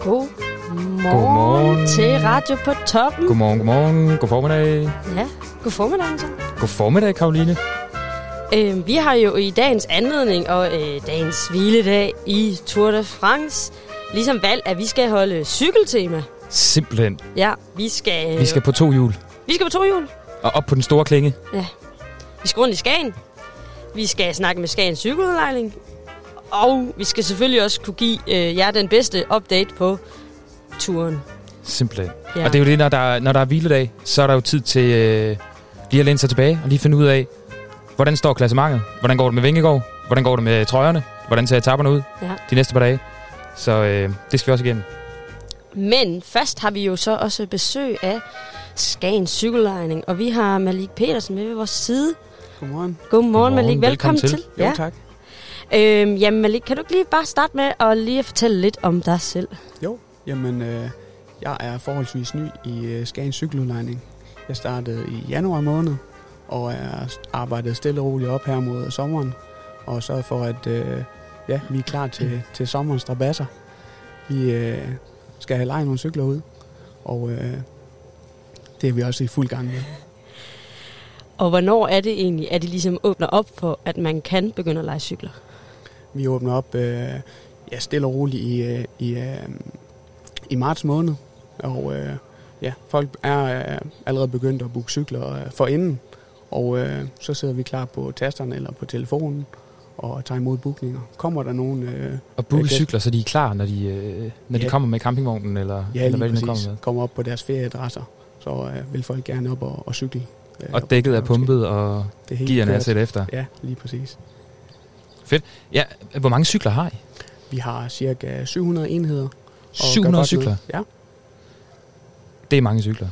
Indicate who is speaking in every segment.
Speaker 1: God
Speaker 2: Godmorgen.
Speaker 1: morgen til Radio på Toppen.
Speaker 2: Godmorgen, godmorgen, god formiddag.
Speaker 1: Ja, god formiddag så.
Speaker 2: God formiddag, Karoline.
Speaker 1: Øh, vi har jo i dagens anledning og øh, dagens hviledag i Tour de France ligesom valgt, at vi skal holde cykeltema.
Speaker 2: Simpelthen.
Speaker 1: Ja, vi skal, øh,
Speaker 2: Vi skal på to hjul.
Speaker 1: vi skal på to hjul.
Speaker 2: Og op på den store klinge.
Speaker 1: Ja. Vi skal rundt i Skagen. Vi skal snakke med Skagens cykeludlejning. Og vi skal selvfølgelig også kunne give øh, jer den bedste update på turen.
Speaker 2: Simpelthen.
Speaker 1: Ja.
Speaker 2: Og det er jo det, når der, er- når der er hviledag, så er der jo tid til øh, lige at læne sig tilbage og lige finde ud af, hvordan står klassementet? Hvordan går det med Vingegaard? Hvordan går det med trøjerne? Hvordan ser etaperne ud
Speaker 1: Ja.
Speaker 2: de næste par dage? Så øh, det skal vi også igennem.
Speaker 1: Men først har vi jo så også besøg af Skagens Cykellejning, og vi har Malik Petersen med ved vores side.
Speaker 3: Godmorgen.
Speaker 1: Godmorgen,
Speaker 2: Godmorgen,
Speaker 1: Malik. Velkommen,
Speaker 2: velkommen
Speaker 1: til.
Speaker 2: til.
Speaker 3: Jo, ja. tak.
Speaker 1: Øhm, jamen Malik, kan du ikke lige bare starte med at lige at fortælle lidt om dig selv?
Speaker 3: Jo, jamen, øh, jeg er forholdsvis ny i øh, Skagen Cykeludlejning. Jeg startede i januar måned, og er arbejdet stille og roligt op her mod sommeren, og sørget for, at øh, ja, vi er klar til, til sommerens strabasser. Vi øh, skal have lejet nogle cykler ud, og øh, det er vi også i fuld gang med.
Speaker 1: Og hvornår er det egentlig, at det ligesom åbner op for, at man kan begynde at lege cykler?
Speaker 3: Vi åbner op øh, ja, stille og roligt i, øh, i, øh, i marts måned, og øh, ja, folk er øh, allerede begyndt at booke cykler øh, forinden, og øh, så sidder vi klar på tasterne eller på telefonen og tager imod bookninger. Kommer der nogen? Øh,
Speaker 2: Og booke
Speaker 3: Okay.
Speaker 2: cykler, så de er klar, når de, øh, når de
Speaker 3: Ja.
Speaker 2: kommer med campingvognen, eller,
Speaker 3: ja,
Speaker 2: eller
Speaker 3: lige
Speaker 2: hvad de nu
Speaker 3: præcis.
Speaker 2: kommer med.
Speaker 3: Kommer op på deres ferieadresser, så øh, vil folk gerne op og, og cykle. øh,
Speaker 2: Og dækket er
Speaker 3: måske.
Speaker 2: pumpet, og
Speaker 3: Det er helt
Speaker 2: gearne er
Speaker 3: kørt.
Speaker 2: sæt efter.
Speaker 3: Ja, lige præcis.
Speaker 2: Ja, hvor mange cykler har I?
Speaker 3: Vi har cirka 700 enheder. og gør
Speaker 2: 700
Speaker 3: godt ved-
Speaker 2: cykler.
Speaker 3: Ja,
Speaker 2: Det er mange cykler.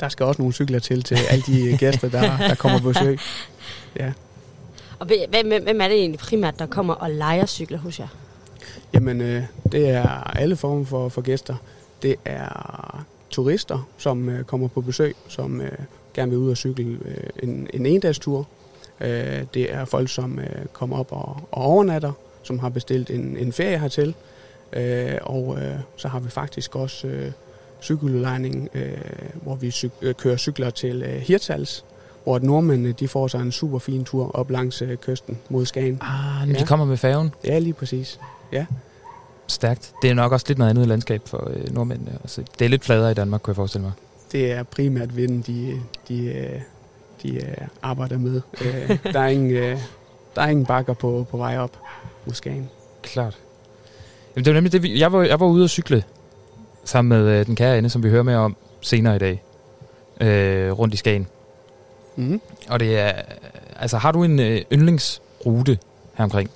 Speaker 3: der skal også nogle cykler til til alle de gæster, der, der kommer på besøg.
Speaker 1: Og hvem, hvem, hvem er det egentlig primært, der kommer og leger cykler hos jer?
Speaker 3: Jamen, øh, det er alle former for, for gæster. Det er turister, som øh, kommer på besøg, som øh, gerne vil ud og cykle øh, en, en endagstur. Øh, det er folk, som øh, kommer op og, og overnatter, som har bestilt en, en ferie hertil. Øh, og øh, så har vi faktisk også øh, cykeludlejning, øh, hvor vi cyk- øh, kører cykler til øh, Hirtals, hvor at nordmændene de får sig en super fin tur op langs øh, kysten mod Skagen.
Speaker 2: Ah, når ja. de
Speaker 3: Ja.
Speaker 2: kommer med færgen.
Speaker 3: Ja, lige præcis.
Speaker 2: Stærkt. Det er nok også lidt noget andet landskab for øh, nordmændene. Altså, det er lidt fladere i Danmark, kunne jeg forestille mig.
Speaker 3: Det er primært vinden, de, de, øh, de øh, arbejder med. Øh, der, er ingen, øh, der er ingen bakker på, på vej op mod Skagen.
Speaker 2: Klart. Jamen, det var nemlig det, vi, jeg, var, jeg var ude at cykle sammen med øh, den kære Anne, som vi hører mere om senere i dag, øh, rundt i Skagen.
Speaker 3: Mm.
Speaker 2: Og det er, altså har du en øh, yndlingsrute her omkring?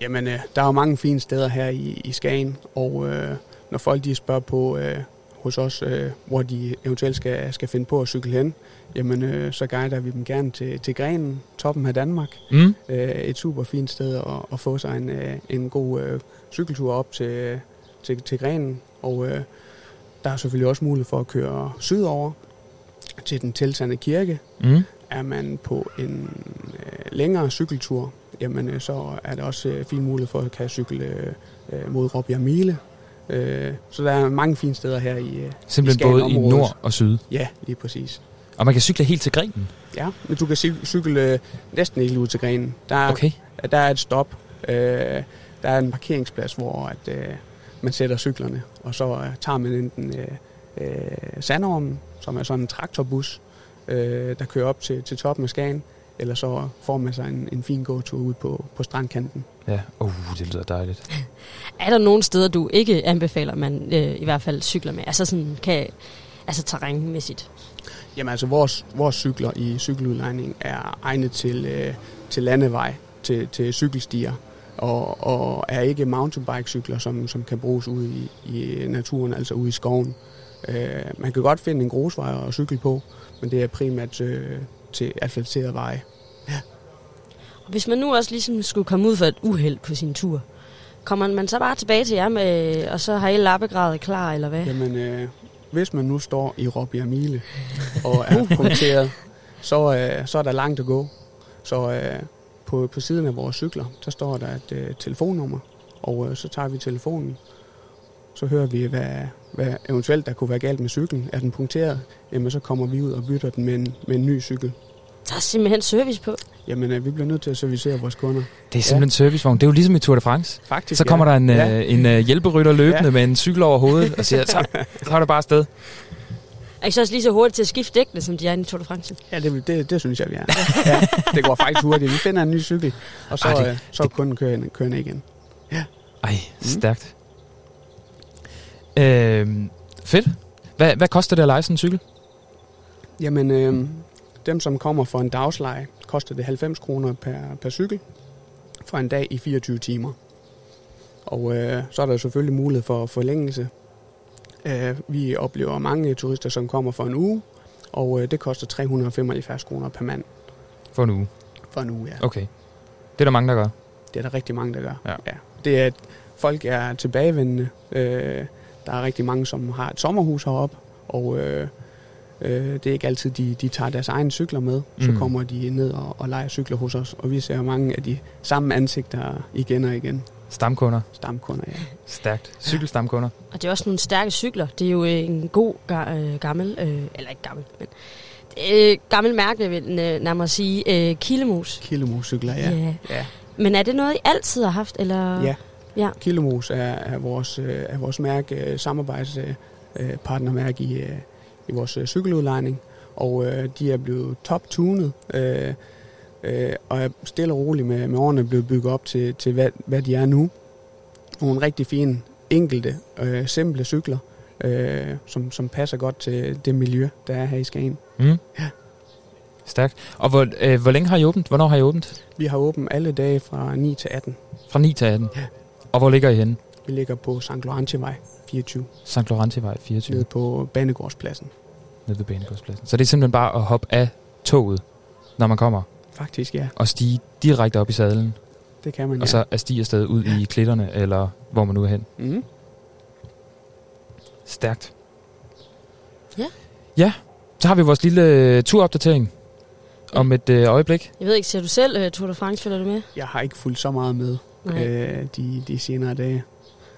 Speaker 3: Jamen, øh, der er jo mange fine steder her i, i Skagen, og øh, når folk de spørger på øh, hos os, øh, hvor de eventuelt skal, skal finde på at cykle hen, jamen, øh, så guider vi dem gerne til, til Grenen, toppen af Danmark.
Speaker 2: Mm?
Speaker 3: øh, et super fint sted at, at få sig en, øh, en god øh, cykeltur op til, til, til grenen. Og øh, der er selvfølgelig også mulighed for at køre sydover til den tilsande kirke.
Speaker 2: Mm?
Speaker 3: Er man på en øh, længere cykeltur, jamen øh, så er der også øh, fin mulighed for at kan cykle øh, øh, mod Råbjerg Mile. Øh, så der er mange fine steder her i... Øh,
Speaker 2: Simpelthen
Speaker 3: Skagen
Speaker 2: både i
Speaker 3: området.
Speaker 2: nord og syd.
Speaker 3: ja, lige præcis.
Speaker 2: Og man kan cykle helt til grenen.
Speaker 3: Ja, men du kan cy- cykle øh, næsten helt ud til grenen. Der er
Speaker 2: Okay.
Speaker 3: at der er et stop. Øh, der er en parkeringsplads, hvor at, øh, man sætter cyklerne, og så øh, tager man enten øh, øh, Sandormen, som er sådan en traktorbus, øh, der kører op til, til toppen af Skagen, eller så får man sig en, en fin gåtur ud på, på strandkanten.
Speaker 2: Ja. Uh, det lyder dejligt.
Speaker 1: Er der nogle steder, du ikke anbefaler, man øh, i hvert fald cykler med? Altså sådan kan... Altså terrænmæssigt.
Speaker 3: Jamen altså, vores, vores cykler i cykeludlejning er egnet til, øh, til landevej, til, til cykelstier, og, og er ikke mountainbike-cykler, som, som kan bruges ude i, i naturen, altså ude i skoven. Øh, man kan godt finde en grusvej at cykle på, men det er primært øh, til asfalterede veje.
Speaker 1: Hvis man nu også ligesom skulle komme ud for et uheld på sin tur, kommer man så bare tilbage til jer, med, og så har I lappegradet klar, eller hvad?
Speaker 3: Jamen, øh, hvis man nu står i Robbie Mile og er punkteret, så, øh, så er der langt at gå. Så øh, på, på siden af vores cykler, så står der et øh, telefonnummer, og øh, så tager vi telefonen, Så hører vi, hvad, hvad eventuelt der kunne være galt med cyklen. Er den punkteret, jamen så kommer vi ud og bytter den med en, med en ny cykel.
Speaker 1: Der er simpelthen service på.
Speaker 3: Jamen, øh, vi bliver nødt til at servicere vores kunder.
Speaker 2: Det er simpelthen ja. servicevogn. Det er jo ligesom i Tour de France.
Speaker 3: Faktisk,
Speaker 2: Så kommer
Speaker 3: ja.
Speaker 2: der en,
Speaker 3: Ja.
Speaker 2: ja. øh, en øh, hjælperytter løbende
Speaker 3: Ja.
Speaker 2: ja. med en cykel over hovedet og siger, så, så er det bare afsted.
Speaker 1: Er I så også lige så hurtigt til at skifte dækkene, som de er i Tour de France?
Speaker 3: Ja, det, det, det synes jeg, vi er. ja, det går faktisk hurtigt. Vi finder en ny cykel, og så,
Speaker 2: Ej, det-
Speaker 3: Ej, det, så er kunden kører, ind- kører ned igen.
Speaker 2: Ej,
Speaker 3: Mm.
Speaker 2: stærkt. Øhm, fedt. Hvad, hvad koster det at lege sådan en cykel?
Speaker 3: Jamen, øh, dem som kommer for en dagsleje, koster det 90 kroner per, per cykel for en dag i 24 timer. Og øh, så er der selvfølgelig mulighed for forlængelse. Øh, vi oplever mange turister, som kommer for en uge, og øh, det koster 375 kroner per mand
Speaker 2: For en uge.
Speaker 3: for en uge, ja.
Speaker 2: Okay. Det er der mange, der gør.
Speaker 3: Det er der rigtig mange, der gør.
Speaker 2: Ja.
Speaker 3: Ja. Det er, at folk er tilbagevendende. Øh, der er rigtig mange, som har et sommerhus heroppe, og øh, øh, det er ikke altid, de, de tager deres egne cykler med. Så
Speaker 2: Mm.
Speaker 3: kommer de ned og, og leger cykler hos os, og vi ser mange af de samme ansigter igen og igen.
Speaker 2: Stamkunder.
Speaker 3: Stamkunder, ja.
Speaker 2: Stærkt. Cykelstamkunder.
Speaker 1: Og det er også nogle stærke cykler. Det er jo øh, en god ga- øh, gammel, øh, eller ikke gammel, men øh, gammel mærke, vil den øh, nærmere sige, øh, kilemus.
Speaker 3: Kilomuscykler, ja.
Speaker 1: Ja.
Speaker 3: ja.
Speaker 1: Men er det noget, I altid har haft? Eller?
Speaker 3: ja.
Speaker 1: ja.
Speaker 3: Kilomos er, er, vores, øh, er vores mærke, øh, samarbejdspartnermærke i, øh, i vores øh, cykeludlejning, og øh, de er blevet top-tunet, øh, øh, og er stille og roligt med, med årene blevet bygget op til, til hvad, hvad de er nu. Nogle rigtig fine, enkelte, øh, simple cykler, øh, som, som passer godt til det miljø, der er her i Skagen.
Speaker 2: Mm. Ja. Stærkt. Og hvor, øh, hvor længe har I åbent? Hvornår har I åbent?
Speaker 3: Vi har åbent alle dage fra 9 til 18.
Speaker 2: Fra 9 til 18.
Speaker 3: Ja.
Speaker 2: Og hvor ligger I henne?
Speaker 3: Vi ligger på St. Laurentivej 24,
Speaker 2: St. Laurentivej 24.
Speaker 3: nede på Banegårdspladsen.
Speaker 2: nede ved Banegårdspladsen. Så det er simpelthen bare at hoppe af toget, når man kommer,
Speaker 3: Faktisk, ja.
Speaker 2: og stige direkte op i sadlen, ja.
Speaker 3: Det kan man,
Speaker 2: og
Speaker 3: ja.
Speaker 2: så at stige afsted ud i klitterne, eller hvor man nu er hen.
Speaker 3: Mm.
Speaker 2: Stærkt.
Speaker 1: Ja.
Speaker 2: Ja, så har vi vores lille øh, turopdatering om et øh, øjeblik.
Speaker 1: Jeg ved ikke, ser du selv øh, Tour de France, følger du med?
Speaker 3: Jeg har ikke fulgt så meget med
Speaker 1: Nej, øh.
Speaker 3: øh, de, de senere dage.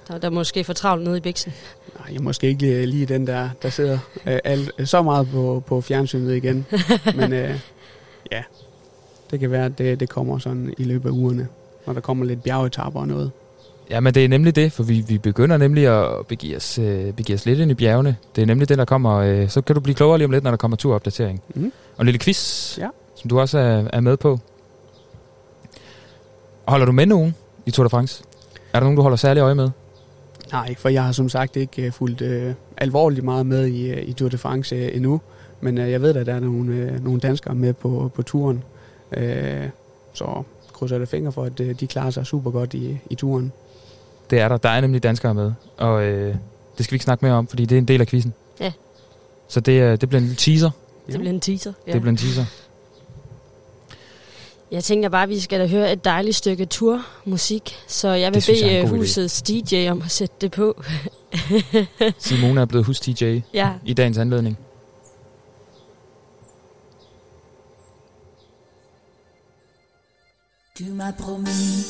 Speaker 1: der, der er måske for travlt nede i Bixen.
Speaker 3: Nej, jeg er måske ikke lige, lige den, der, der sidder øh, al, så meget på, på fjernsynet igen. Men øh, ja, det kan være, at det, det kommer sådan i løbet af ugerne, når der kommer lidt bjergetapper og noget.
Speaker 2: Jamen, det er nemlig det, for vi, vi begynder nemlig at begive os, øh, begive os lidt ind i bjergene. Det er nemlig det, der kommer. Øh, så kan du blive klogere lige om lidt, når der kommer turopdatering.
Speaker 3: Mhm.
Speaker 2: Og en lille quiz,
Speaker 3: Ja.
Speaker 2: som du også er, er med på. Holder du med nogen i Tour de France? Er der nogen, du holder særlig øje med?
Speaker 3: Nej, for jeg har som sagt ikke øh, fulgt øh, alvorligt meget med i, øh, i Tour de France øh, endnu. Men øh, jeg ved, at der er nogle, øh, nogle danskere med på, på turen. Øh, så krydser jeg da fingre for, at øh, de klarer sig super godt i, i turen.
Speaker 2: Det er der. Der er nemlig danskere med. Og øh, det skal vi ikke snakke mere om, fordi det er en del af quizzen.
Speaker 1: Ja.
Speaker 2: Så det, øh, det bliver en lille teaser.
Speaker 1: Det
Speaker 3: Ja.
Speaker 1: bliver en teaser.
Speaker 2: Ja. Det bliver en teaser.
Speaker 1: Jeg tænker bare, at vi skal da høre et dejligt stykke turmusik, så jeg vil
Speaker 2: Det synes jeg er
Speaker 1: bede
Speaker 2: en
Speaker 1: øh,
Speaker 2: god idé.
Speaker 1: husets DJ om at sætte det på.
Speaker 2: Simone er blevet hus DJ
Speaker 1: Ja.
Speaker 2: i dagens anledning.
Speaker 4: Tu m'as promis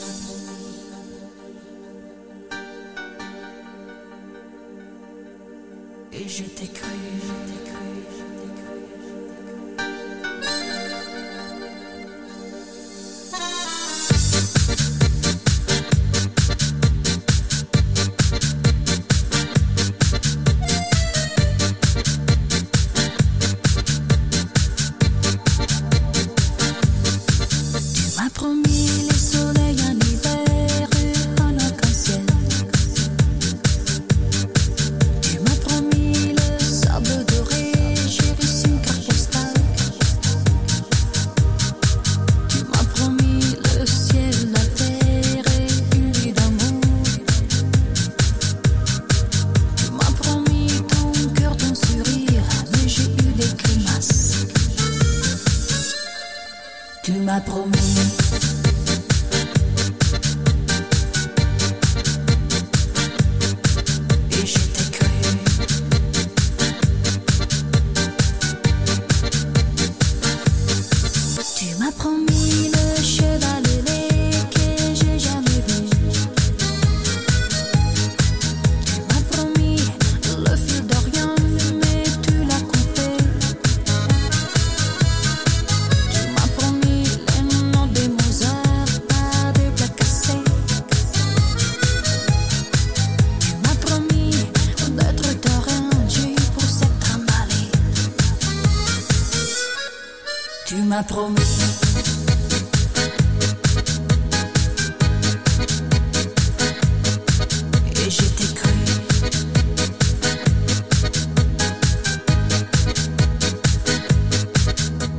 Speaker 4: Et je t'ai cru, je t'ai cru, je t'ai cru, je t'ai cru. Tu m'as promis le soleil en hiver, un arc-en-ciel. Tu m'as promis le sable doré m'a promis. Et je t'ai cru.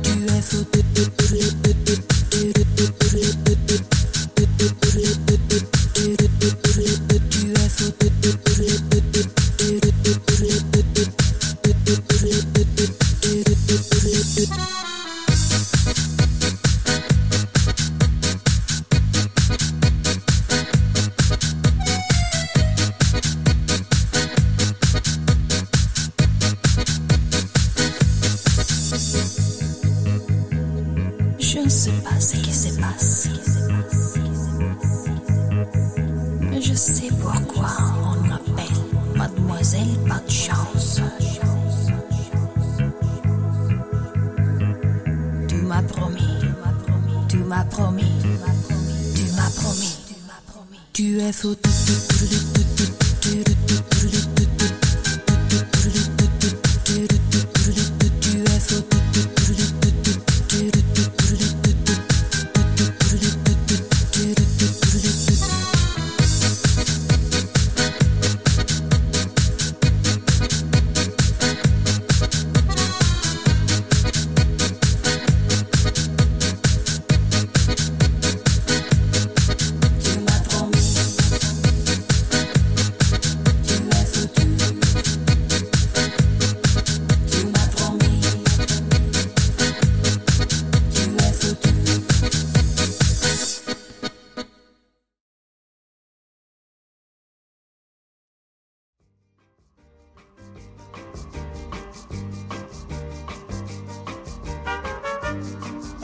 Speaker 4: Tu es fou. Tu es fou. Je ne sais pas ce qui se passe. Mais je sais pourquoi on m'appelle Mademoiselle Pas de chance. Tu m'as promis, tu m'as promis, tu m'as promis, tu es fou. Tu es fou. Tu m'as promis, tu m'as foutu. Tu m'as promis, tu m'as foutu.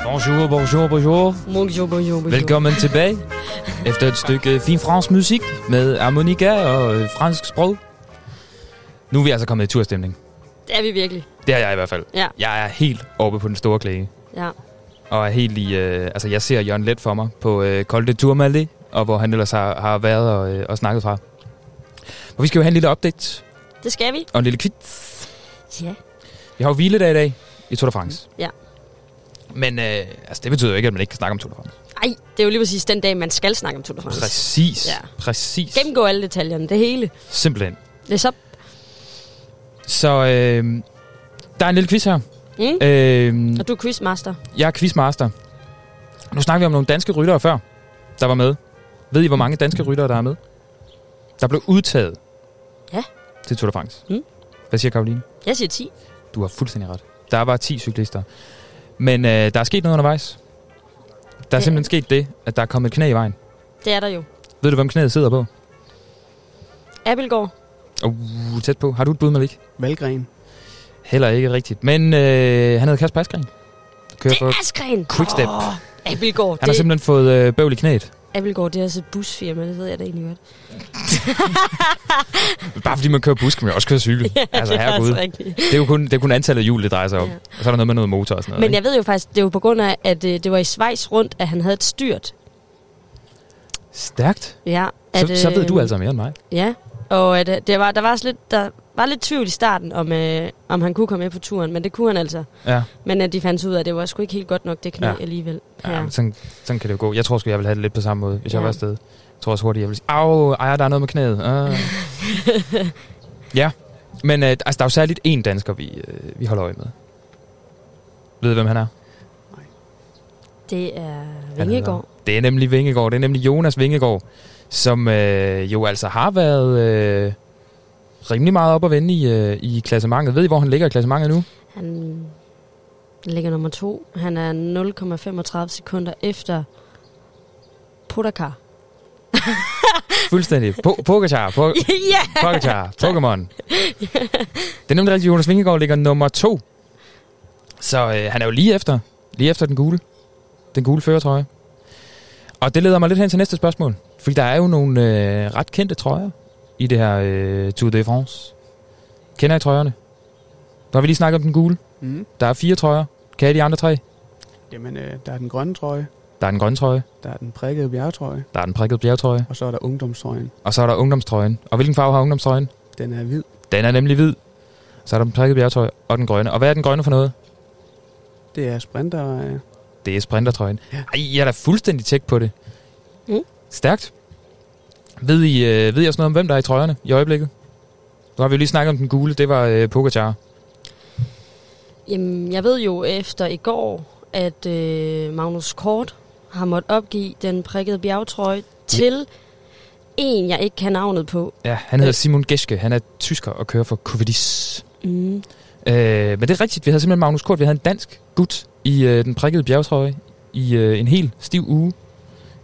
Speaker 2: Bonjour, bonjour, bonjour.
Speaker 1: Monjo, bonjo, bonjo.
Speaker 2: Velkommen tilbage. Efter et stykke øh, fin fransk musik med harmonika og øh, fransk sprog. Nu er vi altså kommet i turstemning.
Speaker 1: Det er vi virkelig.
Speaker 2: Det er jeg i hvert fald.
Speaker 1: Ja.
Speaker 2: Jeg er helt oppe på den store klæge.
Speaker 1: Ja.
Speaker 2: Og er helt i... Øh, altså, jeg ser Jørgen Let for mig på øh, Col de Tourmalet, og hvor han ellers har, har været og, øh, og snakket fra. Og vi skal jo have en lille update
Speaker 1: Det skal vi.
Speaker 2: og en lille kvit.
Speaker 1: Ja.
Speaker 2: Vi har jo hviledag i dag i Tour de France.
Speaker 1: Ja.
Speaker 2: Men øh, altså, det betyder jo ikke, at man ikke kan snakke om Tour de France.
Speaker 1: Ej, det er jo lige præcis den dag, man skal snakke om Tour de France.
Speaker 2: Præcis.
Speaker 1: Ja.
Speaker 2: Præcis.
Speaker 1: Gennemgå alle detaljerne, det hele.
Speaker 2: Simpelthen.
Speaker 1: Læs op.
Speaker 2: Så øh, der er en lille quiz her.
Speaker 1: Mm?
Speaker 2: Øh,
Speaker 1: Og du er quizmaster.
Speaker 2: jeg er quizmaster. Nu snakker vi om nogle danske ryttere før, der var med. Ved I, hvor mange danske ryttere, der er med? Der blev udtaget.
Speaker 1: Ja.
Speaker 2: Til Tour de France.
Speaker 1: Mm.
Speaker 2: Hvad siger Karoline?
Speaker 1: Jeg siger 10.
Speaker 2: Du har fuldstændig ret. Der var 10 cyklister. Men øh, der er sket noget undervejs. Der er
Speaker 1: Ja.
Speaker 2: simpelthen sket det, at der er kommet et knæ i vejen.
Speaker 1: Det er der jo.
Speaker 2: Ved du, hvem knæet sidder på?
Speaker 1: Abelgaard.
Speaker 2: Uh, tæt på. Har du et bud, Malik?
Speaker 3: Valgren.
Speaker 2: Heller ikke rigtigt. Men øh, han hedder Kasper Askren. Kører
Speaker 1: Det
Speaker 2: for
Speaker 1: er Askren.
Speaker 2: Quickstep.
Speaker 1: Åh, Abelgaard.
Speaker 2: Han har
Speaker 1: Det,
Speaker 2: simpelthen fået øh, bøvl i knæet.
Speaker 1: Abelgaard, det er altså et busfirma, det ved jeg da egentlig godt.
Speaker 2: Bare fordi man kører bus, kan man jo også køre cykel. altså,
Speaker 1: det er
Speaker 2: herregud.
Speaker 1: altså rigtigt.
Speaker 2: Det er jo kun, det er kun antallet af hjul, det drejer sig om.
Speaker 1: Ja.
Speaker 2: Ja. Og så er der noget med noget motor og sådan noget.
Speaker 1: Men
Speaker 2: ikke?
Speaker 1: jeg ved jo faktisk, det var på grund af, at øh, det var i Schweiz rundt, at han havde et styrt.
Speaker 2: Stærkt.
Speaker 1: Ja,
Speaker 2: Så,
Speaker 1: at,
Speaker 2: så ved
Speaker 1: øh,
Speaker 2: du altså mere end mig.
Speaker 1: Ja, og at, øh, det var, der, var også lidt, der var lidt tvivl i starten, om, øh, om han kunne komme med på turen, men det kunne han altså.
Speaker 2: Ja,
Speaker 1: Men at de fandt ud af, at det var sgu ikke helt godt nok, det knæ ja.
Speaker 2: Ja.
Speaker 1: alligevel.
Speaker 2: ja.
Speaker 1: Ja.
Speaker 2: men sådan, sådan kan det jo gå. Jeg tror sgu, jeg vil have det lidt på samme måde, hvis ja.
Speaker 1: Ja.
Speaker 2: jeg var afsted. Jeg tror også hurtigt, jeg vil sige, au, ej, der er noget med knæet. Ah. ja, men øh, altså, der er jo særligt én dansker, vi, øh, vi holder øje med. Ved I, hvem han er?
Speaker 1: Det er
Speaker 2: Han
Speaker 1: Vingegaard.
Speaker 2: hedder- Det er nemlig Vingegaard. Det er nemlig Jonas Vingegaard, som øh, jo altså har været øh, rimelig meget op at vende i, øh, i klassementet. Ved I, hvor han ligger i klassementet nu?
Speaker 1: Han ligger nummer to. Han er 0,35 sekunder efter Podakar.
Speaker 2: Fuldstændig. Po- Pogacar. Po-
Speaker 1: ja!
Speaker 2: Pogacar. Pokémon. Det er nemlig rigtigt, Jonas Vingegaard ligger nummer to. Så øh, han er jo lige efter. Lige efter den gule. Den gule førertrøje. Og det leder mig lidt hen til næste spørgsmål. Fordi der er jo nogle øh, ret kendte trøjer i det her øh, Tour de France. Kender I trøjerne? Nu har vi lige snakket om den gule.
Speaker 3: Mm.
Speaker 2: Der er fire trøjer. Kan I de andre tre?
Speaker 3: Jamen, øh, der er den grønne trøje,
Speaker 2: Der er den grønne trøje.
Speaker 3: der er den prikkede bjergetrøje,
Speaker 2: Der er den prikkede bjergetrøje.
Speaker 3: og så er der ungdomstrøjen.
Speaker 2: Og så er der ungdomstrøjen. Og hvilken farve har ungdomstrøjen?
Speaker 3: Den er hvid.
Speaker 2: Den er nemlig hvid. Så er der den prikkede bjergetøj og den grønne. Og hvad er den grønne for noget?
Speaker 3: Det er sprinter, øh,
Speaker 2: det er sprintertrøjen.
Speaker 3: Ja.
Speaker 2: Ej, jeg er da fuldstændig tjek på det.
Speaker 1: Mm.
Speaker 2: Stærkt. Ved I, øh, ved I også noget om, hvem der er i trøjerne i øjeblikket? Nu har vi jo lige snakket om den gule, det var øh, Pogacar.
Speaker 1: Jamen, jeg ved jo efter i går, at øh, Magnus Kort har måttet opgive den prikkede bjergetrøje til en, jeg ikke kan navnet på. Øh,
Speaker 2: Ja,
Speaker 3: Øh.
Speaker 2: han hedder Simon Geschke, han er tysker og kører for Covidis.
Speaker 1: Mm.
Speaker 2: Øh, men det er rigtigt, vi havde simpelthen Magnus Kort, vi havde en dansk gut i øh, den prikkede bjergetrøje i øh, en helt stiv uge,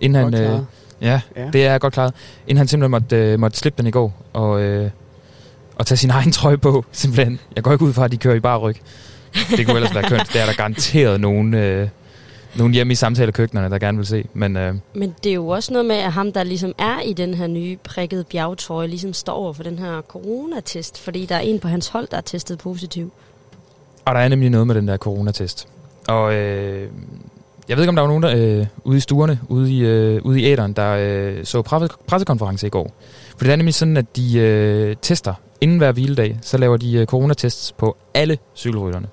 Speaker 2: inden
Speaker 3: Godt
Speaker 2: han... Øh,
Speaker 3: klaret.
Speaker 2: ja,
Speaker 3: ja.
Speaker 2: Det er jeg godt klaret. Inden han simpelthen måtte, øh, måtte slippe den i går og, øh, og tage sin egen trøje på, simpelthen. Jeg går ikke ud fra, at de kører i bare ryg. Det kunne ellers være kønt. Det er der garanteret nogen, øh, nogen hjemme i samtalekøkkenerne, der gerne vil se. Men øh,
Speaker 1: Men det er jo også noget med, at ham, der ligesom er i den her nye prikkede bjergetrøje, ligesom står over for den her coronatest, fordi der er en på hans hold, der er testet positiv.
Speaker 2: og der er nemlig noget med den der coronatest. Og øh, jeg ved ikke, om der var nogen der, øh, ude i stuerne, ude i, øh, ude i æderen, der øh, så presse- pressekonference i går. For det er nemlig sådan, at de øh, tester inden hver hviledag, så laver de øh, coronatests på alle cykelrytterne,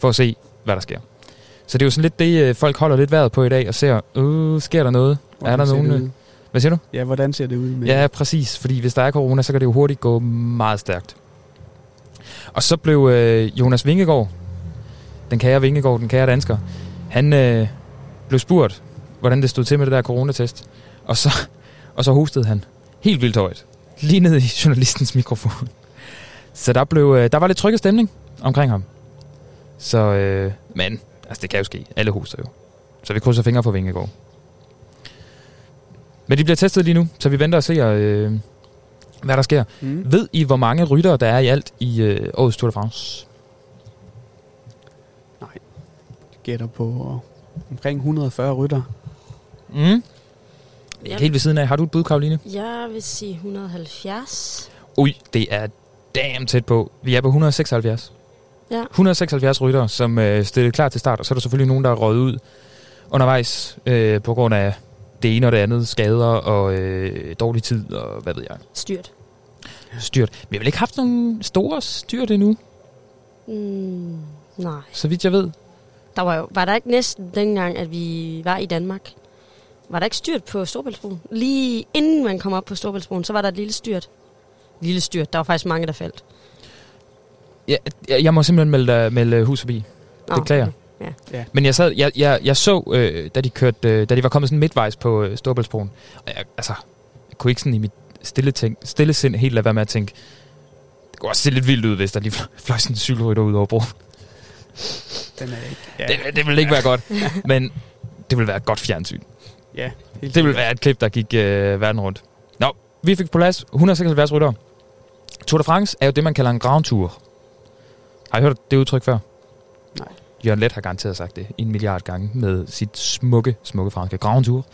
Speaker 2: for at se, hvad der sker. Så det er jo sådan lidt det, øh, folk holder lidt vejret på i dag, og ser, øh, sker der noget?
Speaker 3: Hvordan
Speaker 2: er der
Speaker 3: ser det
Speaker 2: nogen... øh,
Speaker 3: ud?
Speaker 2: Hvad siger du?
Speaker 3: Ja, hvordan ser det ud? Med?
Speaker 2: Ja, præcis. Fordi hvis der er corona, så kan det jo hurtigt gå meget stærkt. Og så blev øh, Jonas Vingegaard, den kære Vingegaard, den kære dansker, han øh, blev spurgt, hvordan det stod til med det der coronatest. Og så, og så hostede han helt vildt højt, lige ned i journalistens mikrofon. Så der, blev, øh, der var lidt trykket stemning omkring ham. Så, øh, men, altså det kan jo ske. Alle hoster jo. Så vi krydser fingre for Vingegaard. Men de bliver testet lige nu, så vi venter og ser, øh, hvad der sker.
Speaker 3: Mm.
Speaker 2: Ved I, hvor mange ryttere der er i alt i øh, årets Tour de France?
Speaker 3: Gætter på øh, omkring 140 rytter.
Speaker 2: Mm. Helt ved siden af. Har du et bud, Karoline?
Speaker 1: Jeg vil sige 170.
Speaker 2: Ui, det er damn tæt på. Vi er på 176.
Speaker 1: Ja.
Speaker 2: 176 ryttere, som øh, stillede klar til start, og så er der selvfølgelig nogen, der er røget ud undervejs øh, på grund af det ene og det andet, skader og øh, dårlig tid og hvad ved jeg.
Speaker 1: Styrt.
Speaker 2: Styrt. Vi har vel ikke haft nogen store styrt endnu,
Speaker 1: Mm, nej.
Speaker 2: så vidt jeg ved.
Speaker 1: Der var, jo, var der ikke næsten dengang, at vi var i Danmark, var der ikke styrt på Storbæltsbroen? Lige inden man kom op på Storbæltsbroen, så var der et lille styrt. Lille styrt, der var faktisk mange, der faldt.
Speaker 2: Ja, jeg, jeg må simpelthen melde, dig- melde øh, hus forbi. Beklager.
Speaker 1: okay.
Speaker 2: Men jeg, sad, jeg, jeg, jeg så, øh, da, de kørte, øh, da de var kommet sådan midtvejs på øh, Storbæltsbroen, og jeg, altså, jeg kunne ikke sådan i mit stille, tænk, stille sind helt lade være med at tænke, det kunne også se lidt vildt ud, hvis der lige fløj- fløj sådan en cykelrytter ud over broen.
Speaker 3: Den er ikke. Ja,
Speaker 2: Det, det ville ikke være godt, men det ville være et godt fjernsyn.
Speaker 3: ja helt
Speaker 2: Det
Speaker 3: sikkert.
Speaker 2: ville være et klip, der gik øh, verden rundt. Nå, vi fik på plads 176 ryttere. Tour de France er jo det, man kalder en grand tour. Har I hørt det udtryk før?
Speaker 3: Nej.
Speaker 2: Jørgen Let har garanteret sagt det en milliard gange med sit smukke, smukke franske grand tour.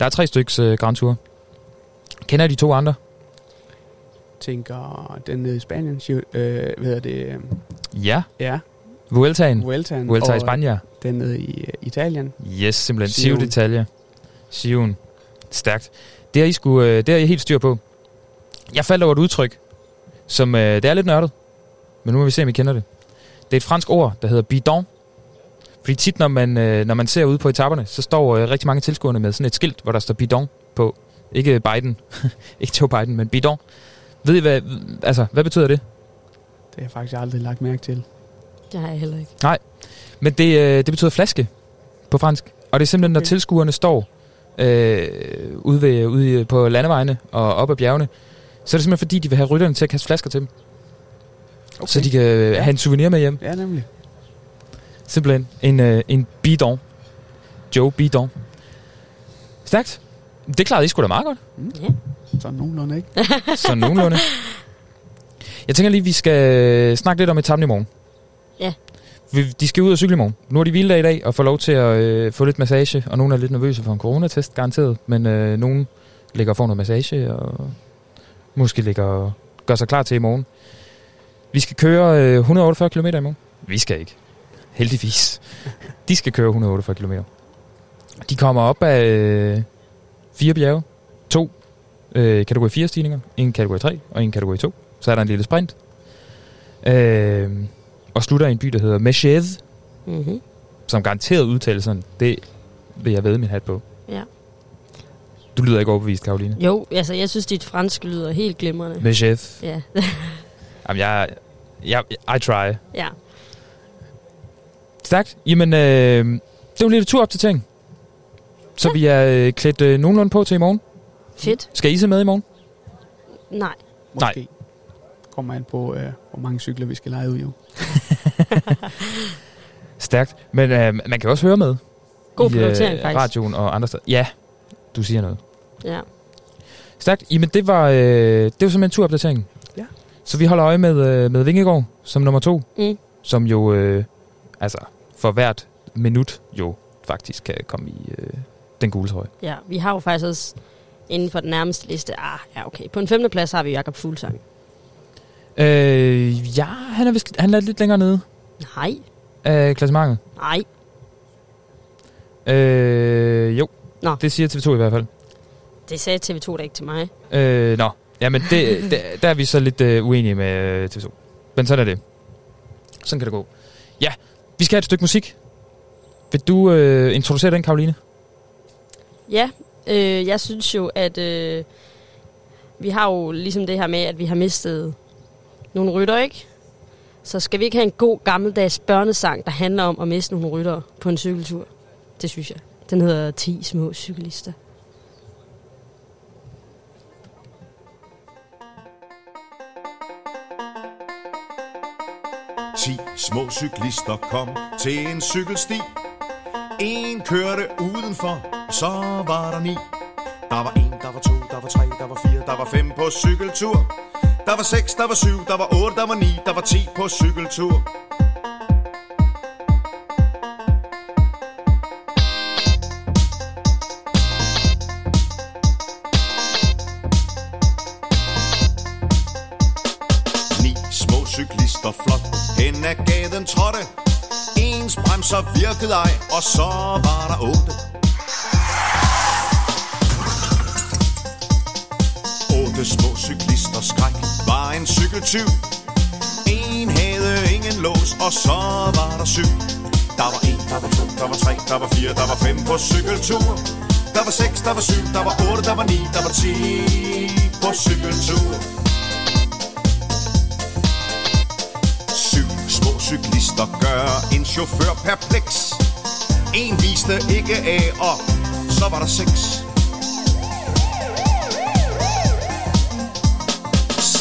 Speaker 2: Der er tre styks øh, grand tour. Kender I de to andre?
Speaker 3: tænker den nede i Spanien, Giro- øh, hvad hedder det, øh,
Speaker 2: Ja.
Speaker 3: ja,
Speaker 2: Vueltaen.
Speaker 3: Vueltaen,
Speaker 2: Vuelta
Speaker 3: og
Speaker 2: i
Speaker 3: øh,
Speaker 2: Spanien.
Speaker 3: den nede i øh, Italien.
Speaker 2: Yes, simpelthen. Siv
Speaker 3: Giroen.
Speaker 2: detalje. Siven. Stærkt. Det har I, sgu, øh, det har I helt styr på. Jeg faldt over et udtryk, som øh, det er lidt nørdet, men nu må vi se, om I kender det. Det er et fransk ord, der hedder bidon. Fordi tit, når man, øh, når man ser ude på etaperne, så står øh, rigtig mange tilskuerne med sådan et skilt, hvor der står bidon på. Ikke Biden, ikke Joe Biden, men bidon. Ved I, hvad, altså, hvad betyder det?
Speaker 3: Det har jeg faktisk aldrig lagt mærke til.
Speaker 1: Det har jeg heller ikke.
Speaker 2: Men det, øh, det betyder flaske på fransk. Og det er simpelthen, når
Speaker 1: Okay.
Speaker 2: tilskuerne står øh, ude, ved, ude i- på landevejene og op ad bjergene, så er det simpelthen, fordi de vil have rytterne til at kaste flasker til dem. Okay. Så de kan øh, have en souvenir med hjem.
Speaker 3: Ja, nemlig.
Speaker 2: Simpelthen en, øh, en bidon. Joe Bidon. Stærkt. Det klarede I sgu da meget godt.
Speaker 3: Sådan nogenlunde, ikke?
Speaker 2: Så nogenlunde. Jeg tænker lige, vi skal snakke lidt om etappen i morgen.
Speaker 1: Ja.
Speaker 2: Vi- De skal ud og cykle i morgen. Nu er de hviledag i dag og får lov til at øh, få lidt massage, og nogen er lidt nervøse for en coronatest, garanteret. Men øh, nogen ligger og får noget massage, og måske ligger og gør sig klar til i morgen. Vi skal køre øh, 148 km i morgen. Vi skal ikke. Heldigvis. De skal køre 148 km. De kommer op af øh, fire bjerge. To øh, kategori 4 stigninger, en kategori 3 og en kategori 2. Så er der en lille sprint. Øh, og slutter i en by, der hedder Meshed,
Speaker 1: Mm-hmm.
Speaker 2: som garanteret udtaler sådan, det vil jeg ved min hat på.
Speaker 1: Ja.
Speaker 2: Du lyder ikke overbevist, Karoline.
Speaker 1: Jo, altså jeg synes, dit fransk lyder helt glimrende.
Speaker 2: Med chef.
Speaker 1: Ja,
Speaker 2: Jamen, jeg, jeg, I try.
Speaker 1: ja.
Speaker 2: Stærkt. Jamen, øh, det var lidt tur op til ting. Så vi er øh, klædt øh, nogenlunde på til i morgen.
Speaker 1: Fedt.
Speaker 2: Skal I se med i morgen?
Speaker 1: Nej.
Speaker 2: Nej.
Speaker 3: Måske. Kommer an på, øh, hvor mange cykler vi skal lege ud, jo.
Speaker 2: Stærkt. Men øh, man kan også høre med.
Speaker 1: God
Speaker 2: i, øh,
Speaker 1: prioritering, faktisk.
Speaker 2: radioen og andre steder. Ja, du siger noget.
Speaker 1: Ja.
Speaker 2: Stærkt. Jamen, det var, øh, det var simpelthen turopdateringen.
Speaker 3: Ja.
Speaker 2: Så vi holder øje med, øh, med Vingegaard som nummer to,
Speaker 1: Mm.
Speaker 2: som jo, øh, altså, for hvert minut jo faktisk kan komme i øh, den gule trøje.
Speaker 1: ja, vi har jo faktisk også inden for den nærmeste liste. Ah, ja, okay. På en femte plads har vi Jakob Fuglsang.
Speaker 2: Øh, ja, han er, vist, han er lidt længere nede
Speaker 1: Nej,
Speaker 2: af klassementet.
Speaker 1: nej.
Speaker 2: Øh, jo.
Speaker 1: Nå.
Speaker 2: Det siger TV2 i hvert fald.
Speaker 1: Det sagde TV2 da ikke til mig.
Speaker 2: Øh, nå. Jamen, det, der, der er vi så lidt øh, uenige med øh, TV2. Men sådan er det. Sådan kan det gå. Ja, vi skal have et stykke musik. Vil du øh, introducere den, Karoline?
Speaker 1: Ja, øh, jeg synes jo, at øh, vi har jo ligesom det her med, at vi har mistet nogle rytter, ikke? Så skal vi ikke have en god gammeldags børnesang, der handler om at miste nogle rytter på en cykeltur? Det synes jeg. Den hedder 10 små cyklister.
Speaker 5: Ti små cyklister kom til en cykelsti. En kørte udenfor, så var der ni. Der var en, der var to, der var tre, der var fire, der var fem på cykeltur. Der var seks, der var syv, der var otte, der var ni, der var ti på cykeltur. Ni små cyklister flot hen ad gaden trådte. Ens bremser virkede ej, og så var der otte. Otte små cyklister skræk var en cykeltyv. En havde ingen lås, og så var der syv. Der var en, der var to, der var tre, der var fire, der var fem på cykeltur. Der var seks, der var syv, der var otte, der var ni, der var ti på cykeltur. Syv små cyklister gør en chauffør perpleks. En viste ikke af, og så var der seks.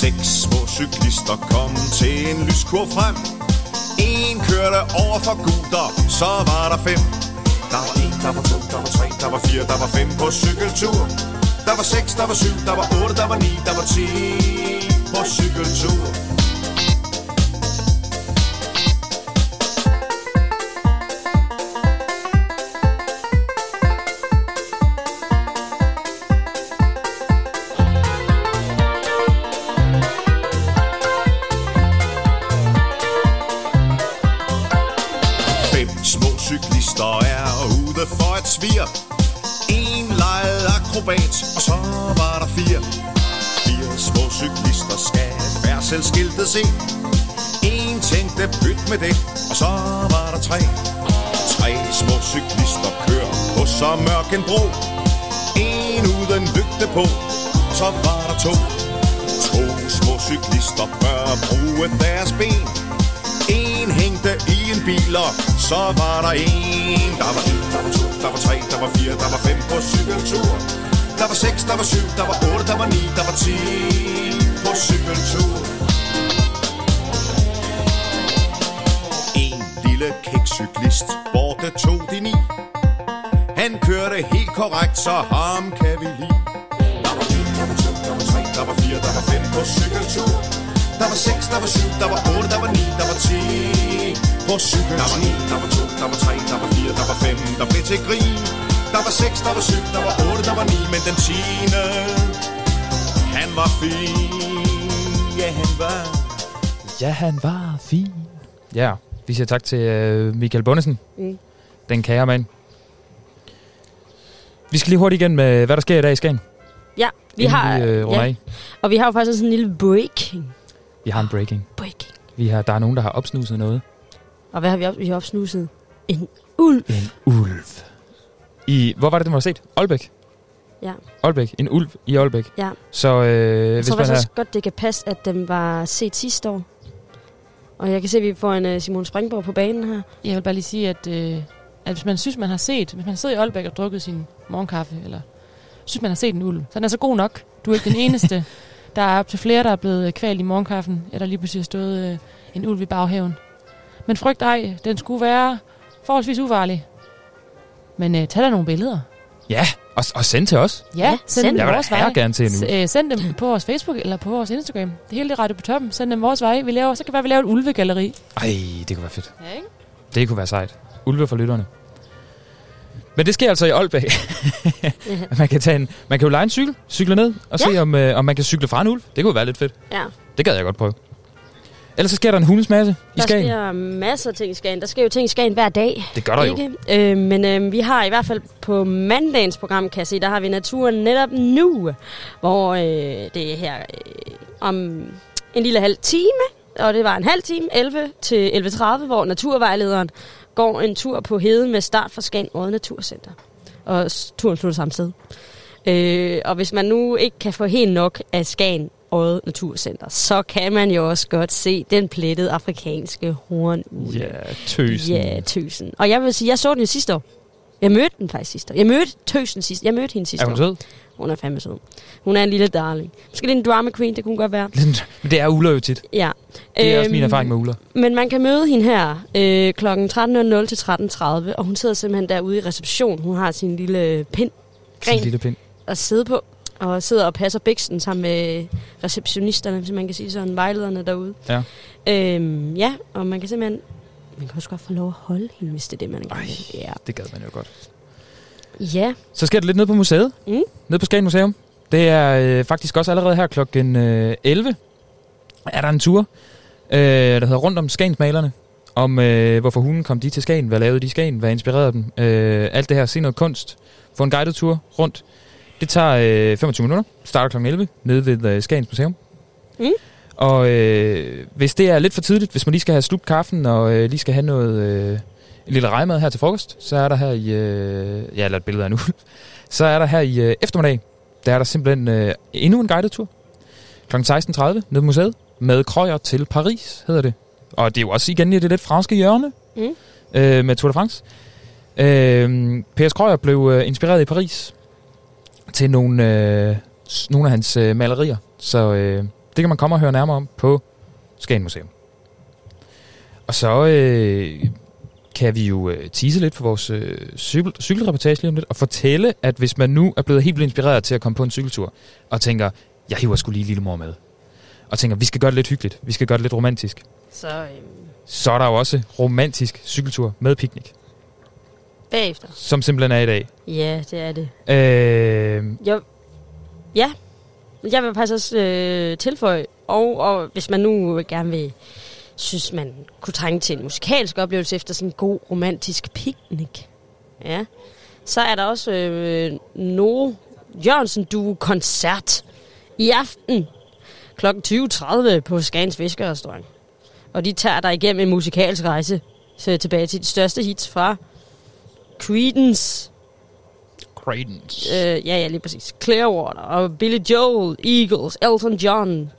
Speaker 5: Seks små cyklister kom til en lyskur frem. En kørte over for gutter, så var der fem. Der var en, der var to, der var tre, der var fire, der var fem på cykeltur. Der var seks, der var syv, der var otte, der var ni, der var ti på cykeltur. Fem små cyklister er ude for et svir. En legede akrobat, og så var der fire. Fire små cyklister skal færdselsskiltet se. En tænkte byt med det, og så var der tre. Tre små cyklister kører på så mørk en bro. En uden lygte på, og så var der to. To små cyklister bør bruge deres ben. En hængte i en bil, og så var der en. Der var en, der var to, der var tre, der var fire, der var fem på cykeltur. Der var seks, der var syv, der var otte, der var ni, der var ti på cykeltur. En lille kækcyklist, borte tog de ni. Han kørte helt korrekt, så ham kan vi lide. Der var en, der var to, der var tre, der var fire, der var fem på cykeltur. Der var seks, der var syv, der var otte, der var ni, der var ti på cykeltur. Der var ni, der var to, der var tre, der var fire, der var fem, der blev til grin. Der var seks, der var syv, der var otte, der var ni, men den tiende, han var fin. Ja, han var
Speaker 2: Ja, han var fin. Ja, vi siger tak til øh, Michael Bundesen.
Speaker 1: Mm.
Speaker 2: Den kære mand. Vi skal lige hurtigt igen med, hvad der sker i dag i Skagen.
Speaker 1: Ja, vi
Speaker 2: inden
Speaker 1: har...
Speaker 2: Vi, øh, runder
Speaker 1: ja,
Speaker 2: af.
Speaker 1: og vi har jo faktisk også sådan en lille breaking.
Speaker 2: vi har en breaking.
Speaker 1: Breaking.
Speaker 2: Vi har, der er nogen, der har opsnuset noget.
Speaker 1: Og hvad har vi op, Vi har opsnuset en ulv.
Speaker 2: En øh, ulv. I, hvor var det, den var set? Aalbæk?
Speaker 1: Ja.
Speaker 2: Aalbæk. En ulv i Aalbæk.
Speaker 1: Ja.
Speaker 2: Så øh,
Speaker 1: Jeg
Speaker 2: hvis
Speaker 1: tror
Speaker 2: man
Speaker 1: faktisk
Speaker 2: er...
Speaker 1: også godt, det kan passe, at dem var set sidste år. Og jeg kan se, at vi får en øh, Simon Springborg på banen her.
Speaker 6: Jeg vil bare lige sige, at, øh, at hvis man synes, man har set, hvis man sidder i Aalbæk og drukket sin morgenkaffe, eller synes, man har set en ulv, så er den er så god nok. Du er ikke den eneste. der er op til flere, der er blevet øh, kvalt i morgenkaffen, eller lige pludselig har stået øh, en ulv i baghaven. Men frygt ej, den skulle være forholdsvis ufarlig. Men øh, tag da nogle billeder.
Speaker 2: Ja, og, og send til os.
Speaker 6: Ja, ja send, dem
Speaker 2: Jeg vil
Speaker 6: vores
Speaker 2: da
Speaker 6: vej.
Speaker 2: gerne se en
Speaker 6: S-
Speaker 2: ulv.
Speaker 6: øh, send dem på vores Facebook eller på vores Instagram. Det hele er rettet på toppen. Send dem vores vej. Vi laver, så kan det være, vi laver et ulvegalleri.
Speaker 2: Ej, det kunne være fedt.
Speaker 6: Ja, ikke?
Speaker 2: Det kunne være sejt. Ulve for lytterne. Men det sker altså i Aalbæk. man, kan tage en, man kan jo lege en cykel, cykle ned og ja. se, om, øh, om man kan cykle fra en ulv. Det kunne være lidt fedt.
Speaker 1: Ja.
Speaker 2: Det gad jeg godt prøve. Ellers så sker der en hundes masse i
Speaker 1: Der
Speaker 2: Skagen.
Speaker 1: sker masser af ting i Skagen. Der sker jo ting i Skagen hver dag.
Speaker 2: Det gør der jo.
Speaker 1: ikke? Øh, men øh, vi har i hvert fald på mandagens program, kan jeg se, der har vi naturen netop nu, hvor øh, det er her øh, om en lille halv time, og det var en halv time, 11 til 11.30, hvor naturvejlederen går en tur på heden med start fra Skagen Odde Naturcenter. Og s- turen slutter samme sted. Øh, og hvis man nu ikke kan få helt nok af Skagen Odde Naturcenter, så kan man jo også godt se den plettede afrikanske hornugle.
Speaker 2: Ja, tøsen.
Speaker 1: Ja, tøsen. Og jeg vil sige, jeg så den jo sidste år. Jeg mødte den faktisk sidste år. Jeg mødte tøsen sidste Jeg mødte hende sidste
Speaker 2: Er hun
Speaker 1: år.
Speaker 2: sød?
Speaker 1: Hun er fandme sød. Hun er en lille darling. Måske lidt en drama queen, det kunne hun godt være.
Speaker 2: Men det er uler jo tit.
Speaker 1: Ja.
Speaker 2: Det er øhm, også min erfaring med uler.
Speaker 1: Men man kan møde hende her øh, kl. 13.00 til 13.30, og hun sidder simpelthen derude i reception. Hun har sin lille pind
Speaker 2: Sådan
Speaker 1: gren.
Speaker 2: en lille pind.
Speaker 1: at sidde på, og sidder og passer biksen sammen med receptionisterne, hvis man kan sige sådan, vejlederne derude.
Speaker 2: Ja.
Speaker 1: Øhm, ja, og man kan simpelthen... Man kan også godt få lov at holde hende, hvis det er det, man gerne vil. Ja.
Speaker 2: Det gad man jo godt.
Speaker 1: Ja,
Speaker 2: Så sker det lidt ned på museet.
Speaker 1: Mm.
Speaker 2: Ned på Skagen Museum. Det er øh, faktisk også allerede her klokken øh, 11. Er der en tur, øh, der hedder Rundt om Skagensmalerne. Om øh, hvorfor hunden kom de til Skagen, hvad lavede de i Skagen, hvad inspirerede dem. Øh, alt det her, se noget kunst. Få en guided tur rundt. Det tager øh, 25 minutter. Starter klokken 11 nede ved øh, Skagens Museum.
Speaker 1: Mm.
Speaker 2: Og øh, hvis det er lidt for tidligt, hvis man lige skal have slugt kaffen og øh, lige skal have noget... Øh, en lille rejmad her til frokost, så er der her i... Øh, ja, eller et billede af nu. Så er der her i øh, eftermiddag, der er der simpelthen øh, endnu en guided tur. Kl. 16.30 nede på museet med krøjer til Paris, hedder det. Og det er jo også igen i det lidt franske hjørne
Speaker 1: Mm.
Speaker 2: øh, med Tour de France. Øh, P.S. Krøjer blev øh, inspireret i Paris til nogle, øh, s- nogle af hans øh, malerier. Så øh, det kan man komme og høre nærmere om på Skagen Museum. Og så øh, kan vi jo øh, tease lidt for vores øh, cykel, cykelreportage lige om lidt, og fortælle, at hvis man nu er blevet helt vildt inspireret til at komme på en cykeltur, og tænker, jeg hiver sgu lige lillemor med, og tænker, vi skal gøre det lidt hyggeligt, vi skal gøre det lidt romantisk,
Speaker 1: så øh,
Speaker 2: så er der jo også romantisk cykeltur med piknik,
Speaker 1: bagefter.
Speaker 2: som simpelthen er i dag.
Speaker 1: Ja, det er det.
Speaker 2: Øh,
Speaker 1: Jeg, ja, jeg vil faktisk også øh, tilføje, og, og hvis man nu gerne vil synes, man kunne trænge til en musikalsk oplevelse efter sådan en god romantisk picnic, ja, så er der også øh, Nore Jørgensen Duo koncert i aften kl. 20.30 på Skagens Fiskerrestaurant. Og de tager dig igennem en musikalsk rejse så tilbage til de største hits fra Creedence,
Speaker 2: Credence.
Speaker 1: Øh, ja, ja, lige præcis. Clearwater og Billy Joel, Eagles, Elton John,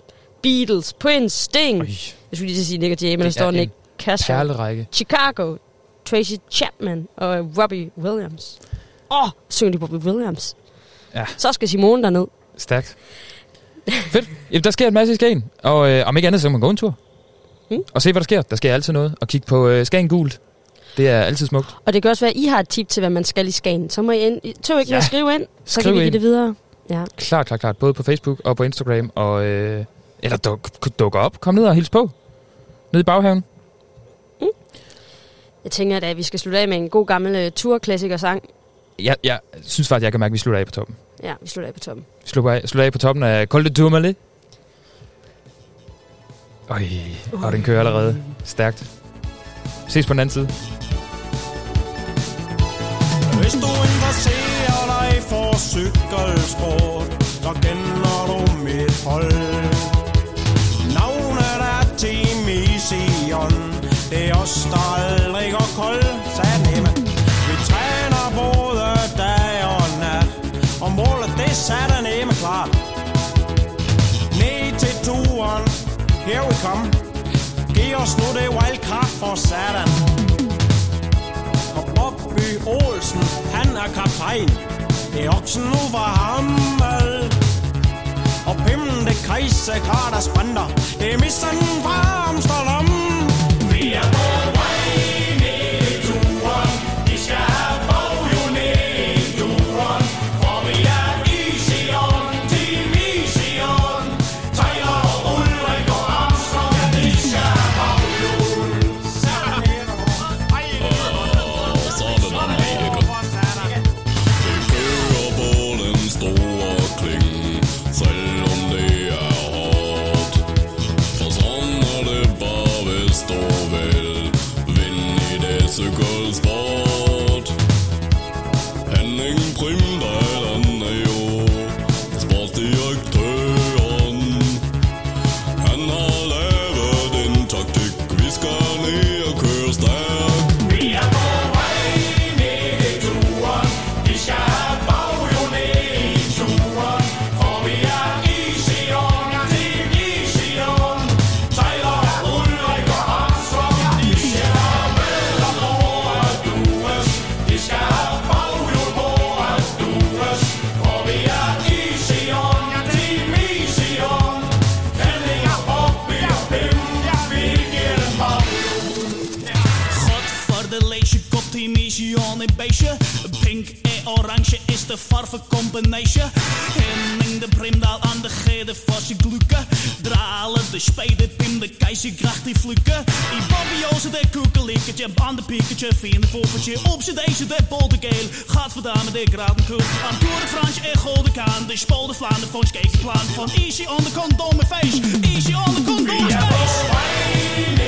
Speaker 1: Beatles, Prince, Sting.
Speaker 2: Øj,
Speaker 1: Jeg skulle lige til at sige Nick og Jay, men der
Speaker 2: Det er
Speaker 1: står Nick Castle.
Speaker 2: perlerække.
Speaker 1: Chicago, Tracy Chapman og Robbie Williams. Åh, oh, synger de Robbie Williams.
Speaker 2: Ja.
Speaker 1: Så skal Simone derned.
Speaker 2: Stærkt. Fedt. Jamen, der sker en masse i Skagen, og øh, om ikke andet, så kan man gå en tur.
Speaker 1: Mm.
Speaker 2: Og se, hvad der sker. Der sker altid noget. Og kigge på øh, Skagen Gult. Det er altid smukt.
Speaker 1: Og det kan også være, at I har et tip til, hvad man skal i Skagen. Så må I, ind, I tøv ikke ja. med
Speaker 2: Ja.
Speaker 1: at skrive ind, så
Speaker 2: Skriv
Speaker 1: kan vi give
Speaker 2: ind.
Speaker 1: det videre. Ja.
Speaker 2: Klart, klart, klart. Både på Facebook og på Instagram. Og, øh, eller duk, dukker op. Kom ned og hils på. Nede i baghaven.
Speaker 1: Jeg tænker da, at vi skal slutte af med en god gammel uh, tourklassikersang.
Speaker 2: Jeg, jeg synes faktisk, jeg kan mærke, at vi slutter af på toppen.
Speaker 1: Ja, vi slutter af på toppen.
Speaker 2: Vi slutter af, slutter af på toppen af Kolde Tourmalet. Øj, og den kører allerede stærkt. Ses på den anden side.
Speaker 7: Hvis du interesserer dig for cykelsport, så kender du mit hold. Navnet er Team Easyon, det er os, der aldrig går kold, sagde Nemme.
Speaker 8: Saturday name klar. Ned til turen, here we come. Giv os nu det wildcard for satan. Og Bobby Olsen, han er kaptajn. Det er oksen nu var hammel. Og pimmen det kejse kar, der sprinter. Det er misteren fra Amsterdam. Vi er på vej ned i turen. Vi skal have bogen ned i turen. For vi er i Sion, Team i Sion. Tyler og Ulrik og Armstrong, ja, de skal have bogen. Sådan er det. Ej, sådan er det.
Speaker 9: kører bålen store kling, selvom det er hårdt. For sådan er det bare, hvis du vil vinde i det cykelsport. Henning Primdal, han er jo sportsdirektøren. Han har lavet en taktik, vi skal ned og køre stærkt.
Speaker 8: Vi er på vej ned i turen. Vi skal have Bavio ned i turen. For vi er i Sion, ja, team i Sion. Tyler, Ulrik og Armstrong, ja, de skal have vel og lov at dues. De skal have Bavio på at dues. For vi er i Sion, ja, team i Sion. Henning og Bobby og Pim, ja, hvilken Bavio.
Speaker 10: Godverdomme, leesje, kop team is Jan en beestje. Pink en oranje is de farvencombination. Henning de Primdaal aan de gede vaste glukken. Dralen de spede, Tim de keizer, gracht die flukken. Die Bobby de koekelikkertje, aan de piekertje, vier de volvertje. Op z'n deze de boldegeel, gaat vandaan met de gratenkoek. Aan Tour de France en Golden Kaan, de spol de Vlaanderen, vond plan. Van Easy on the condom face, Easy on the condom face.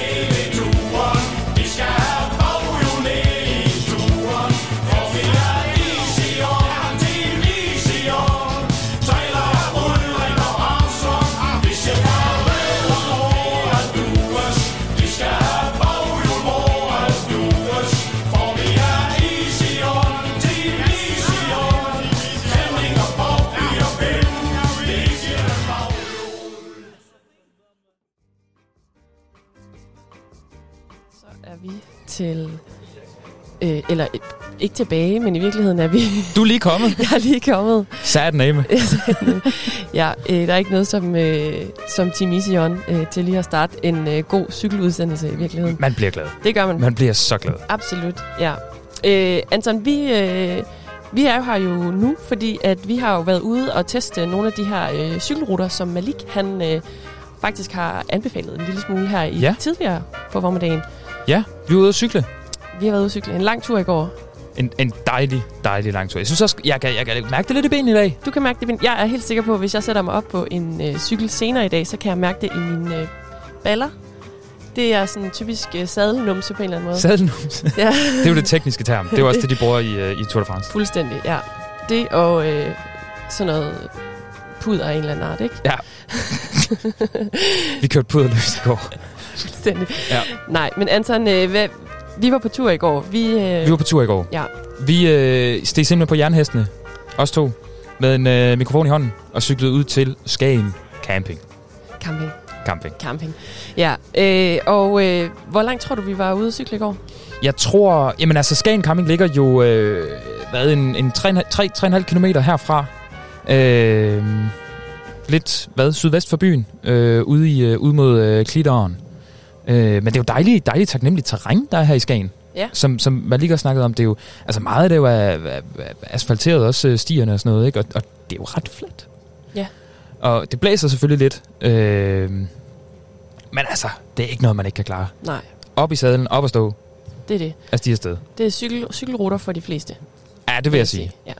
Speaker 11: Så er vi til... Øh, eller øh, ikke tilbage, men i virkeligheden er vi...
Speaker 2: Du er lige kommet.
Speaker 11: Jeg er lige kommet.
Speaker 2: Sad name.
Speaker 11: Ja, øh, der er ikke noget som, øh, som Team Ision øh, til lige at starte en øh, god cykeludsendelse i virkeligheden.
Speaker 2: Man bliver glad.
Speaker 11: Det gør man.
Speaker 2: Man bliver så glad.
Speaker 11: Absolut, ja. Øh, Anton, vi, øh, vi er jo her jo nu, fordi at vi har jo været ude og teste nogle af de her øh, cykelruter, som Malik han øh, faktisk har anbefalet en lille smule her i
Speaker 2: Ja.
Speaker 11: tidligere på formiddagen.
Speaker 2: Ja, vi er ude at cykle.
Speaker 11: Vi har været ude at cykle en lang tur i går.
Speaker 2: En, en dejlig, dejlig lang tur. Jeg synes også, jeg kan, jeg kan mærke det lidt i benene i dag.
Speaker 11: Du kan mærke det. i ben- Jeg er helt sikker på, at hvis jeg sætter mig op på en øh, cykel senere i dag, så kan jeg mærke det i mine øh, baller. Det er sådan en typisk øh, sadelnumse på en eller anden måde.
Speaker 2: Sadelnums.
Speaker 11: Ja.
Speaker 2: Det er jo det tekniske term. Det er jo også det, de bruger i, øh, i Tour de France.
Speaker 11: Fuldstændig, ja. Det og øh, sådan noget puder af en eller anden art, ikke?
Speaker 2: Vi kørte puderløst i går.
Speaker 11: Fuldstændig.
Speaker 2: Ja.
Speaker 11: Nej, men Anton, øh, hvad, vi var på tur i går. Vi, øh,
Speaker 2: Vi var på tur i går.
Speaker 11: Ja.
Speaker 2: Vi øh, steg simpelthen på jernhestene, os to, med en øh, mikrofon i hånden, og cyklede ud til Skagen Camping.
Speaker 11: camping,
Speaker 2: Camping.
Speaker 11: camping. Ja, øh, og øh, hvor langt tror du, vi var ude at cykle i går?
Speaker 2: Jeg tror... Jamen altså, Skagen Camping ligger jo... Øh, hvad, en, en 3,5 km herfra. Øh, lidt, hvad, sydvest for byen. Øh, ude, i, øh, ude mod øh, Kliteren. Øh, men det er jo dejligt, dejligt taknemmeligt terræn, der er her i Skagen.
Speaker 11: Ja.
Speaker 2: Som, som man lige har snakket om, det er jo... Altså meget af det er jo er, er, er asfalteret, også øh, stierne og sådan noget, ikke? Og, og det er jo ret fladt.
Speaker 11: Ja.
Speaker 2: Og det blæser selvfølgelig lidt. Øh, men altså, det er ikke noget, man ikke kan klare.
Speaker 11: Nej,
Speaker 2: Op i sadlen, op og stå,
Speaker 11: det er det.
Speaker 2: af stige Altså, afsted.
Speaker 11: Det er cykel, cykelruter for de fleste.
Speaker 2: Ja, det vil jeg sige.
Speaker 11: Ja.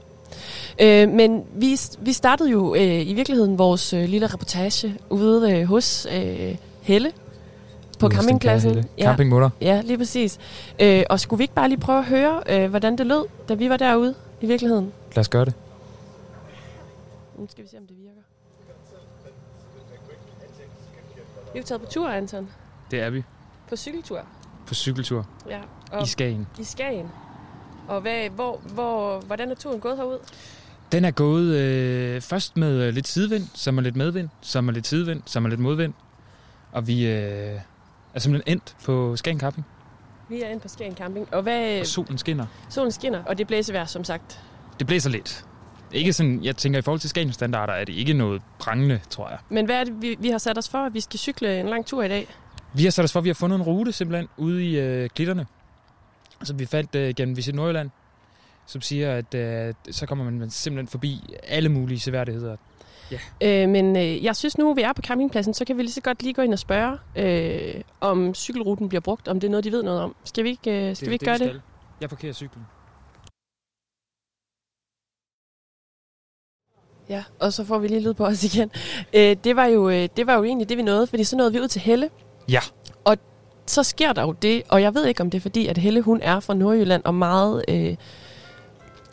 Speaker 11: Øh, men vi, vi startede jo øh, i virkeligheden vores øh, lille reportage ude øh, hos øh, Helle på
Speaker 2: Ude hos den kære
Speaker 11: campingpladsen.
Speaker 2: Helle. Campingmutter.
Speaker 11: Ja, lige præcis. Øh, og skulle vi ikke bare lige prøve at høre, øh, hvordan det lød, da vi var derude i virkeligheden?
Speaker 2: Lad os gøre det.
Speaker 11: Nu skal vi se, om det virker. Vi er jo taget på tur, Anton.
Speaker 2: Det er vi
Speaker 11: På cykeltur.
Speaker 2: på cykeltur
Speaker 11: Ja, og
Speaker 2: Skagen.
Speaker 11: i Skagen. Og hvad, hvor, hvor, hvordan er turen gået herud?
Speaker 2: Den er gået øh, først med øh, lidt sidevind, som er lidt medvind, som er lidt sidevind, som er lidt modvind. Og vi øh, er simpelthen endt på Skagen Camping,
Speaker 11: Vi er inde på Skagen Camping, og hvad...
Speaker 2: og solen skinner.
Speaker 11: Solen skinner, og det blæser vejr, som sagt.
Speaker 2: Det blæser lidt. Ikke sådan, jeg tænker, i forhold til Skagen standarder er det ikke noget prangende, tror jeg.
Speaker 11: Men hvad er det, vi, vi har sat os for, at vi skal cykle en lang tur i dag?
Speaker 2: Vi har sat os for, at vi har fundet en rute simpelthen ude i øh, klitterne, som vi fandt øh, gennem Visit Nordjylland, som siger, at øh, så kommer man simpelthen forbi alle mulige seværdigheder.
Speaker 11: Øh, men øh, jeg synes nu, at vi er på campingpladsen, så kan vi lige så godt lige gå ind og spørge, øh, om cykelruten bliver brugt, om det er noget, de ved noget om. Skal vi ikke, øh, skal vi ikke gøre det?
Speaker 2: Jeg parkerer cyklen.
Speaker 11: Ja, og så får vi lige lyd på os igen. Øh, det, var jo, øh, det var jo egentlig det, vi nåede, fordi så nåede vi ud til Helle.
Speaker 2: Ja.
Speaker 11: Og så sker der jo det, og jeg ved ikke, om det er fordi, at Helle hun er fra Nordjylland og meget, øh,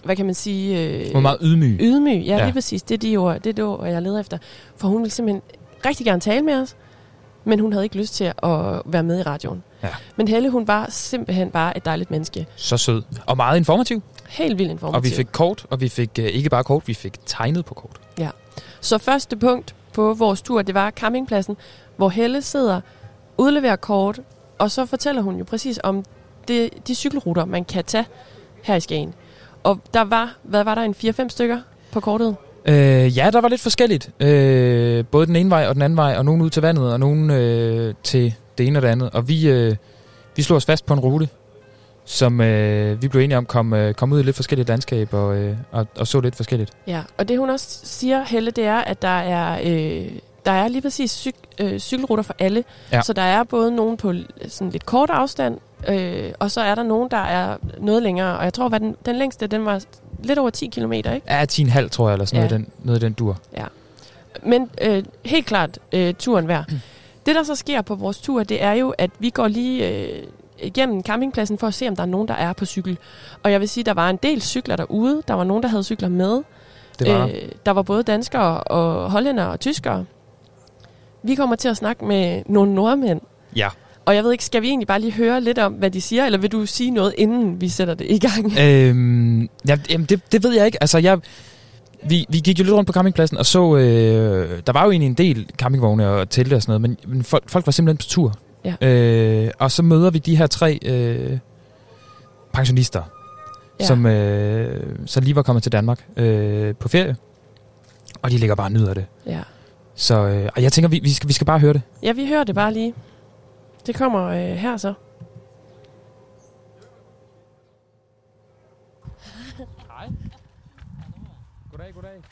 Speaker 11: hvad kan man sige... Øh,
Speaker 2: Hvor meget ydmyg.
Speaker 11: Ydmyg, ja, ja.
Speaker 2: Ja.
Speaker 11: lige præcis. Det er de ord, det er det ord, jeg leder efter. For hun ville simpelthen rigtig gerne tale med os, men hun havde ikke lyst til at være med i radioen.
Speaker 2: Ja.
Speaker 11: Men Helle, hun var simpelthen bare et dejligt menneske.
Speaker 2: Så sød. Og meget informativ.
Speaker 11: Helt vildt informativ.
Speaker 2: Og vi fik kort, og vi fik øh, ikke bare kort, vi fik tegnet på kort.
Speaker 11: Ja. Så første punkt på vores tur, det var campingpladsen, hvor Helle sidder, udleverer kort, og så fortæller hun jo præcis om det, de cykelruter, man kan tage her i Skagen. Og der var, hvad var der, en 4-5 stykker på kortet?
Speaker 2: Øh, ja, der var lidt forskelligt. Øh, både den ene vej og den anden vej, og nogen ud til vandet, og nogen øh, til det ene og det andet. Og vi, øh, vi slog os fast på en rute, som øh, vi blev enige om kom, øh, kom ud i lidt forskellige landskab og, øh, og, og så lidt forskelligt.
Speaker 11: Ja, og det hun også siger, Helle, det er, at der er, øh, der er lige præcis cyk, øh, cykelruter for alle.
Speaker 2: Ja.
Speaker 11: Så der er både nogen på l- sådan lidt kort afstand, øh, og så er der nogen, der er noget længere. Og jeg tror, at den, den længste, den var lidt over 10 km, ikke?
Speaker 2: Ja, 10,5 tror jeg, eller
Speaker 11: Ja.
Speaker 2: sådan ja. noget, i den, noget i den dur.
Speaker 11: Ja. Men øh, helt klart øh, turen værd. Det, der så sker på vores tur, det er jo, at vi går lige øh, igennem campingpladsen for at se, om der er nogen, der er på cykel. Og jeg vil sige, der var en del cykler derude. Der var nogen, der havde cykler med. Øh,
Speaker 2: Det var der.
Speaker 11: der var både danskere og hollændere og tyskere. Vi kommer til at snakke med nogle nordmænd.
Speaker 2: Ja.
Speaker 11: Og jeg ved ikke, skal vi egentlig bare lige høre lidt om, hvad de siger, eller vil du sige noget, inden vi sætter det i gang?
Speaker 2: øhm, ja, jamen det, det ved jeg ikke. Altså, jeg, vi, vi gik jo lidt rundt på campingpladsen og så, øh, der var jo egentlig en del campingvogne og telte og sådan noget, men, men folk, folk var simpelthen på tur.
Speaker 11: Ja.
Speaker 2: Øh, og så møder vi de her tre øh, pensionister,
Speaker 11: Ja.
Speaker 2: ja. som øh, så lige var kommet til Danmark øh, på ferie, og de ligger bare og nyder det.
Speaker 11: Ja.
Speaker 2: Så øh, og jeg tænker, vi, vi, skal, vi skal bare høre det.
Speaker 11: Ja, vi hører det bare lige. Det kommer øh, her så.
Speaker 2: Hej. Goddag, goddag.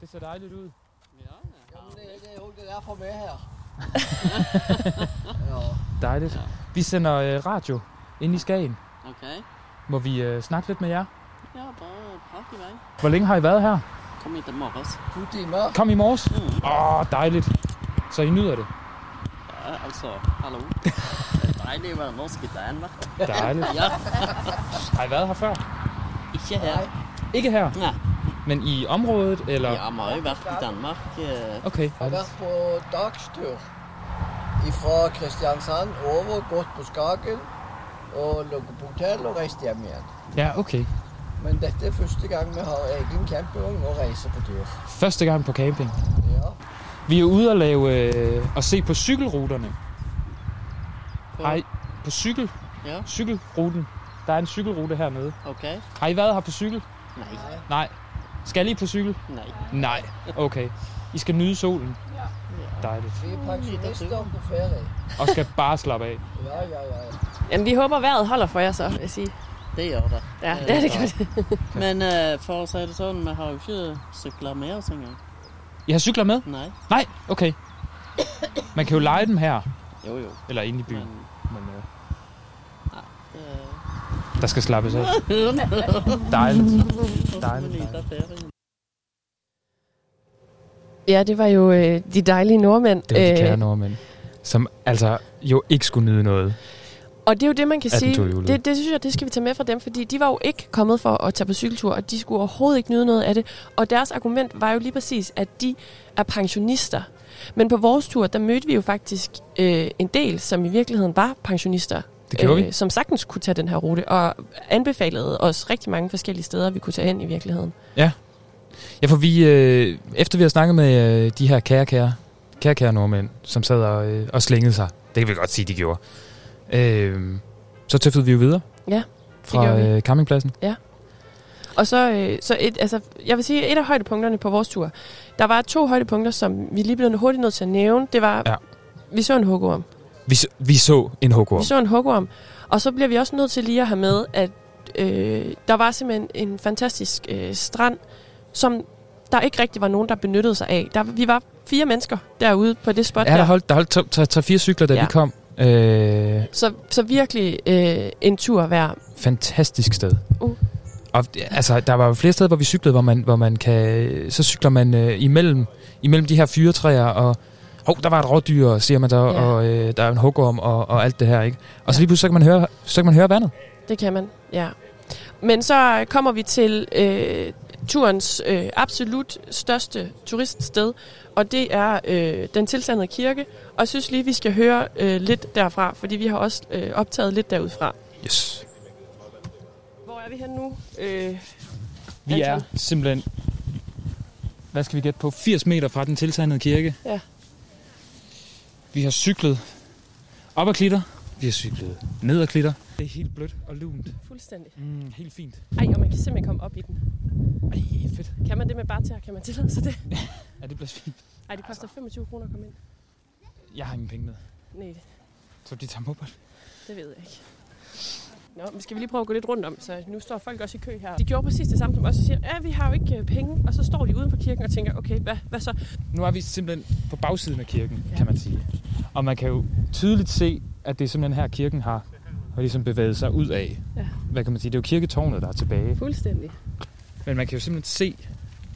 Speaker 2: Det ser dejligt ud.
Speaker 12: Det er for mig her.
Speaker 2: Dejligt. Ja. Vi sender øh, radio ind i Skagen.
Speaker 12: Okay.
Speaker 2: Må vi øh, snakke lidt med jer?
Speaker 12: Ja, bare pak i vej.
Speaker 2: Hvor længe har I været her?
Speaker 12: Kom hit i morges. Kom i morges.
Speaker 2: Kom i morges. Åh, mm. oh, dejligt. Så I nyder det?
Speaker 12: Ja, altså, hallo. Det er dejligt at være norsk i Danmark.
Speaker 2: Dejligt.
Speaker 12: Ja.
Speaker 2: Har I været her før?
Speaker 12: Ikke her.
Speaker 2: Ikke her?
Speaker 12: Nej.
Speaker 2: Men i området, eller?
Speaker 12: Jeg har meget været i Danmark. øh,
Speaker 2: Okay.
Speaker 12: Jeg har
Speaker 2: dejligt.
Speaker 12: været
Speaker 13: på dagstur ifra Kristiansand over, gått på Skagen og ligget på hotell og reist hjem igjen.
Speaker 2: Ja, okay.
Speaker 13: Men dette er første gang vi har egen campingvogn og reiser på tur.
Speaker 2: Første gang på camping.
Speaker 13: Ja.
Speaker 2: Vi er ude og lave øh, og se på cykelruterne. Har I, på cykel?
Speaker 12: Ja.
Speaker 2: Cykelruten. Der er en cykelrute hernede.
Speaker 12: Okay.
Speaker 2: Har I været her på cykel?
Speaker 12: Nej.
Speaker 2: Nej. Skal I på cykel?
Speaker 12: Nej.
Speaker 2: Nej. Okay. I skal nyde solen.
Speaker 13: Ja.
Speaker 2: Dejligt.
Speaker 13: Vi er pensjonister på ferie.
Speaker 2: Og skal bare slappe af.
Speaker 13: Ja, ja, ja.
Speaker 11: Jamen, vi håber, vejret holder for jer så, vil jeg sige.
Speaker 12: Det gjør det.
Speaker 11: Ja, det, det gør det.
Speaker 12: Men øh, for at sige det sådan, man har jo ikke cykler med os engang.
Speaker 2: I har cykler med?
Speaker 12: Nej.
Speaker 2: Nej, okay. Man kan jo lege dem her.
Speaker 12: Jo, jo.
Speaker 2: Eller inde i byen. Men, øh,
Speaker 12: Øh,
Speaker 2: der skal slappes af.
Speaker 12: Dejligt.
Speaker 2: Dejligt.
Speaker 12: Dejligt. Dejligt.
Speaker 11: Ja, det var jo øh, de dejlige nordmænd. øh,
Speaker 2: Det var de kære nordmænd, som altså jo ikke skulle nyde noget.
Speaker 11: Og det er jo det, man kan
Speaker 2: Af den
Speaker 11: sige.
Speaker 2: tohjulede.
Speaker 11: Det, det synes jeg, det skal vi tage med fra dem, fordi de var jo ikke kommet for at tage på cykeltur, og de skulle overhovedet ikke nyde noget af det. Og deres argument var jo lige præcis, at de er pensionister. Men på vores tur, der mødte vi jo faktisk øh, en del, som i virkeligheden var pensionister. Øh,
Speaker 2: Det gjorde vi.
Speaker 11: Som sagtens kunne tage den her rute, og anbefalede os rigtig mange forskellige steder, vi kunne tage hen i virkeligheden.
Speaker 2: Ja. Ja, for vi, øh, efter vi har snakket med øh, de her kære, kære, kære, kære nordmænd, som sad og, øh, og slængede sig, det kan vi godt sige, de gjorde, øh, så tøffede vi jo videre
Speaker 11: Ja, det
Speaker 2: fra
Speaker 11: gjorde vi.
Speaker 2: øh, campingpladsen.
Speaker 11: Ja. Og så, øh, så et, altså, jeg vil sige, et af højdepunkterne på vores tur, der var to højdepunkter, som vi lige blev hurtigt nødt til at nævne. Det var,
Speaker 2: Ja.
Speaker 11: vi så en hukkorm.
Speaker 2: Vi, så- vi så en hukum.
Speaker 11: Vi så en hukkorm. Og så bliver vi også nødt til lige at have med, at øh, der var simpelthen en fantastisk øh, strand, som der ikke rigtig var nogen, der benyttede sig af. Der, vi var fire mennesker derude på det spot
Speaker 2: Ja, der
Speaker 11: der.
Speaker 2: holdt, der holdt to- tre- tre- fire cykler, da
Speaker 11: Ja.
Speaker 2: vi kom. Øh,
Speaker 11: Så, så virkelig øh, en tur værd.
Speaker 2: fantastisk sted.
Speaker 11: Uh.
Speaker 2: Og altså, der var jo flere steder, hvor vi cyklede, hvor man, hvor man kan... Så cykler man øh, imellem, imellem de her fyretræer, og hov, der var et rådyr, siger man der,
Speaker 11: Ja.
Speaker 2: og øh, der er en hugorm og, og alt det her, ikke? Og så lige pludselig så kan man høre, så kan man høre vandet.
Speaker 11: Det kan man, ja. Men så kommer vi til øh, turens øh, absolut største turiststed, og det er øh, den tilsandede kirke. Og jeg synes lige, vi skal høre øh, lidt derfra, fordi vi har også øh, optaget lidt derudfra.
Speaker 2: Yes.
Speaker 11: Hvor er vi henne nu? Øh,
Speaker 14: Vi er simpelthen, hvad skal vi gætte på, 80 meter fra den tilsandede kirke.
Speaker 11: Ja.
Speaker 14: Vi har cyklet op ad klitter, vi har cyklet ned ad klitter. Det er helt blødt og lunt.
Speaker 11: Fuldstændig.
Speaker 14: Mm, helt fint.
Speaker 11: Ej, og man kan simpelthen komme op i den.
Speaker 14: Ej, fedt.
Speaker 11: Kan man det med bare til, kan man tillade sig det?
Speaker 14: Ja, det bliver fint.
Speaker 11: Ej, det koster 25 kroner at komme ind.
Speaker 14: Jeg har ingen penge med.
Speaker 11: Nej,
Speaker 14: Så de tager mobile.
Speaker 11: Det ved jeg ikke. Nå, men skal vi lige prøve at gå lidt rundt om, så nu står folk også i kø her. De gjorde præcis det samme som os, og siger, ja, vi har jo ikke øh, penge, og så står de uden for kirken og tænker, okay, hvad, hvad så?
Speaker 14: Nu er vi simpelthen på bagsiden af kirken, ja. kan man sige. Og man kan jo tydeligt se, at det er simpelthen her, kirken har, har ligesom bevæget sig ud af.
Speaker 11: Ja.
Speaker 14: Hvad kan man sige? Det er jo kirketårnet, der er tilbage.
Speaker 11: Fuldstændig.
Speaker 14: Men man kan jo simpelthen se,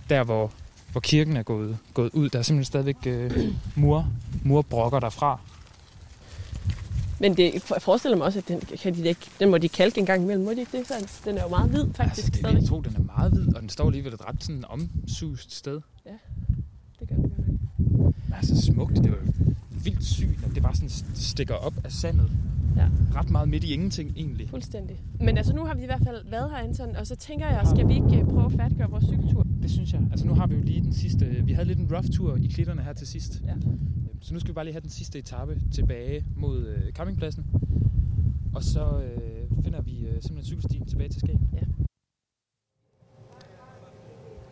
Speaker 14: der hvor, hvor kirken er gået, gået ud, der er simpelthen stadigvæk øh, mur, murbrokker derfra.
Speaker 11: Men det, for- jeg forestiller mig også, at den, kan de da ikke, den må de kalke en gang imellem, må de ikke det? Så Den er jo meget hvid, faktisk.
Speaker 14: Altså, det, er- jeg tror, den er meget hvid, og den står alligevel et ret sådan omsust sted.
Speaker 11: Ja, det gør det
Speaker 14: Men altså smukt, det var jo vildt sygt, at det bare sådan stikker op af sandet.
Speaker 11: Ja.
Speaker 14: Ret meget midt i ingenting, egentlig.
Speaker 11: Fuldstændig. Men altså, nu har vi i hvert fald været her, Anton, og så tænker jeg, skal vi ikke øh, prøve at færdiggøre vores cykeltur?
Speaker 14: Det synes jeg. Altså nu har vi jo lige den sidste, vi havde lidt en rough tur i klitterne her til sidst. Øhm,
Speaker 11: Ja.
Speaker 14: Så nu skal vi bare lige have den sidste etape tilbage mod øh, campingpladsen. Og så øh, finder vi øh, simpelthen cykelstien tilbage til Skagen.
Speaker 11: Ja.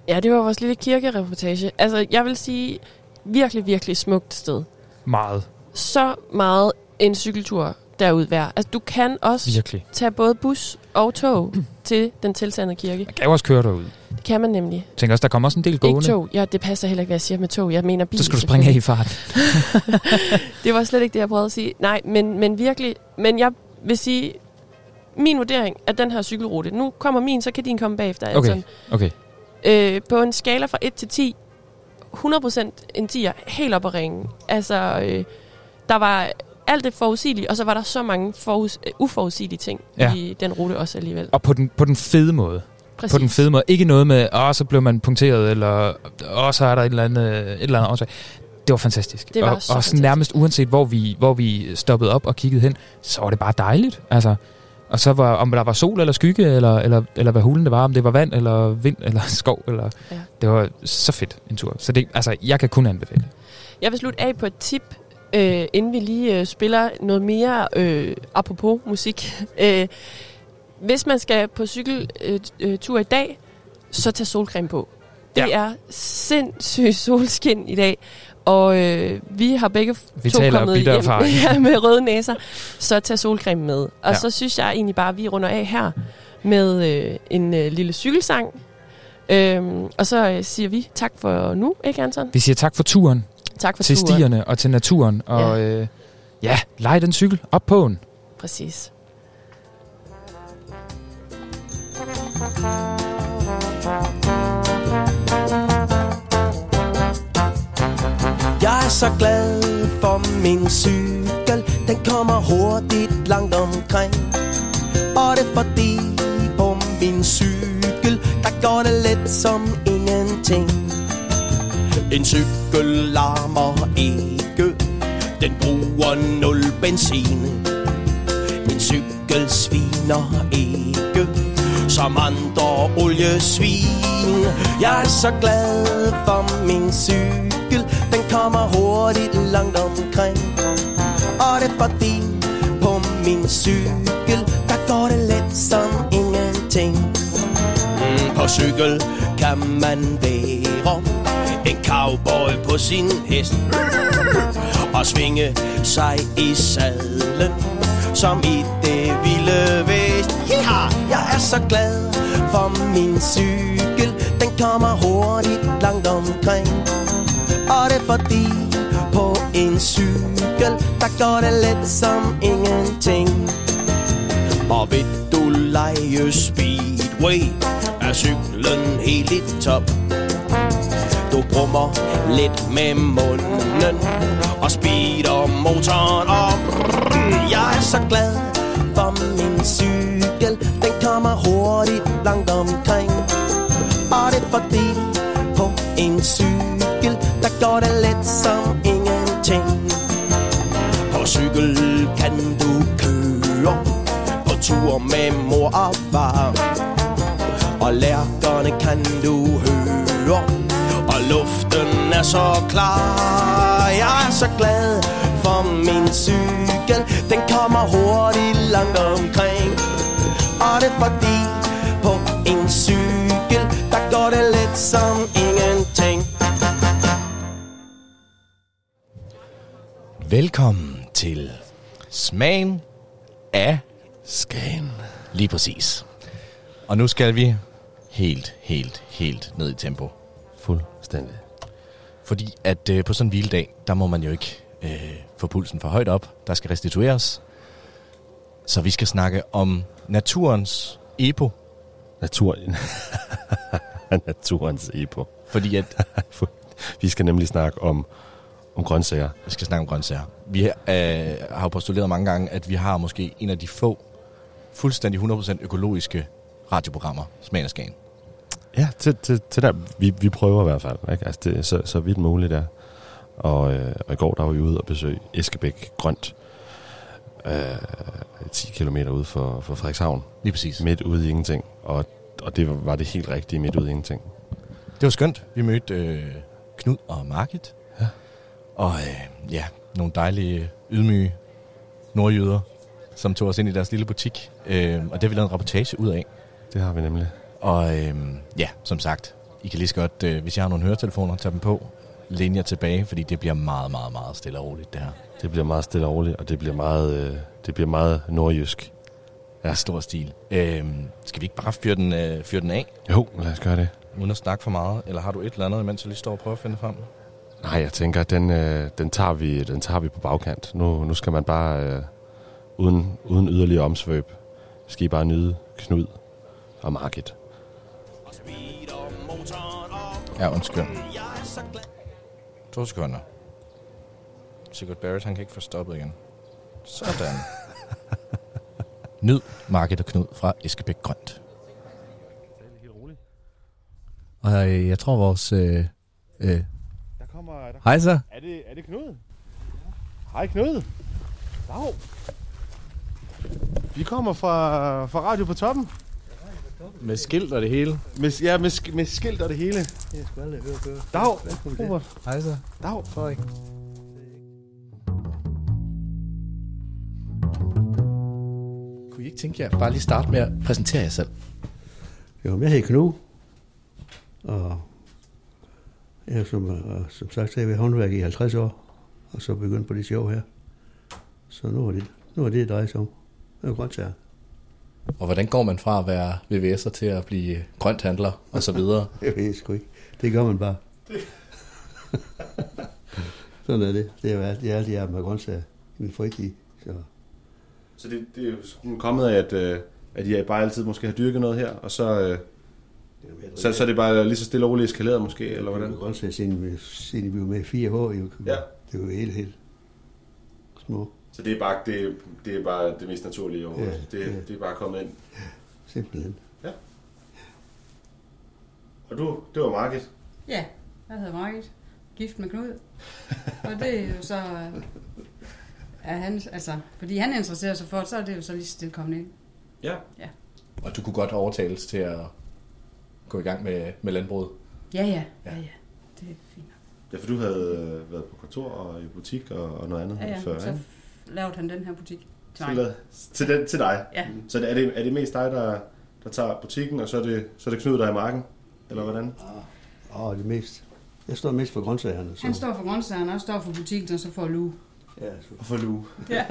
Speaker 11: Ja, det var vores lille kirkereportage. Altså, jeg vil sige, virkelig, virkelig smukt sted.
Speaker 2: Meget.
Speaker 11: så meget en cykeltur derud værd. Altså, du kan også
Speaker 2: Virkelig.
Speaker 11: tage både bus og tog til den tilsandede kirke.
Speaker 2: Kan jo også køre derud.
Speaker 11: Det kan man nemlig.
Speaker 2: Tænker også, der kommer også en del
Speaker 11: Ikke
Speaker 2: gående.
Speaker 11: tog. Ja, det passer heller ikke, hvad jeg siger med tog. Jeg mener bil.
Speaker 2: Så skal du springe af i fart.
Speaker 11: det var slet ikke det, jeg prøvede at sige. Nej, men, men virkelig. Men jeg vil sige, min vurdering af den her cykelrute. Nu kommer min, så kan din komme bagefter.
Speaker 2: Okay,
Speaker 11: Anton.
Speaker 2: okay.
Speaker 11: Øh, på en skala fra 1 til 10, 100% en 10'er, helt op at ringe. Altså, øh, der var alt det forudsigelige, og så var der så mange forus, øh, uforudsigelige ting ja.
Speaker 2: Ja.
Speaker 11: i den rute også alligevel.
Speaker 2: Og på den, på den fede måde.
Speaker 11: Præcis.
Speaker 2: På den fede måde. Ikke noget med, åh, så blev man punkteret, eller åh, så er der et eller andet, et eller andet årsag. Det var fantastisk.
Speaker 11: Det var
Speaker 2: og,
Speaker 11: så
Speaker 2: og
Speaker 11: fantastisk.
Speaker 2: nærmest uanset, hvor vi, hvor vi stoppede op og kiggede hen, så var det bare dejligt. Altså, og så var, om der var sol eller skygge, eller, eller, eller hvad hulen det var, om det var vand, eller vind, eller skov, eller...
Speaker 11: Ja.
Speaker 2: Det var så fedt en tur. Så det, altså, jeg kan kun anbefale.
Speaker 11: Jeg vil slutte af på et tip, øh, inden vi lige øh, spiller noget mere øh, apropos musik. Øh, hvis man skal på cykeltur i dag, så tag solcreme på. Det ja. er sindssygt solskin i dag, og øh, vi har begge
Speaker 2: Vi
Speaker 11: to
Speaker 2: taler af
Speaker 11: kommet
Speaker 2: bitter
Speaker 11: hjem
Speaker 2: erfaring.
Speaker 11: ja, med røde næser, så tag solcreme med. Og ja.
Speaker 2: Ja.
Speaker 11: så synes jeg egentlig bare, at vi runder af her med øh, en øh, lille cykelsang. Øhm, og så øh, siger vi tak for nu, ikke Anton?
Speaker 2: Vi siger tak for turen.
Speaker 11: Tak for
Speaker 2: til
Speaker 11: turen.
Speaker 2: stierne og til naturen. Og ja, øh, ja leg den cykel op på en.
Speaker 11: Præcis.
Speaker 15: Jeg er så glad for min cykel Den kommer hurtigt langt omkring Og det er fordi på min cykel Der går det let som ingenting En cykel larmer ikke Den bruger nul benzin Min cykel sviner ikke
Speaker 16: som andre oliesvin. Jeg er så glad for min cykel, den kommer hurtigt langt omkring. Og det er fordi på min cykel, der går det let som ingenting. Mm, på cykel kan man være en cowboy på sin hest Og svinge sig i sadlen Som i det vilde vest Yeehaw! Jeg er så glad for min cykel Den kommer hurtigt langt omkring Og det er fordi på en cykel Der går det let som ingenting Og ved du lege speedway Er cyklen helt i top du brummer lidt med munden Og speeder motoren op Jeg er så glad for min cykel Den kommer hurtigt langt omkring Og det er fordi på en cykel Der går det let som ingenting På cykel kan du køre På tur med mor og far Og lærkerne kan du høre og luften er så klar Jeg er så glad for min cykel Den kommer hurtigt langt omkring Og det er fordi på en cykel Der går det let som ingenting
Speaker 17: Velkommen til Smagen af Skagen. Lige præcis. Og nu skal vi helt, helt, helt ned i tempo. Fuldstændig. Fordi at øh, på sådan en hviledag, der må man jo ikke øh, få pulsen for højt op. Der skal restitueres. Så vi skal snakke om naturens epo.
Speaker 18: Natur... Naturens epo.
Speaker 17: Fordi at...
Speaker 18: vi skal nemlig snakke om, om grøntsager.
Speaker 17: Vi skal snakke om grøntsager. Vi øh, har jo postuleret mange gange, at vi har måske en af de få fuldstændig 100% økologiske radioprogrammer, Smagen af Skagen.
Speaker 18: Ja, til, til, til der. Vi, vi prøver i hvert fald, ikke? Altså, det er så, så vidt muligt der. Og, øh, og i går der var vi ude og besøge Eskebæk Grønt, øh, 10 km ude for, for Frederikshavn.
Speaker 17: Lige præcis.
Speaker 18: Midt ude i ingenting. Og, og det var det helt rigtige midt ude i ingenting.
Speaker 17: Det var skønt. Vi mødte øh, Knud og Market. Ja. Og øh, ja, nogle dejlige, ydmyge nordjyder, som tog os ind i deres lille butik. Øh, og det har vi lavet en reportage ud af.
Speaker 18: Det har vi nemlig.
Speaker 17: Og øhm, ja, som sagt, I kan lige så godt, øh, hvis jeg har nogle høretelefoner, tage dem på, læn jer tilbage, fordi det bliver meget, meget, meget stille og roligt, det her.
Speaker 18: Det bliver meget stille og roligt, og det bliver meget, øh, det bliver meget nordjysk.
Speaker 17: Ja. I stor stil. Øhm, skal vi ikke bare fyre den, øh, fyre den af?
Speaker 18: Jo, lad os gøre det.
Speaker 17: Uden at snakke for meget, eller har du et eller andet, imens jeg lige står og prøver at finde frem?
Speaker 18: Nej, jeg tænker, den, øh, den, tager, vi, den tager vi på bagkant. Nu, nu skal man bare, øh, uden, uden yderligere omsvøb, skal I bare nyde Knud og Market.
Speaker 17: Ja, undskyld. To sekunder. Sigurd Barrett, han kan ikke få stoppet igen. Sådan. Nyd Market og Knud fra Eskebæk Grønt.
Speaker 19: Og øh, jeg tror vores... Øh, øh,
Speaker 20: Der kommer... Der
Speaker 19: Hej så.
Speaker 20: Er det, er det Knud? Hej Knud. Dag. Vi kommer fra, fra Radio på Toppen.
Speaker 21: Med skilt og det hele.
Speaker 20: Med, ja, med, sk- med skilt og det hele.
Speaker 21: Jeg skulle aldrig høre før.
Speaker 20: Dag.
Speaker 21: Velkommen til.
Speaker 20: Robert.
Speaker 19: Hej så.
Speaker 20: Dag.
Speaker 19: Frederik.
Speaker 17: Kunne I ikke tænke jer bare lige starte med at præsentere jer selv?
Speaker 22: Jo, jeg hedder Knud, og jeg er som, og som sagt så er jeg ved håndværk i 50 år, og så begyndt på det sjov her. Så nu er det, nu er det det drejer sig om. Det er grøntsager.
Speaker 17: Og hvordan går man fra at være VVS'er til at blive grønthandler og så videre?
Speaker 22: Jeg ved sgu ikke. Det gør man bare. Sådan er det. Det er jo alt, det er alt, jeg er med grøntsager i min fritid. Så
Speaker 18: Så det, det er jo sådan kommet af, at, øh, at I bare altid måske har dyrket noget her, og så, øh, så, så er det bare lige så stille og roligt eskaleret måske, eller hvordan?
Speaker 22: grøntsager siden, vi- siden vi var med i fire år, jo.
Speaker 18: Ja.
Speaker 22: Det var helt, helt små.
Speaker 18: Så det er bare det, det, er bare det mest naturlige overhovedet.
Speaker 22: Ja,
Speaker 18: det,
Speaker 22: ja.
Speaker 18: det er bare kommet ind.
Speaker 22: Simpelthen.
Speaker 18: Og du, det var market.
Speaker 23: Ja, jeg hedder Margit, gift med Knud. Og det er jo så... øh, Er han, altså, fordi han interesserer sig for det, så er det jo så lige så stille kommet ind.
Speaker 18: Ja.
Speaker 23: Ja.
Speaker 17: Og du kunne godt overtales til at gå i gang med, med landbruget.
Speaker 23: Ja, ja, ja, ja. Det er fint.
Speaker 18: Ja, for du havde øh, været på kontor og i butik og, og noget andet
Speaker 23: Ja, ja.
Speaker 18: før,
Speaker 23: Så
Speaker 18: ikke?
Speaker 23: f- lavede han den her butik til
Speaker 18: Så
Speaker 23: mig.
Speaker 18: lad- til, den, til dig? Mm.
Speaker 23: Ja.
Speaker 18: Så er det, er det mest dig, der, der tager butikken, og så er det, så er det Knud, der er i marken? Eller hvordan?
Speaker 22: Åh, Ah. det mest. Jeg står mest for grøntsagerne. Så.
Speaker 23: Han står for grøntsagerne, og jeg står for butikken, og så får Lue.
Speaker 22: Ja,
Speaker 18: Og for lue.
Speaker 23: Ja.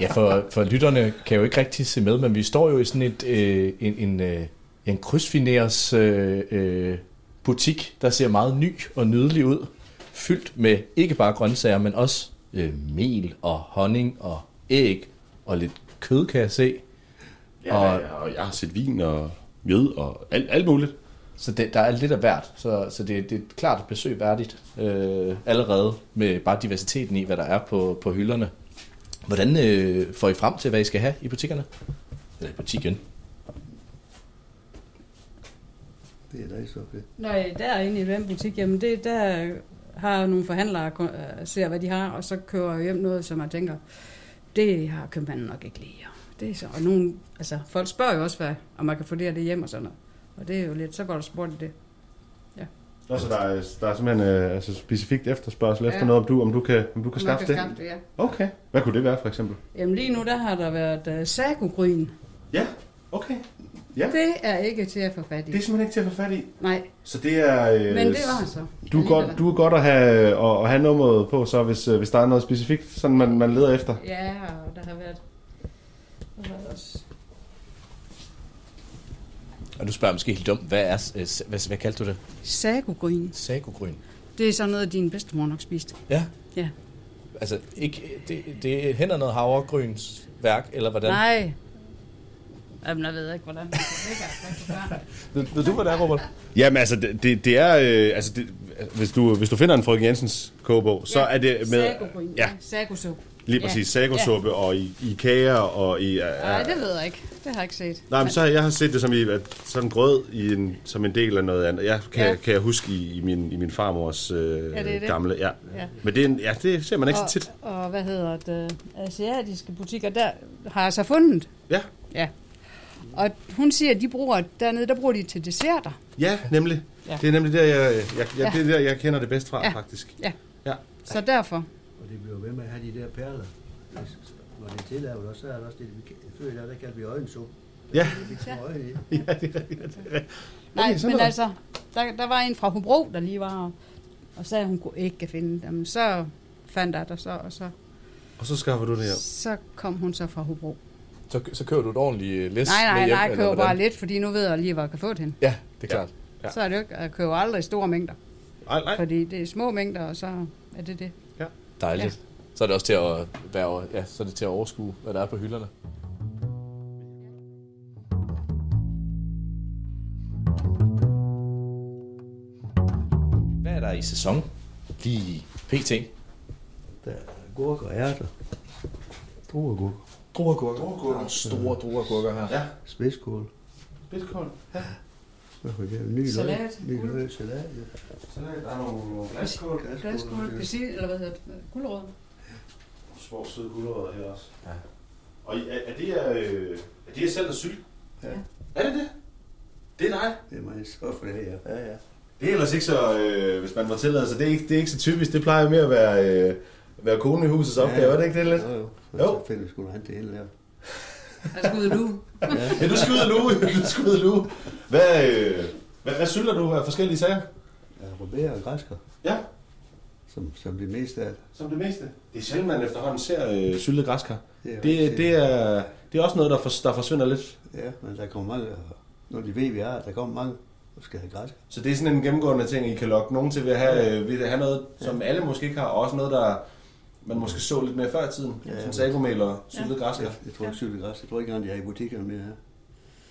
Speaker 17: Ja, for, for lytterne kan jo ikke rigtig se med, men vi står jo i sådan et, øh, en, en, øh, en krydsfineres øh, øh, butik, der ser meget ny og nydelig ud. Fyldt med ikke bare grøntsager, men også øh, mel og honning og æg og lidt kød, kan jeg se.
Speaker 18: Ja, og, ja, og jeg har set vin og mjød og alt, alt muligt.
Speaker 17: Så det, der er lidt af hvert, så, så det, det er et klart besøg værdigt øh, allerede med bare diversiteten i, hvad der er på, på hylderne. Hvordan øh, får I frem til, hvad I skal have i butikkerne? Eller i butikken?
Speaker 22: Det er dig så, okay.
Speaker 23: Når jeg er derinde i den butik, jamen det, der har jeg nogle forhandlere, og øh, ser hvad de har, og så kører jeg hjem noget, som jeg tænker, det har købmanden nok ikke lige. og Det er så, og nogen, altså, folk spørger jo også, hvad, om man kan få det, og det hjem og sådan noget. Og det er jo lidt, så går der sport i det. Ja.
Speaker 18: Nå, så der er, der er simpelthen øh, altså specifikt efterspørgsel efter
Speaker 23: Ja.
Speaker 18: noget, om du, om du kan, om du kan
Speaker 23: man
Speaker 18: skaffe
Speaker 23: kan
Speaker 18: det?
Speaker 23: skaffe det, ja.
Speaker 18: Okay. Hvad kunne det være, for eksempel?
Speaker 23: Jamen lige nu, der har der været uh, sagogryn.
Speaker 18: Ja, okay. Ja.
Speaker 23: Det er ikke til at få fat i.
Speaker 18: Det er simpelthen ikke til at få fat i?
Speaker 23: Nej,
Speaker 18: Så det er... Øh,
Speaker 23: men det var han så.
Speaker 18: Du er, godt, du er godt at have, at, at have nummeret på, så hvis, øh, hvis der er noget specifikt, sådan man, man leder efter.
Speaker 23: Ja, og der har været... Der har været også
Speaker 17: Og du spørger jeg måske helt dumt, hvad, er, øh, s- hvad, hvad kaldte du det?
Speaker 23: sagogryn.
Speaker 17: Sagogryn.
Speaker 23: Det er sådan noget, din bedstemor nok spiste.
Speaker 17: Ja.
Speaker 23: Ja.
Speaker 17: Altså, ikke, det, det hænder noget havregryns værk, eller hvordan?
Speaker 23: Nej. Jamen, jeg ved ikke, hvordan. Det er
Speaker 18: Ved, ved du, hvad det er, Robert?
Speaker 24: Jamen altså,
Speaker 18: det, det, det er... Øh, altså, det, hvis, du, hvis du finder en Frøken Jensens kogebog, så er det med...
Speaker 23: Sagogryn. Ja. Sagosuppe.
Speaker 18: Lige præcis, sagosuppe og i, i kager og i... Øh,
Speaker 23: Nej, det ved jeg ikke. Det har jeg ikke set.
Speaker 18: Nej, men så jeg har set det som i, at sådan grød i en, som en del af noget andet. Jeg kan,
Speaker 23: Ja.
Speaker 18: ja. kan jeg huske i, i, min, i min farmors øh,
Speaker 23: Ja, det er det.
Speaker 18: gamle. Ja.
Speaker 23: Ja.
Speaker 18: ja. Men det, er en, ja, det ser man ikke
Speaker 23: og,
Speaker 18: så tit.
Speaker 23: Og hvad hedder det? Asiatiske butikker, der har jeg så fundet.
Speaker 18: Ja.
Speaker 23: Ja. Og hun siger, at de bruger, dernede, der bruger de til desserter.
Speaker 18: Ja, nemlig.
Speaker 23: Ja.
Speaker 18: Ja. Det er nemlig der jeg, jeg, jeg,
Speaker 23: Ja.
Speaker 18: ja. det er der, jeg kender det bedst fra,
Speaker 23: Ja.
Speaker 18: ja. faktisk.
Speaker 23: Ja.
Speaker 18: Ja.
Speaker 23: Så derfor.
Speaker 22: Og de bliver ved med at have de der perler. Når det er tillavet, og så er der også det, vi kan- før i dag, der kaldte vi øjensuppe.
Speaker 18: Ja.
Speaker 22: Vi fik øje i.
Speaker 18: ja, det er rigtigt.
Speaker 23: Nej,
Speaker 22: sådan
Speaker 23: men
Speaker 22: noget.
Speaker 23: altså, der, der var en fra Hobro, der lige var, og, og sagde, at hun kunne ikke finde dem. Så fandt jeg der så, og så,
Speaker 18: Og så skaffer du det her.
Speaker 23: så kom hun så fra Hobro.
Speaker 17: Så, så kører du et ordentligt øh, læs
Speaker 23: nej,
Speaker 17: med
Speaker 23: nej,
Speaker 17: hjem,
Speaker 23: nej, jeg
Speaker 17: eller
Speaker 23: køber bare
Speaker 17: hvordan?
Speaker 23: lidt, fordi nu ved jeg lige, hvor jeg kan få det henne.
Speaker 17: Ja, det er klart.
Speaker 23: Ja. Så er det jo ikke, jeg køber aldrig store mængder.
Speaker 18: Nej, nej.
Speaker 23: Fordi det er små mængder, og så er det det.
Speaker 18: Ja.
Speaker 17: Dejligt. Ja. Så er det også til at, være, ja, så er det til at overskue, hvad der er på hylderne. Hvad er der i sæson? Lige pt.
Speaker 22: Der er gurker og ærter. Druergurker.
Speaker 17: Druergurker. Druergurker. Store druergurker her. Ja.
Speaker 22: Spidskål.
Speaker 18: Bitcoin. Ja.
Speaker 22: Hvad for eksempel? Ny løg.
Speaker 23: Salat.
Speaker 22: Ny løg, salat. Ja.
Speaker 18: Salat, der er nogle
Speaker 22: glasskål.
Speaker 23: Glasskål, persil, eller hvad hedder det? Gulerod.
Speaker 18: Små søde gulerødder her også. Ja. Og i- er, er det her, øh, er det her selv og sylt?
Speaker 22: Ja.
Speaker 18: Er det det? Det er dig?
Speaker 22: Det er mig så for det her.
Speaker 18: Ja, ja. Det er ellers ikke så, øh, hvis man må tillade sig, det er, ikke, det er ikke så typisk. Det plejer mere at være, øh, være konen i husets opgave, ja. er det ikke det lidt?
Speaker 22: Jo, jo. Så,
Speaker 18: Jo.
Speaker 22: så finder skulle han det hele lavet.
Speaker 23: Jeg skal ud og luge.
Speaker 18: Ja, du skal ud og luge, du skal ud og luge. Hvad, øh, hvad, hvad sylter du af forskellige sager?
Speaker 22: Ja, rubæer og græsker.
Speaker 18: Ja.
Speaker 22: Som, som det meste af det.
Speaker 18: Som det meste. Det er sjældent, man efterhånden ser øh, syltet græskar.
Speaker 22: Det er
Speaker 18: Det,
Speaker 22: rigtigt.
Speaker 18: det, det, er, det er også noget, der, for, der forsvinder lidt.
Speaker 22: Ja, men der kommer mange, og når de ved, vi er, der kommer mange, og skal have græsker.
Speaker 18: Så det er sådan en gennemgående ting, I kan lokke nogen til ved at have, øh, ved at have noget, som alle måske ikke har, og også noget, der man måske så lidt mere før i tiden, ja, som sagomel og syltet ja. græskar.
Speaker 22: Jeg, jeg tror ikke syltet græs. Jeg tror ikke engang, de er i butikkerne mere her.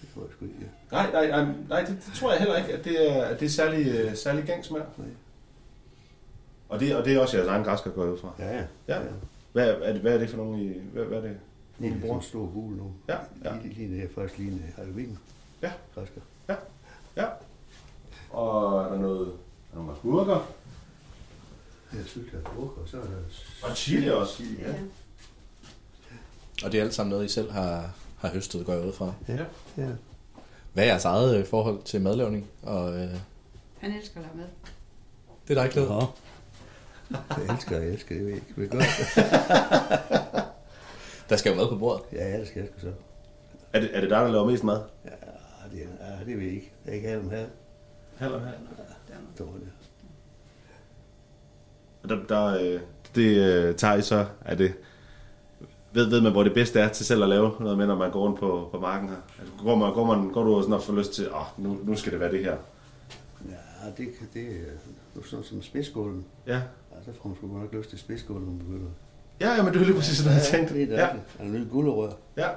Speaker 22: Det tror jeg sgu ikke. Ja.
Speaker 18: Nej, nej, nej, nej det, det, tror jeg heller ikke, at det er, at det er særlig, øh, særlig gængs med. Og det, og det er også jeres egen græskar, går jeg ud fra.
Speaker 22: Ja, ja.
Speaker 18: ja. Hvad, er det, hvad er det for nogen, I, hvad, hvad er det?
Speaker 22: Nu er
Speaker 18: I
Speaker 22: det
Speaker 18: bruger?
Speaker 22: sådan en stor gul nu.
Speaker 18: Ja,
Speaker 22: ja. Lige, lige nede, faktisk lige nede Halloween.
Speaker 18: Ja.
Speaker 22: Græsker.
Speaker 18: Ja, ja. Og er der noget, er der nogle agurker?
Speaker 22: Det er sygt, der er gurker, og så er der...
Speaker 18: Og chili også.
Speaker 22: Chili, ja.
Speaker 17: Og det er alt sammen noget, I selv har,
Speaker 4: har høstet, går jeg ud fra.
Speaker 22: Ja. ja.
Speaker 4: Hvad er jeres eget øh, forhold til madlavning? Og, øh,
Speaker 23: Han elsker at lave mad.
Speaker 4: det er dig, Klæde.
Speaker 22: Nå. Jeg elsker, jeg elsker, det ved jeg ikke. Men godt.
Speaker 4: der skal jo mad på bordet.
Speaker 22: Ja, det skal jeg sgu så.
Speaker 3: Er det, er det dig, der laver mest mad?
Speaker 22: Ah, det, ah, det ved jeg ikke. Jeg kan have dem her.
Speaker 3: Halv og halv.
Speaker 22: Dårligt.
Speaker 3: Og der, der, øh, det øh, tager I så, er det... Ved, ved man, hvor det bedste er til selv at lave noget med, når man går rundt på, på marken her? Altså, går, man, går, man, går du sådan og får lyst til, åh, nu, nu skal det være det her?
Speaker 22: Ja, det, kan- det er jo sådan som spidsskålen.
Speaker 3: Ja.
Speaker 22: Ja, så får man sgu godt nok lyst til spidsskålen, når man begynder.
Speaker 3: Ja, ja, men det er lige præcis sådan, jeg tænkte.
Speaker 22: Ja, det
Speaker 3: Ja.
Speaker 22: er det. Er der nye gulerødder?
Speaker 3: Ja.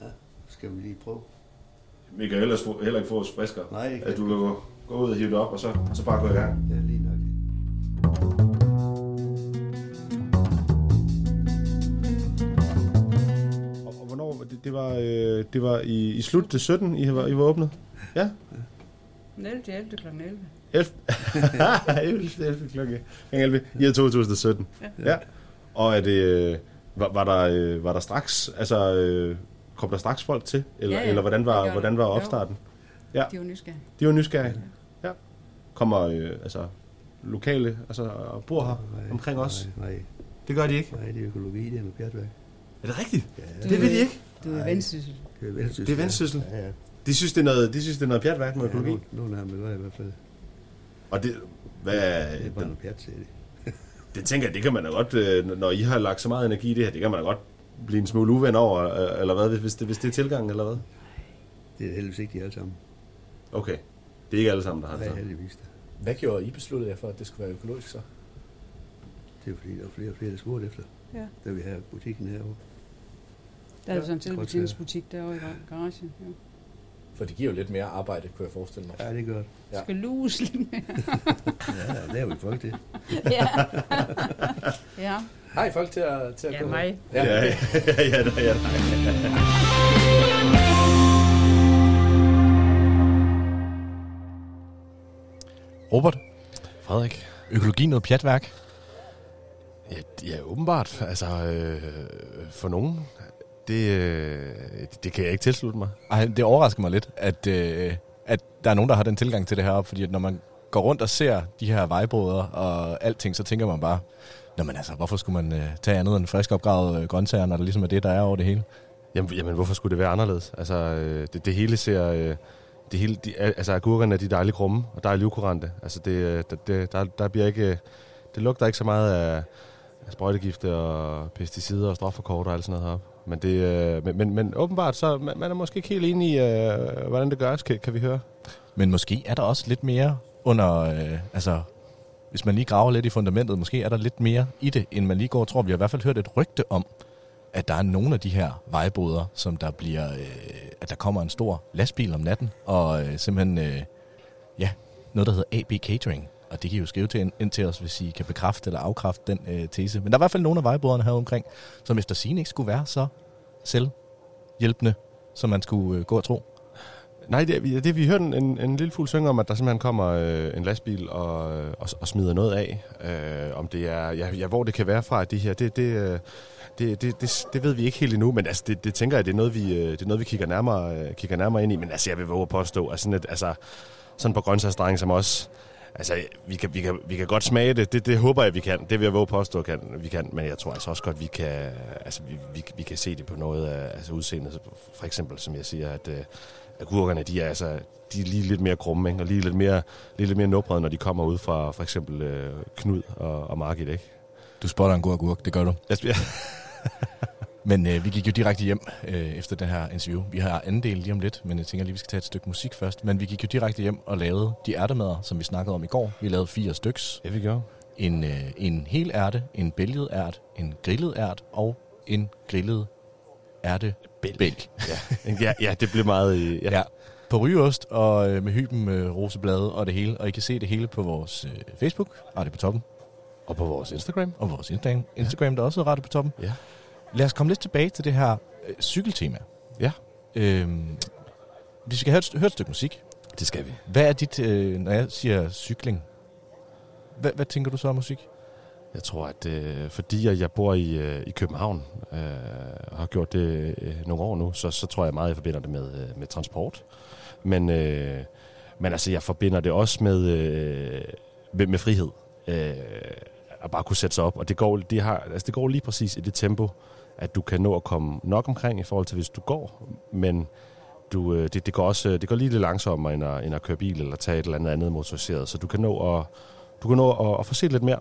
Speaker 22: ja. Skal vi lige prøve?
Speaker 3: Vi kan ellers få, heller ikke få os friskere.
Speaker 22: Nej, ikke.
Speaker 3: At du kan gå, gå ud og hive det op, og så, og så bare gå i gang.
Speaker 22: Det er lige nok det.
Speaker 3: Og, og hvornår? var Det, det var, øh, det var i, i slut det 17, I var, I var åbnet? Ja.
Speaker 23: Den 11. 11. kl. 11.
Speaker 3: 11. 11. 11. klokke. 11. I er 2017.
Speaker 23: Ja.
Speaker 3: Ja. Og er det, øh, var, var, der, øh, var der straks, altså, øh, kom der straks folk til? Eller,
Speaker 23: Ja, ja.
Speaker 3: eller hvordan
Speaker 23: Det
Speaker 3: var,
Speaker 23: gjorde
Speaker 3: hvordan var
Speaker 23: der. Jo.
Speaker 3: opstarten? Ja.
Speaker 23: De var nysgerrige.
Speaker 3: De var nysgerrige. Ja. Kommer øh, altså, lokale altså, og bor her omkring os?
Speaker 22: Nej, nej.
Speaker 3: Det gør de ikke?
Speaker 22: Nej, det er økologi, det er noget pjatværk.
Speaker 3: Er det rigtigt?
Speaker 23: Du
Speaker 3: Det
Speaker 23: er-
Speaker 3: ved de ikke?
Speaker 23: Du er
Speaker 22: Nej.
Speaker 23: vendsyssel.
Speaker 22: Det er vendsyssel.
Speaker 3: Det er vendsyssel.
Speaker 22: Ja, ja.
Speaker 3: De synes, det er noget, de synes, det er noget pjatværk med økologi.
Speaker 22: Ja, nogle af dem vil være i hvert fald.
Speaker 3: Og det, hvad, det er
Speaker 22: bare noget pjat til det.
Speaker 3: Det tænker jeg, det kan man da godt, øh, når- når I har lagt så meget energi i det her, det kan man da godt blive en smule uven over, øh, eller hvad, hvis det, hvis det er tilgangen, eller hvad?
Speaker 22: Det er heldigvis ikke de alle sammen.
Speaker 3: Okay, det er ikke alle sammen, der har det
Speaker 22: Nej,
Speaker 3: sådan.
Speaker 22: heldigvis da.
Speaker 4: Altså. Hvad gjorde I besluttede jer for, at det skulle være økologisk så?
Speaker 22: Det er fordi, der var flere og flere, der spurgte efter.
Speaker 23: Ja.
Speaker 22: Da vi havde butikken herovre.
Speaker 23: Der er jo sådan en
Speaker 22: Godt
Speaker 23: selvbetjeningsbutik derovre i gar- garagen. Ja.
Speaker 4: For det giver jo lidt mere arbejde, kunne jeg forestille mig.
Speaker 22: Ja, det gør det.
Speaker 4: Ja.
Speaker 23: Skal luse lidt mere.
Speaker 22: Ja, det har vi folk til.
Speaker 23: ja. ja.
Speaker 4: Har I folk til at, til at
Speaker 23: Ja,
Speaker 4: gå?
Speaker 23: mig.
Speaker 3: Ja, ja, ja, ja, ja, ja.
Speaker 17: Robert, Frederik, økologi noget pjatværk? Ja, ja åbenbart. Altså, øh, for nogen, det, øh, det- det kan jeg ikke tilslutte mig. Ej, det overrasker mig lidt, at, øh, at der er nogen, der har den tilgang til det her, fordi at når man går rundt og ser de her vejboder og alting, så tænker man bare, Nå, men altså, hvorfor skulle man øh, tage andet end frisk opgravet øh, grøntsager, når der ligesom er det, der er over det hele?
Speaker 18: Jamen, jamen hvorfor skulle det være anderledes? Altså, øh, det, det hele ser... Øh, det hele, de, al- altså, agurkerne er de er dejligt krumme og dejligt ukurante. Altså, det, øh, der, det, der, der bliver ikke... øh, Det lugter ikke så meget af, af sprøjtegifte og pesticider og strofferkort og alt sådan noget heroppe. Men, det, øh, men, men, men åbenbart, så man, man er måske ikke helt enig i, øh, hvordan det gøres, kan, kan vi høre.
Speaker 17: Men måske er der også lidt mere under, øh, altså hvis man lige graver lidt i fundamentet, måske er der lidt mere i det, end man lige går og tror. Vi har i hvert fald hørt et rygte om, at der er nogle af de her vejboder, som der bliver, øh, at der kommer en stor lastbil om natten, og øh, simpelthen, øh, ja, noget der hedder AB Catering. Og det kan I jo skrive til, ind- ind til os, hvis I kan bekræfte eller afkræfte den øh, tese. Men der er i hvert fald nogle af vejboderne her omkring, som efter sigende ikke skulle være så selvhjælpende, som man skulle øh, gå og tro.
Speaker 18: Nej, det, vi- det vi hørte en, en, en lille fuld synge om, at der simpelthen kommer øh, en lastbil og, øh, og, og smider noget af. Øh, om det er, ja, ja, hvor det kan være fra, at de her, det, det, øh, det, det, det, det ved vi ikke helt endnu, men altså, det, det tænker jeg, det er noget, vi, øh, det er noget, vi kigger, nærmere, øh, kigger nærmere ind i. Men altså, jeg vil våge at påstå, at sådan, et, altså, sådan på grøntsagsdreng som os, altså, vi kan, vi, kan, vi kan godt smage det. det. Det håber jeg, vi kan. Det vil jeg våge at påstå, kan, vi kan. Men jeg tror altså også godt, vi kan, altså, vi, vi, vi kan se det på noget af altså, udseendet. For eksempel, som jeg siger, at... Øh, agurkerne, de er altså de er lige lidt mere krumme, ikke? og lige lidt mere, lige lidt mere nubrede, når de kommer ud fra for eksempel øh, Knud og, og Margit, ikke?
Speaker 17: Du spotter en god agurk, det gør du.
Speaker 18: Jeg spiller.
Speaker 17: men øh, vi gik jo direkte hjem øh, efter den her interview. Vi har anden del lige om lidt, men jeg tænker lige, vi skal tage et stykke musik først. Men vi gik jo direkte hjem og lavede de ærtemader, som vi snakkede om i går. Vi lavede fire styks.
Speaker 18: Ja, vi gjorde.
Speaker 17: En, øh, en hel ærte, en bælget ært, en grillet ært og en grillet ærte bælg.
Speaker 18: Ja. ja, ja, det blev meget... øh, Ja.
Speaker 17: ja. På rygeost og øh, med hyben øh, roseblade og det hele. Og I kan se det hele på vores øh, Facebook, Radio på toppen.
Speaker 18: Og på vores Instagram.
Speaker 17: Og vores Instagram, Instagram der også er Radio på toppen.
Speaker 18: Ja.
Speaker 17: Lad os komme lidt tilbage til det her øh, cykeltema.
Speaker 18: Ja.
Speaker 17: Øhm, vi skal høre et, st- høre et stykke musik.
Speaker 18: Det skal vi.
Speaker 17: Hvad er dit, øh, når jeg siger cykling, hvad, hvad tænker du så om musik?
Speaker 18: Jeg tror, at øh, fordi at jeg bor i, øh, i København øh, og har gjort det øh, nogle år nu, så, så tror jeg meget, jeg forbinder det med, øh, med transport. Men, øh, men altså, jeg forbinder det også med, øh, med, med frihed. Øh, at bare kunne sætte sig op. Og det går, det, har, altså, det går lige præcis i det tempo, at du kan nå at komme nok omkring i forhold til, hvis du går. Men du, øh, det, det, går også, øh, det går lige lidt langsommere, end at, end at køre bil eller tage et eller andet andet motoriseret. Så du kan nå at, du kan nå at, at få set lidt mere.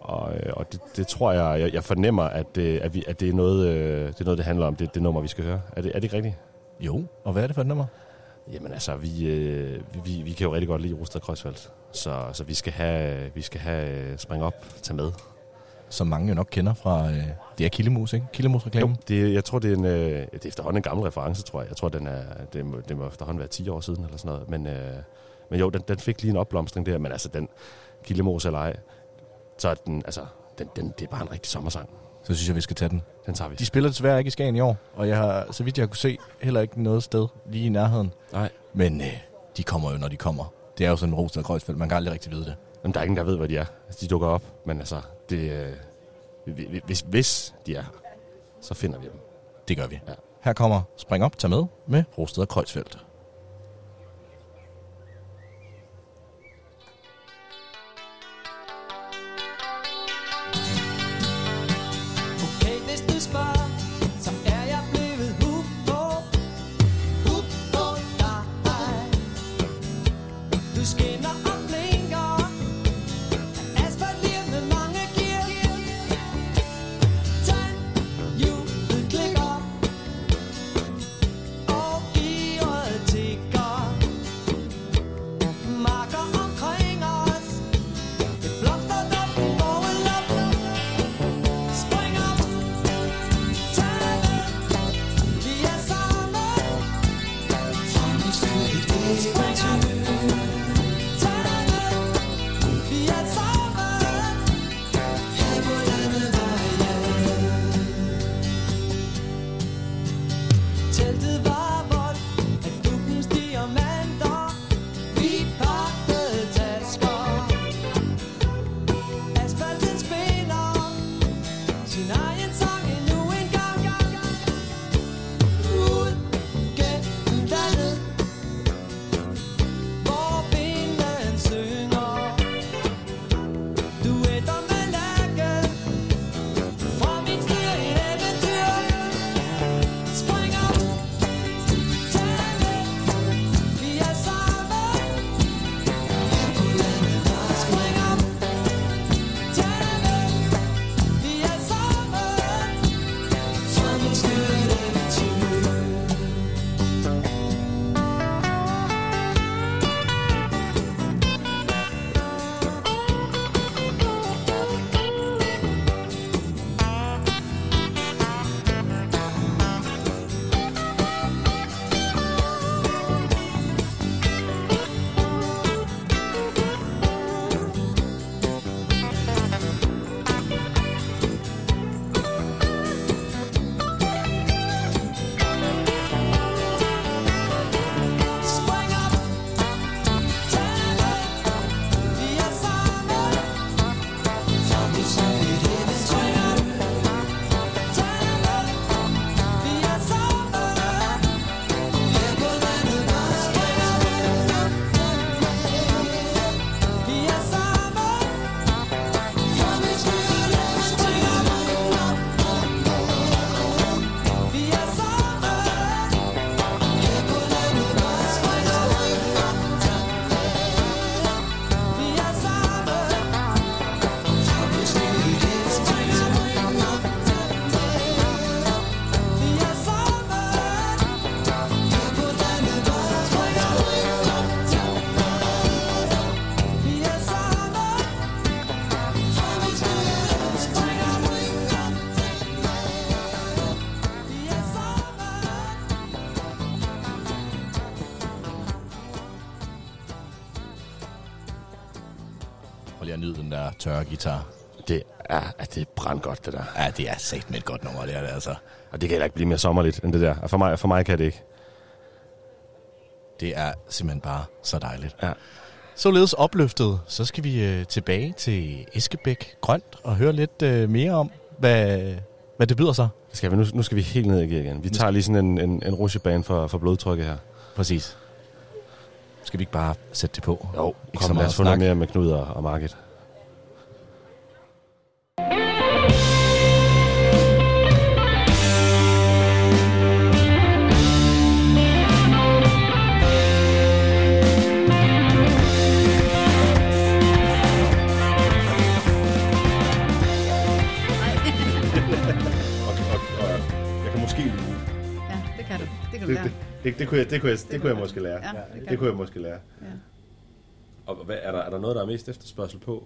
Speaker 18: Og, øh, og det, det tror jeg, jeg, jeg fornemmer, at, øh, at, vi, at det, er noget, øh, det er noget, det handler om, det, det nummer, vi skal høre. Er det, er det ikke rigtigt?
Speaker 17: Jo, og hvad er det for et nummer?
Speaker 18: Jamen altså, vi, øh, vi- vi, vi kan jo rigtig godt lide Rustad Kreuzfeldt, så, så vi skal have, vi skal have øh, Spring Op tage med.
Speaker 17: Som mange jo nok kender fra, øh, det er Killemus, ikke? Killemus-reklamen.
Speaker 18: Det, jeg tror, det er, en, øh, det er efterhånden en gammel reference, tror jeg. Jeg tror, den er, det, må, det må efterhånden være 10 år siden eller sådan noget. Men, øh, men jo, den, den fik lige en opblomstring der, men altså den Kildemos eller ej, så er den, altså, den, den, det er bare en rigtig sommersang.
Speaker 17: Så synes jeg, vi skal tage den.
Speaker 18: Den tager vi.
Speaker 17: De spiller desværre ikke i Skagen i år, og jeg har, så vidt jeg kunne se, heller ikke noget sted lige i nærheden.
Speaker 18: Nej.
Speaker 17: Men øh, de kommer jo, når de kommer. Det er jo sådan en Rosted og Kreuzfeldt, man kan aldrig rigtig vide det.
Speaker 18: Jamen, der er ingen, der ved, hvad de er. Altså, de dukker op, men altså, det, øh, vi- vi- hvis, hvis de er her, så finder vi dem.
Speaker 17: Det gør vi. Ja. Her kommer Spring Op, Tag Med med Rosted og Kreuzfeldt.
Speaker 6: Okay, hvis du spørger, så er jeg blevet hooked på Hooked på dig Du skinner og blinker Asfalt lige med mange gear Tegn, hjulet klikker Og gearet tikker Marker omkring os Det blomster, der bliver overlappet Spring op Teltet var vådt af klubbens diamanter. Vi pakkede tasker. Asfalten spænder sin egen sang endnu en gang. Ud gennem landet, hvor vinden synger. Duetter med lærke, fra mit styr- et eventyr. Spring op, tag den, vi er sammen. Spring op, tag den, vi er sammen. Fra mit styr- et eventyr. Spring op, tag den, vi er sammen. Fra mit styr- et eventyr. Spring op, tag den, vi er sammen. Her på landet var spring op, vi er sammen. Fra mit styr- et eventyr. Vi er sammen. Her på landet var spring op, vi er sammen. Fra mit styr- et eventyr. Vi er sammen.
Speaker 17: Prøv lige at nyde den der tørre guitar.
Speaker 18: Det er, at det er brandgodt, det der.
Speaker 17: Ja, det er satme et godt nummer, det er det altså.
Speaker 18: Og det kan heller ikke blive mere sommerligt end det der. Og for mig, for mig kan det ikke.
Speaker 17: Det er simpelthen bare så dejligt.
Speaker 18: Ja.
Speaker 25: Således opløftet, så skal vi øh, tilbage til Eskebæk Grønt og høre lidt øh, mere om, hvad, hvad det byder sig.
Speaker 26: Skal vi, nu, nu skal vi helt ned i gear igen. Vi tager lige sådan en, en, en rushebane for, for blodtrykket her.
Speaker 25: Præcis. Skal vi ikke bare sætte det på?
Speaker 26: Jo,
Speaker 25: så
Speaker 26: kom, lad
Speaker 25: meget
Speaker 26: os få
Speaker 25: snak.
Speaker 26: noget mere med Knud og, og Market.
Speaker 18: Og, og, og jeg kan måske lyve.
Speaker 23: Ja, det kan du. Det kan du
Speaker 18: Det,
Speaker 23: lære.
Speaker 18: det, det, det, kunne jeg, det, kunne jeg, det kunne jeg måske lære.
Speaker 23: Ja, det kan
Speaker 18: det
Speaker 23: du.
Speaker 18: kunne jeg måske lære.
Speaker 23: Ja.
Speaker 18: Og hvad, er, der, er der noget, der er mest efterspørgsel på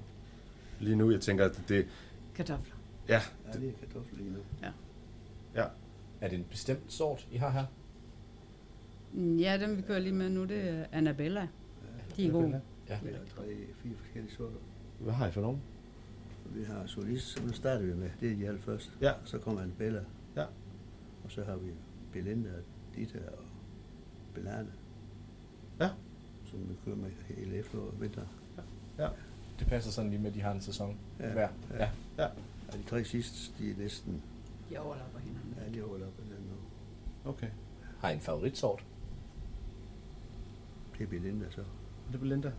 Speaker 18: lige nu? Jeg tænker, at det...
Speaker 23: Kartofler.
Speaker 18: Ja,
Speaker 22: Ja, det er kartofler lige nu.
Speaker 23: Ja.
Speaker 18: ja.
Speaker 17: Er det en bestemt sort, I har her?
Speaker 23: Mm, Ja, dem vi kører lige med nu, det er Annabella. De er gode.
Speaker 17: Ja.
Speaker 22: Vi har tre, fire forskellige sorter.
Speaker 17: Hvad har I for nogen?
Speaker 22: Vi har solis, som nu starter vi med. Det er de allerførste.
Speaker 18: Ja.
Speaker 22: Så kommer en Bella.
Speaker 18: Ja.
Speaker 22: Og så har vi Belinda, og Dita og Belana.
Speaker 18: Ja.
Speaker 22: Som vi kører med hele efteråret og vinter.
Speaker 18: Ja.
Speaker 17: Det passer sådan lige med, at de har en sæson hver.
Speaker 22: Ja.
Speaker 18: ja.
Speaker 22: Og de tre sidste, de er næsten...
Speaker 23: De overlapper hinanden.
Speaker 22: Ja, de overlapper hinanden nu.
Speaker 18: Okay.
Speaker 17: Har I en favoritsort?
Speaker 22: Det er Belinda så.
Speaker 18: Det er Belinda.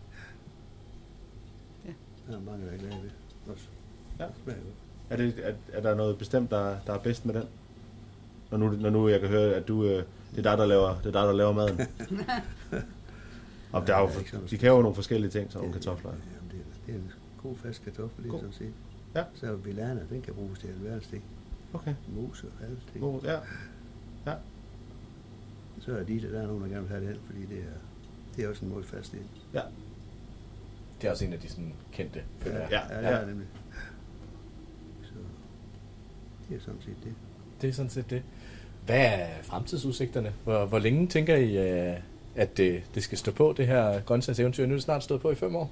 Speaker 22: Der er mange, der er glade ved. Også.
Speaker 18: Ja.
Speaker 22: smager godt.
Speaker 18: Er, det, er, er der noget bestemt, der, der er bedst med den? Når nu, når nu jeg kan høre, at du, øh, det, er dig, der laver, det er dig, der laver maden. Og der er jo, de kan jo nogle forskellige ting, sådan nogle kartofler.
Speaker 22: Jamen, det, er, det er en god fast kartoffel, det er sådan set.
Speaker 18: Ja.
Speaker 22: Så er Belana, den kan bruges til alverdens ting.
Speaker 18: Okay.
Speaker 22: Mos og alting.
Speaker 18: Mos, ja. Ja.
Speaker 22: Så er de der, der er nogen, der gerne vil have den, fordi det er, det er også en modfast en.
Speaker 18: Ja.
Speaker 17: Det er også en af de sådan kendte. føler jeg.
Speaker 22: ja, det er det nemlig. Så det er sådan set det.
Speaker 17: Det er sådan set det. Hvad er fremtidsudsigterne? Hvor, hvor længe tænker I, øh, at det, det skal stå på, det her grøntsagseventyr? Nu er det snart stået på i fem år.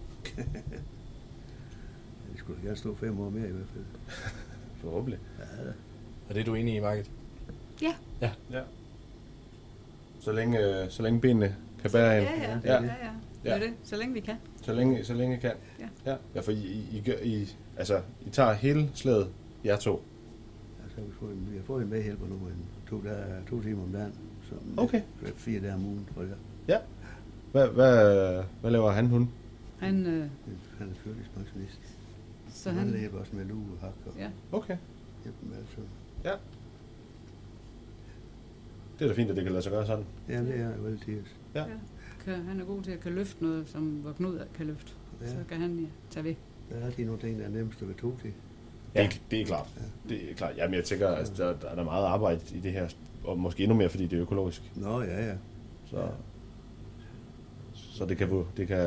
Speaker 22: Det skulle da gerne stå fem år mere i hvert fald.
Speaker 18: Forhåbentlig.
Speaker 22: Ja, da.
Speaker 17: Og det er du enig i, Market?
Speaker 23: Ja.
Speaker 17: Ja.
Speaker 18: ja. Så længe, øh, så længe benene kan bære
Speaker 23: Ja,
Speaker 18: en.
Speaker 23: ja, ja, ja. Det er
Speaker 18: Ja.
Speaker 23: det, så længe vi kan.
Speaker 18: Så længe, så længe I kan.
Speaker 23: Ja.
Speaker 18: ja. ja for I, I, I, gør- I, altså, I tager hele slaget, jer to.
Speaker 22: Altså, vi, får en, vi har fået en medhjælper nu, en to, dage, to timer om dagen. Så
Speaker 18: Okay.
Speaker 22: Fire dage om ugen, tror jeg.
Speaker 18: Ja. Hvad, hvad, hvad laver han, hun?
Speaker 23: Han, øh,
Speaker 22: Han er førtidspensionist.
Speaker 23: Så
Speaker 22: Så han...
Speaker 23: han-
Speaker 22: Han hjælper også med lue og hak. Og
Speaker 23: Ja.
Speaker 18: Okay.
Speaker 22: Hjælper med alt sådan.
Speaker 18: Ja. Det er da fint, at det kan lade sig gøre sådan.
Speaker 22: Ja, det er jo altid.
Speaker 18: Ja.
Speaker 23: kan, han er god til at kan løfte noget, som hvor Knud kan løfte.
Speaker 22: Ja.
Speaker 23: Så kan han ja, tage ved.
Speaker 22: Der er altid nogle ting, der er nemmest at være to til.
Speaker 18: Ja. Det, er, det er klart. Det er klart. Jamen, jeg tænker, at altså, der, der er der meget arbejde i det her, og måske endnu mere, fordi det er økologisk.
Speaker 22: Nå, ja, ja.
Speaker 18: Så, ja. så det, kan, få- det, kan,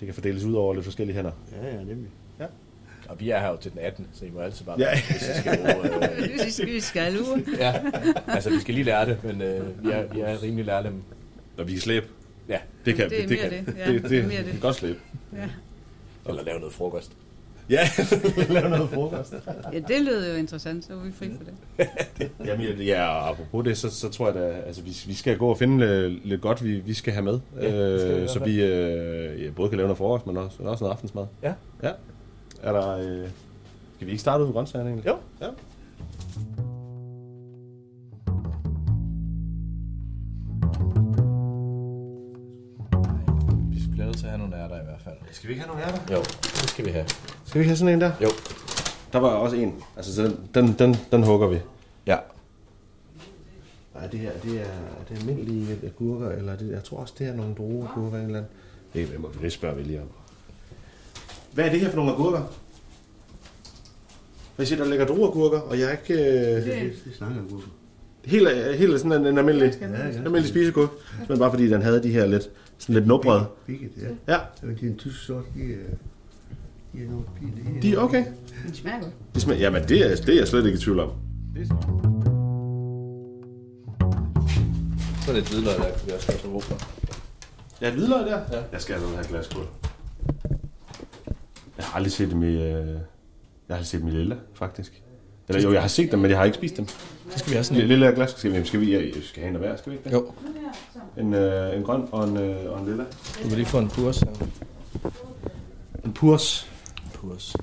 Speaker 18: det kan fordeles ud over lidt forskellige hænder.
Speaker 22: Ja, ja, nemlig.
Speaker 18: Ja.
Speaker 17: Og vi er her jo til den 18, så I må altid bare...
Speaker 18: Ja.
Speaker 17: Hvis I skal bruge, øh,
Speaker 23: Vi skal- vi skal lure.
Speaker 17: ja. Altså, vi skal lige lære det, men øh, vi, er, vi er rimelig lære dem.
Speaker 18: Og vi kan slæbe.
Speaker 17: Ja.
Speaker 23: Det kan- Det er det- det mere kan- det, ja. det- det- Det er mere vi det. kan godt
Speaker 18: slæbe.
Speaker 23: Ja.
Speaker 17: Eller lave noget frokost.
Speaker 18: Ja, lave noget frokost.
Speaker 23: ja, det lød jo interessant, så var vi fri for det.
Speaker 18: Jamen, jeg- ja, og apropos det, så, så tror jeg da, altså, vi, vi skal gå og finde lidt, lidt godt, vi, vi skal have med.
Speaker 17: Ja, det skal vi i
Speaker 18: øh,
Speaker 17: hvert
Speaker 18: så
Speaker 17: fald.
Speaker 18: vi øh, ja, både kan lave noget frokost, men også, også noget aftensmad.
Speaker 17: Ja.
Speaker 18: ja. Er der, øh, skal vi ikke starte ud med grøntsagerne egentlig?
Speaker 17: Jo.
Speaker 18: Ja.
Speaker 17: Vi skal lave til at have nogle ærter i hvert fald.
Speaker 18: Skal vi ikke have nogle ærter?
Speaker 17: Jo, det skal vi have.
Speaker 18: Skal vi ikke have sådan en der?
Speaker 17: Jo.
Speaker 18: Der var også en. Altså, så den, den, den, den hugger vi.
Speaker 17: Ja.
Speaker 18: Nej, det her, det er, det er almindelige agurker, eller det, jeg tror også, det er nogle drueagurker eller en eller anden. Det, det, må, vi- det spørger vi lige om. Hvad er det her for nogle agurker? Hvad siger du, der ligger drueagurker, og jeg er ikke... Øh,
Speaker 22: Det er- det er slangeagurker.
Speaker 18: Helt, øh, helt sådan en, en almindelig,
Speaker 22: Ja,
Speaker 18: ja,
Speaker 22: ja.
Speaker 18: ja. almindelig spisegurk. Men bare fordi den havde de her lidt, sådan lidt nubrede.
Speaker 22: Bigget, ja.
Speaker 18: Ja.
Speaker 22: Det er en tysk sort, de er... De er noget pil.
Speaker 18: De er okay.
Speaker 23: Den smager godt.
Speaker 18: Det smager, jamen, det er, det er jeg slet ikke i tvivl om.
Speaker 17: Så er det et hvidløg, der kan vi også godt få brug for.
Speaker 18: Ja, et hvidløg der? Ja. Jeg skal have noget her glas kul. Jeg har aldrig set dem i, øh, jeg har aldrig set dem i lilla, faktisk. Eller jo, jeg har set dem, men jeg har ikke spist dem.
Speaker 17: Så skal vi have sådan en-
Speaker 18: lille af glas. Skal vi, skal vi, ja, skal vi have en af hver, skal vi ikke det? Jo. En, øh, en grøn og en, øh, og en lilla.
Speaker 17: Du kan lige få en purs her.
Speaker 18: En purs.
Speaker 17: En purs.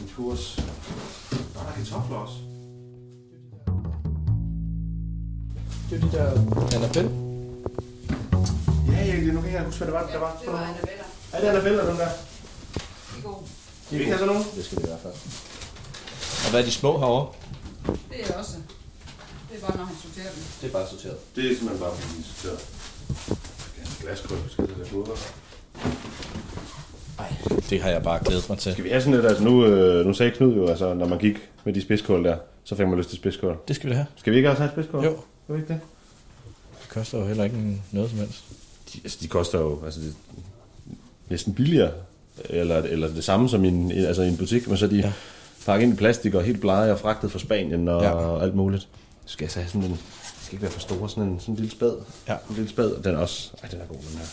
Speaker 18: En purs. Og der er kartofler også.
Speaker 17: Det er de der Annabelle.
Speaker 18: Ja, jeg, nu kan jeg ikke huske, hvad det var, der var. Det var Annabella. Er det Annabella, dem der? Vil I ikke have sådan nogen?
Speaker 17: Det skal det i hvert fald. Og hvad er de små herovre?
Speaker 23: Det er også. Det er bare, når han sorterer dem.
Speaker 17: Det er bare sorteret.
Speaker 18: Det er simpelthen bare fordi, så glaskryb skal det der fodbold.
Speaker 17: Det har jeg bare glædet mig til.
Speaker 18: Skal vi have sådan lidt, altså nu, øh, nu sagde Knud jo, altså når man gik med de spidskål der, så fik man lyst til spidskål.
Speaker 17: Det skal vi da have.
Speaker 18: Skal vi ikke også have spidskål?
Speaker 17: Jo.
Speaker 18: Skal vi ikke det?
Speaker 17: Det koster jo heller ikke en- noget som helst.
Speaker 18: De, altså, de koster jo altså, det, næsten billigere, eller, eller det samme som i en, altså, i en butik, men så er de ja. pakket ind i plastik og helt blege og fragtet fra Spanien og ja. alt muligt. Så skal jeg så have sådan en, det skal ikke være for store, sådan en, sådan en lille spad. Ja. En lille spad, og den er også, ej, den er god, den her.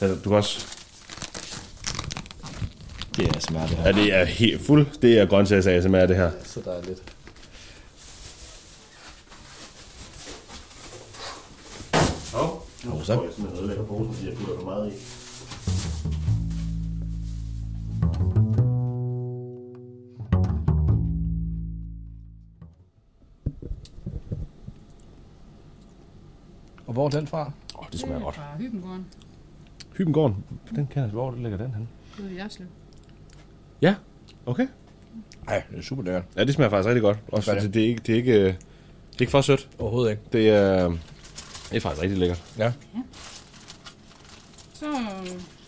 Speaker 18: Den, er- du kan også
Speaker 17: Det er smart, det her.
Speaker 18: Ja, det er helt fuld. Det er grøntsags ASMR, det her.
Speaker 17: Så der er lidt.
Speaker 18: Hov,
Speaker 17: nu så.
Speaker 18: jeg simpelthen ødelægger posen, fordi jeg putter for meget i.
Speaker 17: Og hvor er den fra?
Speaker 18: Åh, oh, det smager godt.
Speaker 23: Fra Hybenborn.
Speaker 18: Hybengården, den kan jeg, hvor ligger den henne?
Speaker 23: Ude i Jerslev.
Speaker 18: Ja, okay.
Speaker 17: Nej, det er super lækkert.
Speaker 18: Ja, det smager faktisk rigtig godt. Også
Speaker 17: Hvad er
Speaker 18: fordi
Speaker 17: det?
Speaker 18: det er ikke, det er ikke, øh, det er ikke for sødt.
Speaker 17: Overhovedet ikke.
Speaker 18: Det er, det er faktisk rigtig lækkert.
Speaker 17: Ja.
Speaker 23: Så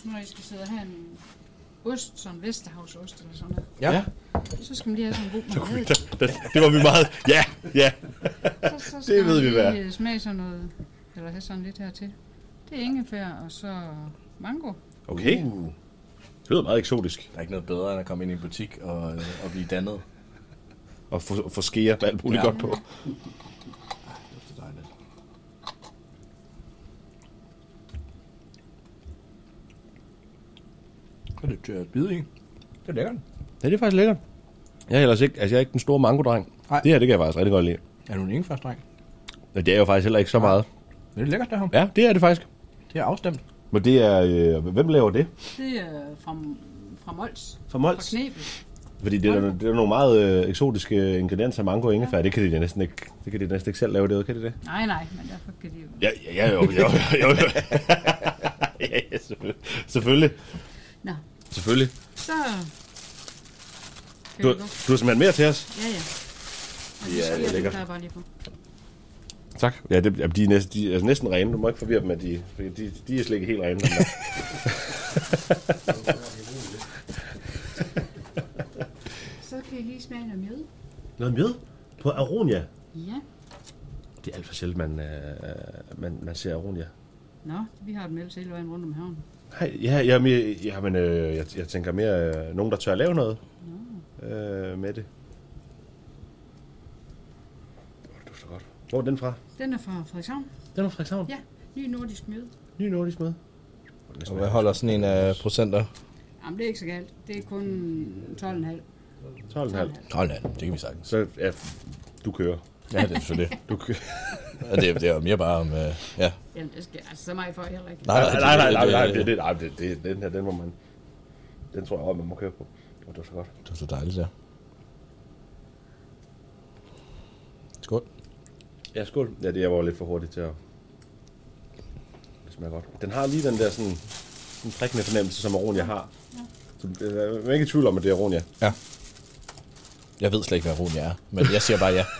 Speaker 23: når I skal sidde og have en ost, sådan en Vesterhavsost eller sådan noget.
Speaker 18: Ja.
Speaker 23: Så skal man lige have sådan en god
Speaker 18: Så kunne vi,
Speaker 23: marmelade.
Speaker 18: da, da, det var vi meget. Ja, ja.
Speaker 23: Så, så skal
Speaker 18: det ved
Speaker 23: man
Speaker 18: vi hvad.
Speaker 23: lige, øh, smage sådan noget, eller have sådan lidt hertil. Det er ingefær og så mango.
Speaker 18: Okay. Det lyder meget eksotisk.
Speaker 17: Uh. Der er ikke noget bedre, end at komme ind i en butik og, øh, og blive dannet.
Speaker 18: Og få, få skeer med alt muligt
Speaker 17: Ja.
Speaker 18: ja. godt på.
Speaker 17: Det er dejligt. Det er lidt til at bide i. Det er lækkert.
Speaker 18: Ja, det er faktisk lækkert. Jeg er ellers ikke, altså jeg er ikke den store mangodreng.
Speaker 17: Nej.
Speaker 18: Det her, det kan jeg faktisk rigtig godt lide.
Speaker 17: Er du en ingefærstreng?
Speaker 18: Og det er jo faktisk heller ikke så meget.
Speaker 17: Det er lækkert, det her.
Speaker 18: Ja, det er det faktisk.
Speaker 17: Det er afstemt.
Speaker 18: Men det er, øh, hvem laver det?
Speaker 23: Det er fra, fra Mols.
Speaker 18: Fra Mols?
Speaker 23: Fra Knebel.
Speaker 18: Fordi det er, der- det er nogle meget øh, eksotiske ingredienser af mango og ingefær. Det kan de da næsten ikke, det kan de næsten ikke selv lave derude, kan de det?
Speaker 23: Nej, nej, men derfor kan de jo...
Speaker 18: Ja, ja, ja jo, jo, jo, jo. ja, ja, selvfølgelig. Selvfølgelig.
Speaker 23: Nå,
Speaker 18: selvfølgelig.
Speaker 23: så...
Speaker 18: Du, du har simpelthen mere til os.
Speaker 23: Ja, ja. Og
Speaker 18: Ja, det er
Speaker 23: skal jeg-
Speaker 18: lækkert.
Speaker 23: Der er bare lige på.
Speaker 18: Tak. Ja, det, jamen, de, er næsten, de er altså næsten rene. Du må ikke forvirre dem, at de, fordi de, de er slet ikke helt rene. dem der.
Speaker 23: Så kan I lige smage noget mjød.
Speaker 18: Noget mjød på Aronia.
Speaker 23: Ja.
Speaker 18: Det er alt for sjældent, man, øh, man, man ser Aronia.
Speaker 23: Nå, vi har dem ellers hele vejen rundt om havnen.
Speaker 18: Hej, ja, ja, men, jeg- ja, men øh, jeg, jeg tænker mere, øh, nogen der tør at lave noget øh, med det. Åh, Det dufter godt. Hvor er den fra?
Speaker 23: Den er fra Frederikshavn.
Speaker 18: Den er fra Frederikshavn?
Speaker 23: Ja, ny nordisk mjød.
Speaker 18: Ny nordisk mad.
Speaker 17: Og hvad holder sådan en af procenter?
Speaker 23: Jamen, det er ikke så galt. Det er kun 12,5.
Speaker 18: 12,5.
Speaker 17: 12,5, det kan vi sagtens.
Speaker 18: Så ja, du kører.
Speaker 17: Ja, det er selvfølgelig det.
Speaker 18: Du kører.
Speaker 17: Og det, er- det er jo mere bare om... Øh, ja.
Speaker 23: Jamen, det skal, altså, så meget får jeg heller ikke.
Speaker 18: Nej, nej, nej, nej, nej,
Speaker 17: det-
Speaker 18: nej, det, det, nej, det, det, den her, den må man, den tror jeg også, man må køre på. Og det er så godt.
Speaker 17: Det er så dejligt, der. Skål.
Speaker 18: Ja, skål. Ja, det jeg var lidt for hurtigt til at... Det smager godt. Den har lige den der sådan, sådan prikkende fornemmelse, som Aronia har. Ja. Så, øh, jeg er ikke i tvivl om, at det er Aronia.
Speaker 17: Ja. Jeg ved slet ikke, hvad Ronia er, men jeg siger bare ja.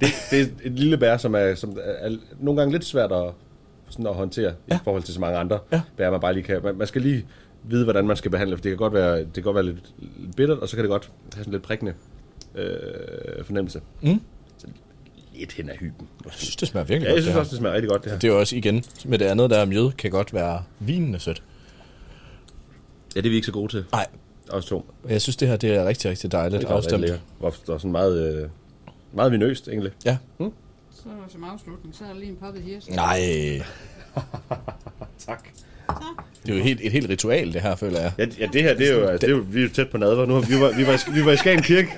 Speaker 18: Det, det er et lille bær, som er, som er nogle gange lidt svært at, sådan at håndtere ja. i forhold til så mange andre ja. bær, man bare lige kan. Man, man skal lige vide, hvordan man skal behandle, for det kan godt være, det kan godt være lidt, lidt bittert, og så kan det godt have sådan lidt prikkende øh, fornemmelse.
Speaker 17: Mm.
Speaker 18: Så lidt hen ad hyben.
Speaker 17: Jeg synes, det smager virkelig
Speaker 18: Ja, jeg
Speaker 17: godt.
Speaker 18: synes
Speaker 17: her.
Speaker 18: også, det smager rigtig godt, det her.
Speaker 17: Så Det er jo også igen, med det andet, der er mjød, kan godt være vinende sødt.
Speaker 18: Ja, det er vi ikke så gode til.
Speaker 17: Nej.
Speaker 18: Også to.
Speaker 17: Jeg synes, det her det er rigtig, rigtig dejligt
Speaker 18: Det er
Speaker 17: afstemt.
Speaker 18: afstemt. Hvor der er sådan meget, øh, meget vinøst, egentlig.
Speaker 17: Ja.
Speaker 18: Mm.
Speaker 23: Så som afslutning, så er der lige en poppet hirs.
Speaker 17: Nej.
Speaker 18: tak.
Speaker 17: Det er jo helt, et helt ritual, det her, føler jeg.
Speaker 18: Ja, ja det her, det er jo, altså, det er jo, vi er jo tæt på nadver. Nu har, vi, var, vi, var, i- vi var i Skagen Kirke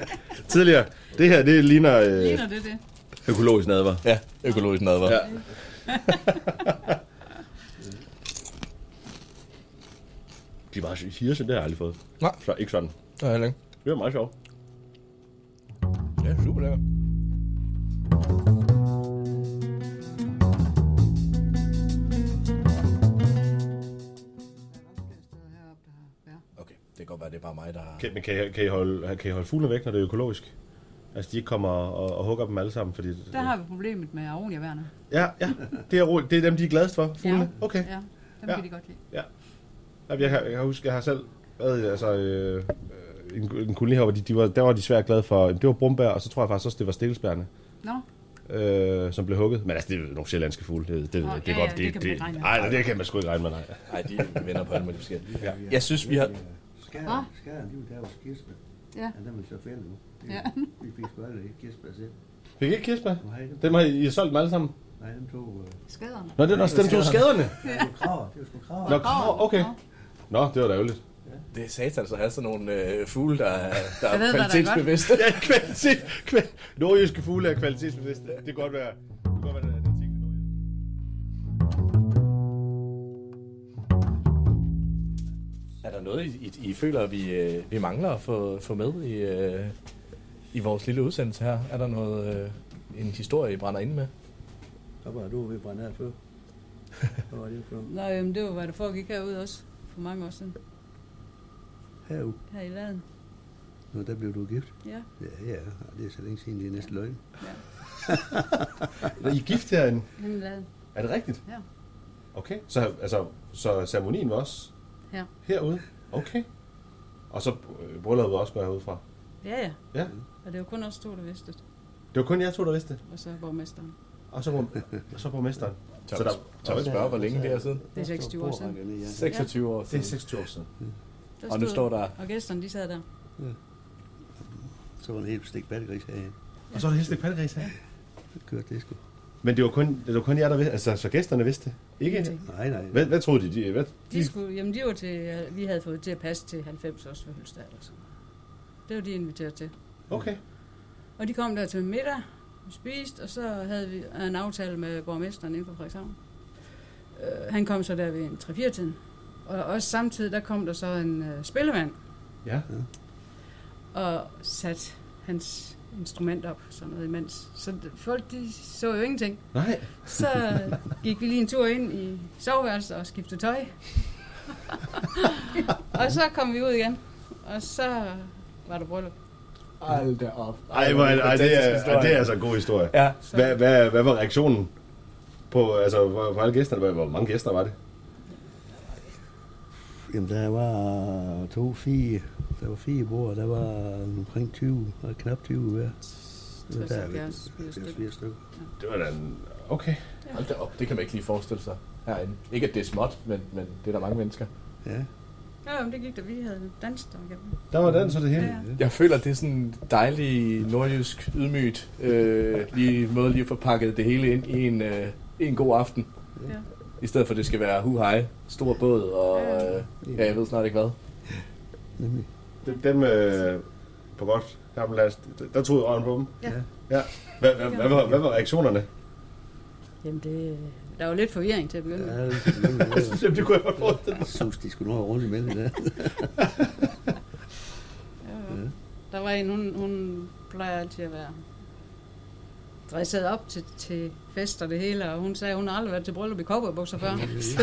Speaker 18: tidligere. Det her, det ligner... Øh,
Speaker 23: Ligner det det?
Speaker 18: Økologisk nadvar.
Speaker 17: Ja, økologisk nadvar.
Speaker 18: Ja. De var hirse, det har jeg aldrig fået.
Speaker 17: Nej.
Speaker 18: Så ikke sådan.
Speaker 17: Det er heller ikke.
Speaker 18: Det var meget sjovt.
Speaker 17: Ja, super lækker. Okay, det kan godt være, det er bare mig, der har...
Speaker 18: Kan, men kan, I- kan, I holde, kan I holde fuglene væk, når det er økologisk? Altså, de ikke kommer og, og hugger dem alle sammen, fordi...
Speaker 23: Der har vi problemet med Aronia Werner.
Speaker 18: Ja, ja. Det er, roligt. det er dem, de er gladest for, fuglene. Ja. Okay.
Speaker 23: Ja, dem
Speaker 18: Ja.
Speaker 23: kan de godt lide.
Speaker 18: Ja. Jamen, jeg, kan, jeg kan huske, jeg har selv været i, altså, øh, øh, en, en koloni her, hvor de, de var, der var de svært glade for, det var brumbær, og så tror jeg faktisk også, det var stikkelsbærne.
Speaker 23: Nå.
Speaker 18: Øh, som blev hugget. Men altså, det er jo nogle sjællandske fugle. Det, det,
Speaker 23: Nå,
Speaker 18: det,
Speaker 23: ja,
Speaker 18: er godt,
Speaker 23: ja, det kan man ikke regne med.
Speaker 18: Nej, det kan man sgu ikke regne med, nej.
Speaker 17: Nej, de vender på alle mulige forskellige.
Speaker 18: Ja.
Speaker 17: Jeg synes, vi har...
Speaker 23: Hva?
Speaker 22: Skaderen, skaderen, de vil tage vores kirsebær.
Speaker 23: Ja.
Speaker 22: Ja, den vil så fælde nu. Det-
Speaker 23: Ja.
Speaker 22: Vi fik sgu aldrig et kirsebær selv.
Speaker 18: Fik I ikke kirsebær?
Speaker 22: Nej, det-
Speaker 18: Dem har I, I har solgt dem alle sammen?
Speaker 22: Nej, dem tog... Øh...
Speaker 23: Skaderne.
Speaker 18: Nå, det er også dem to skaderne.
Speaker 22: Det var kraver, det var sgu kraver.
Speaker 18: Nå, krav, okay. Nå, det var da ærgerligt.
Speaker 17: Det er satan, så have sådan nogle øh, fugle, der, er- der
Speaker 18: Jeg
Speaker 17: er
Speaker 18: ved, hvad der er
Speaker 17: kvalitetsbevidste.
Speaker 18: godt. ja, kvalitet, kval- nordjyske fugle er kvalitetsbevidste. Det kan godt være, det kan godt være, det er en artikel i Nordjysk.
Speaker 17: Er der noget, I, I føler, vi, øh, vi mangler at få, få med i, øh, i vores lille udsendelse her? Er der noget, øh, en historie, I brænder ind med?
Speaker 22: Der var du ved at brænde af før. Hvad var det for noget?
Speaker 23: Nå, jamen, det var, hvad der foregik herude også for mange år siden.
Speaker 22: Herude.
Speaker 23: Her i laden.
Speaker 22: Nå, der blev du gift?
Speaker 23: Ja.
Speaker 22: Ja, ja. Det er så længe siden, det er næsten løgn.
Speaker 18: Nå, I er gift herinde?
Speaker 23: Hen i laden.
Speaker 18: Er det rigtigt?
Speaker 23: Ja.
Speaker 18: Okay, så, altså, så ceremonien var også
Speaker 23: Her.
Speaker 18: herude? Okay. Og så øh, brylluppet var også gået herude fra?
Speaker 23: Ja, ja.
Speaker 18: Ja.
Speaker 23: Og det var kun os to, der vidste det.
Speaker 18: Det var kun jer to, der vidste det.
Speaker 23: Og så borgmesteren.
Speaker 18: Og så, bor, og så borgmesteren.
Speaker 17: Tør vi- tør vi spørge, hvor længe det er siden?
Speaker 23: Det er 26 år siden. Mm.
Speaker 17: 26 år
Speaker 18: Det er 26 år siden.
Speaker 23: Der
Speaker 17: Og nu
Speaker 23: stod-
Speaker 17: står der-
Speaker 23: Og gæsterne, de sad der.
Speaker 22: Så var det helt stik battegris herinde.
Speaker 18: Og så er det helst ikke pandegris her.
Speaker 22: Så kørte det sgu.
Speaker 18: Men det var kun, det var kun jer, der vidste Altså, så gæsterne vidste det. Ikke?
Speaker 22: Nej, nej.
Speaker 18: Hvad, hvad troede de? de hvad,
Speaker 23: De skulle, jamen, de var til, vi havde fået til at passe til 90 års fødselsdag eller sådan noget. Det var de inviteret til.
Speaker 18: Okay.
Speaker 23: Og de kom der til middag, vi spiste, og så havde vi en aftale med borgmesteren inden for Frederikshavn. Øh, han kom så der ved en 3-4-tiden. Og også samtidig, der kom der så en øh, spillemand
Speaker 18: Ja.
Speaker 23: og satte hans instrument op, sådan noget imens. Så d- folk, de så jo ingenting.
Speaker 18: Nej.
Speaker 23: Så gik vi lige en tur ind i soveværelset og skiftede tøj. og så kom vi ud igen, og så var der bryllup.
Speaker 17: Hold da op.
Speaker 18: Ej, hvor, er- ej, det, er, ej, det er altså en god historie.
Speaker 17: Ja.
Speaker 18: Hvad, hvad, hvad var reaktionen på, altså, hvor, hvor alle gæsterne? Hvor, hvor mange gæster var det?
Speaker 22: Jamen, der var to, fire, der var fire bord, der var omkring 20, og knap 20 hver. Så der er vi-
Speaker 23: 70, 80 stykker.
Speaker 22: 80 stykker.
Speaker 18: Det var da en... Okay.
Speaker 17: Hold da op, det kan man ikke lige forestille sig herinde. Ikke at det er småt, men, men det er der mange mennesker.
Speaker 22: Ja.
Speaker 23: Ja, men det gik da, vi havde danset om igennem.
Speaker 18: Der var den, så det hele.
Speaker 17: Jeg føler, det er sådan en dejlig nordjysk ydmygt øh, lige måde lige at få pakket det hele ind i en, øh, i en god aften.
Speaker 23: Ja.
Speaker 17: I stedet for, at det skal være hu hej, stor båd og øh, ja, jeg ved snart ikke hvad.
Speaker 18: Dem, dem øh, på godt gammel last, der troede øjen på dem.
Speaker 23: Ja.
Speaker 18: ja. Hvad, hvad, hvad, var, hvad var reaktionerne?
Speaker 23: Jamen, det, der var lidt forvirring til at begynde med.
Speaker 18: det kunne jeg godt forestille
Speaker 22: mig. Sus, de skulle nu have rundt imellem der. Mm.
Speaker 23: Ja. Der var en, hun, hun plejer altid at være dresset op til, til fest og det hele, og hun sagde, at hun har aldrig været til bryllup i kobberbukser før. Så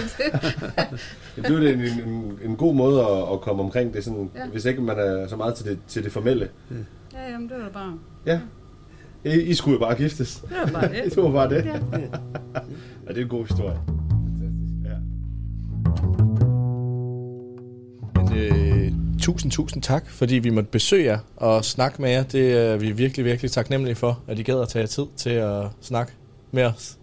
Speaker 18: Jamen, det var det en, en, en, en god måde at, at komme omkring det, sådan,
Speaker 23: Ja.
Speaker 18: ja. hvis ikke man er så meget til det, til det formelle.
Speaker 23: ja, jamen, det var da bare...
Speaker 18: Ja. I, I skulle jo bare giftes.
Speaker 23: Det var bare det.
Speaker 18: det var bare det.
Speaker 23: Ja.
Speaker 18: Ja. ja, det er en god historie.
Speaker 17: Men, øh, tusind, tusind tak, fordi vi måtte besøge jer og snakke med jer. Det er vi virkelig, virkelig taknemmelige for, at I gad at tage jer tid til at snakke med os.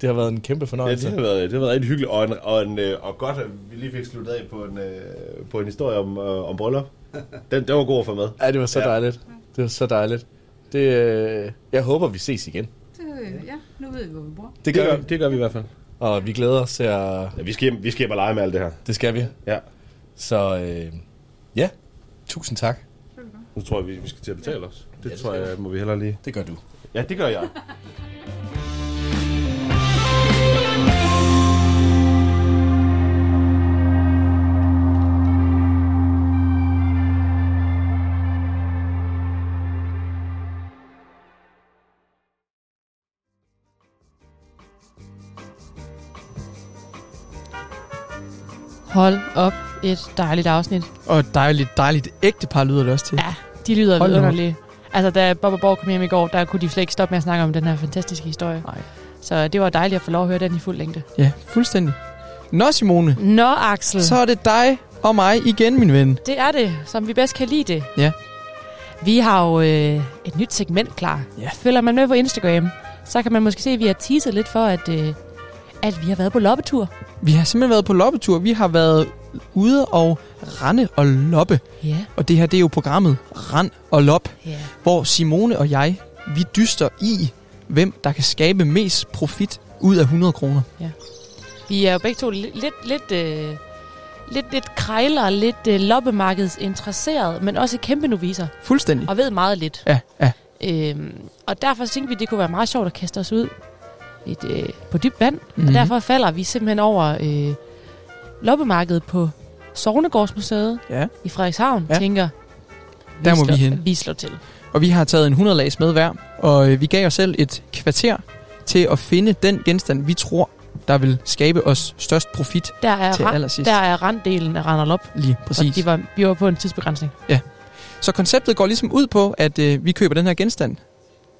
Speaker 17: Det har været en kæmpe
Speaker 18: Ja,
Speaker 17: fornøjelse.
Speaker 18: det har været, det har været rigtig hyggeligt, og, en, og, en, øh, og godt, at vi lige fik sluttet af på en, øh, på en historie om, øh, om bryllup. Den, den var god at få med.
Speaker 17: Ja, det var så ja. dejligt. Det var så dejligt. Det, øh, jeg håber, vi ses igen.
Speaker 23: Det, øh, ja, nu ved vi, hvor vi bor.
Speaker 17: Det gør, det,
Speaker 18: gør, det gør vi i hvert fald.
Speaker 17: Og vi glæder os til at...
Speaker 18: Ja, vi skal hjem, vi skal hjem og lege med alt det her.
Speaker 17: Det skal vi.
Speaker 18: Ja.
Speaker 17: Så øh, ja, tusind tak.
Speaker 18: Nu tror jeg, vi, vi skal til at betale os. Det,
Speaker 27: Ja,
Speaker 18: ja,
Speaker 27: det
Speaker 18: det tror
Speaker 27: skal
Speaker 18: jeg, må vi hellere lige.
Speaker 27: Det gør du.
Speaker 18: Ja, det gør jeg.
Speaker 8: Hold op, et dejligt afsnit.
Speaker 7: Og et dejligt, dejligt ægte par lyder det også til.
Speaker 8: Ja, De lyder
Speaker 7: Hold nu op.
Speaker 8: vidunderlige. Altså, da Bob og Borg kom hjem i går, der kunne de slet ikke stoppe med at snakke om den her fantastiske historie.
Speaker 7: Nej.
Speaker 8: Så det var dejligt at få lov at høre den i fuld længde.
Speaker 7: Ja, fuldstændig. Nå, Simone.
Speaker 8: Nå, Axel.
Speaker 7: Så er det dig og mig igen, min ven.
Speaker 8: Det er det, som vi bedst kan lide det.
Speaker 7: Ja.
Speaker 8: Vi har jo øh, et nyt segment klar.
Speaker 7: Ja.
Speaker 8: Følger man med på Instagram, så kan man måske se, at vi har teaset lidt for, at, øh, at vi har været på loppetur.
Speaker 7: Vi har simpelthen været på loppetur. Vi har været ude og rende og loppe.
Speaker 8: Ja.
Speaker 7: Og det her, det er jo programmet Rand og Lop,
Speaker 8: Ja.
Speaker 7: hvor Simone og jeg, vi dyster i, hvem der kan skabe mest profit ud af 100 kroner.
Speaker 8: Vi er jo begge to li- lidt, lidt, øh, lidt, lidt krejler, lidt øh, loppemarkedsinteresseret, men også kæmpe noviser.
Speaker 7: Fuldstændig.
Speaker 8: Og ved meget lidt.
Speaker 7: Ja, ja.
Speaker 8: Øhm, og derfor tænkte vi, det kunne være meget sjovt at kaste os ud et, øh, på dybt vand. Mm-hmm.
Speaker 7: Mhm.
Speaker 8: Og derfor falder vi simpelthen over øh, loppemarkedet på Sognegårdsmuseet
Speaker 7: Ja.
Speaker 8: i Frederikshavn.
Speaker 7: Ja.
Speaker 8: Ja. Tænker,
Speaker 7: Der må
Speaker 8: slår,
Speaker 7: vi hen.
Speaker 8: Vi slår til.
Speaker 7: Og vi har taget en 100 lags med hver, og øh, vi gav os selv et kvarter til at finde den genstand, vi tror, der vil skabe os størst profit
Speaker 8: der er,
Speaker 7: til
Speaker 8: ra-
Speaker 7: allersidst.
Speaker 8: der er randdelen af Randerlop.
Speaker 7: Lige præcis.
Speaker 8: Og de var, vi var på en tidsbegrænsning.
Speaker 7: Ja. Så konceptet går ligesom ud på, at øh, vi køber den her genstand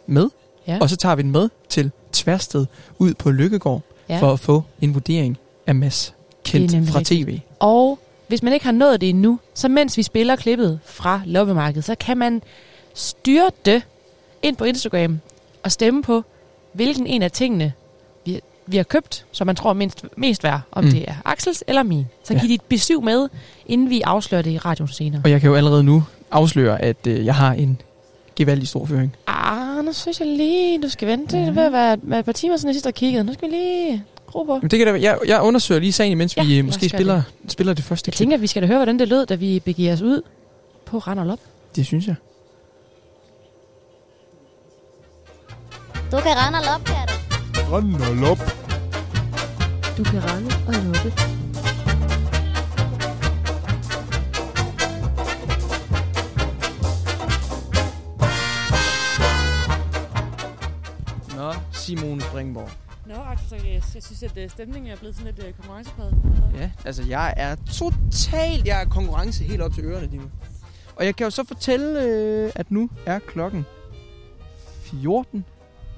Speaker 7: med,
Speaker 8: Ja.
Speaker 7: og så tager vi den med til Tværsted ud på Lykkegård
Speaker 8: Ja.
Speaker 7: ja. for at få en vurdering af Mads
Speaker 8: Det er
Speaker 7: Kent
Speaker 8: nemlig
Speaker 7: fra
Speaker 8: rigtigt.
Speaker 7: tv.
Speaker 8: Og hvis man ikke har nået det endnu, så mens vi spiller klippet fra loppemarkedet, så kan man styre det ind på Instagram og stemme på, hvilken en af tingene, vi, vi har købt, som man tror er mindst, mest værd, om
Speaker 7: Mm.
Speaker 8: mm. det er Axels eller min. Så
Speaker 7: Ja.
Speaker 8: giv dit besøg med, inden vi afslører det i radioen senere.
Speaker 7: Og jeg kan jo allerede nu afsløre, at øh, jeg har en gevaldig stor føring.
Speaker 8: Ah, nu synes jeg lige, du skal vente. Det er ved at være være et par timer siden, jeg sidst har kigget. Nu skal vi lige gro på.
Speaker 7: Men det kan da, være- jeg, jeg undersøger lige sagen, mens ja, vi øh,
Speaker 8: lad
Speaker 7: måske
Speaker 8: os gøre
Speaker 7: spiller det. spiller det første
Speaker 8: Jeg tænker, at vi skal da høre, hvordan det lød, da vi begiver os ud på Randerlop.
Speaker 7: Det synes jeg.
Speaker 28: Du kan rende og loppe, kan du?
Speaker 16: Rand og lop.
Speaker 28: Du kan rende og loppe.
Speaker 7: Nå, Simone Springborg.
Speaker 8: Nå, Axel jeg synes, at øh, stemningen er blevet sådan lidt øh, konkurrencepræget.
Speaker 7: Ja, altså jeg er totalt, jeg er konkurrence helt op til ørerne lige nu. Og jeg kan jo så fortælle, øh, at nu er klokken 14.43,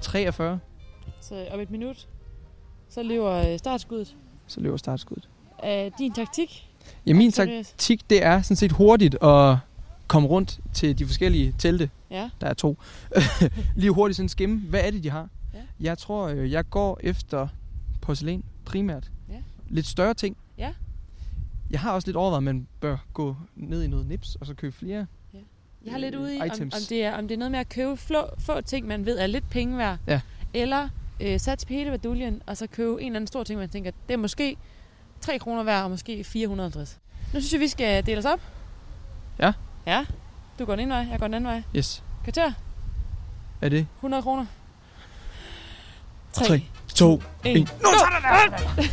Speaker 8: Så øh, om et minut, så lever øh, startskuddet
Speaker 7: så løber startskuddet.
Speaker 8: af din taktik.
Speaker 7: Ja, min
Speaker 8: Axel Ries.
Speaker 7: taktik, det er sådan set hurtigt at komme rundt til de forskellige telte.
Speaker 8: Ja.
Speaker 7: Der er to. Lige hurtigt sådan skimme. Hvad er det, de har?
Speaker 8: Ja.
Speaker 7: Jeg tror, øh, jeg går efter porcelæn primært.
Speaker 8: Ja.
Speaker 7: Lidt større ting.
Speaker 8: Ja.
Speaker 7: Jeg har også lidt overvejet, at man bør gå ned i noget nips, og så købe flere
Speaker 8: Ja. Jeg har lidt ude i, om,
Speaker 7: items.
Speaker 8: om, det er, om det er noget med at købe flå, få ting, man ved er lidt penge værd.
Speaker 7: Ja.
Speaker 8: Eller øh, satse på hele baduljen, og så købe en eller anden stor ting, man tænker, det er måske 3 kroner værd, og måske 450. Nu synes jeg, vi skal dele os op.
Speaker 7: Ja.
Speaker 8: Ja. Du går den ene vej, jeg går den anden vej.
Speaker 7: Yes.
Speaker 8: Kvarter,
Speaker 7: Er det?
Speaker 8: 100 kroner.
Speaker 7: 3, 2,
Speaker 8: En.
Speaker 7: 1.
Speaker 8: tager
Speaker 7: Nu
Speaker 8: det der!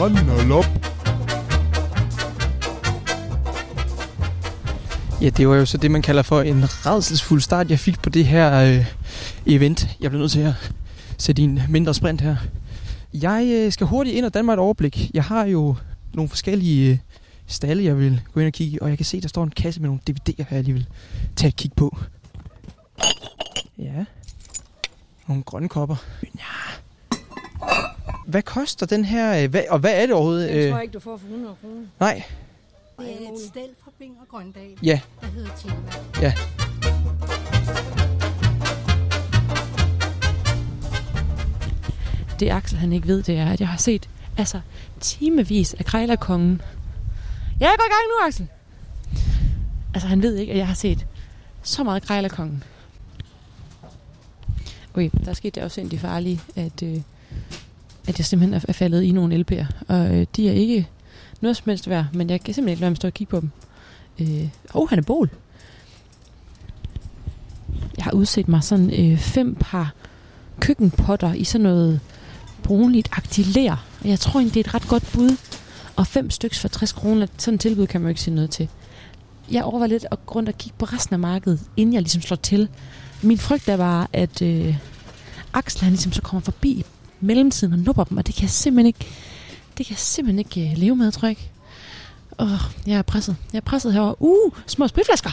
Speaker 16: Rand og lop.
Speaker 7: Ja, det var jo så det, man kalder for en redselsfuld start, jeg fik på det her øh, event. Jeg blev nødt til at sætte i en mindre sprint her. Jeg øh, skal hurtigt ind og danne mig et overblik. Jeg har jo nogle forskellige øh, stalle, jeg vil gå ind og kigge i, og jeg kan se, der står en kasse med nogle DVD'er her, jeg lige vil tage et kig på. Ja. Nogle grønne kopper. Ja. Hvad koster den her, øh, hvad, og hvad er det overhovedet?
Speaker 6: Den
Speaker 7: øh,
Speaker 6: tror jeg ikke, du får for 100 kroner.
Speaker 7: Nej,
Speaker 6: Det er et stel fra Bing og Grøndal,
Speaker 7: Ja.
Speaker 6: der hedder Tema.
Speaker 7: ja.
Speaker 8: Det Axel han ikke ved, det er, at jeg har set altså, timevis af Krejlerkongen. Jeg går i gang nu, Axel! Altså, han ved ikke, at jeg har set så meget Krejlerkongen. Okay, der skete det også det farlige, at, øh, at jeg simpelthen er, er faldet i nogle LP'er. Og øh, de er ikke noget som helst værd, men jeg kan simpelthen ikke lade mig stå og kigge på dem. Øh, oh, han er bol. Jeg har udset mig sådan øh, fem par køkkenpotter i sådan noget brunligt aktilær. Jeg tror egentlig, det er et ret godt bud. Og fem styks for 60 kroner, sådan et tilbud kan man jo ikke sige noget til. Jeg overvejer lidt at gå rundt og kigge på resten af markedet, inden jeg ligesom slår til. Min frygt er bare, at øh, Axel han ligesom så kommer forbi i mellemtiden og nupper dem, og det kan jeg simpelthen ikke, det kan jeg simpelthen ikke øh, leve med, tror jeg ikke. Åh, jeg er presset. Jeg er presset herovre. Uh, små spritflasker!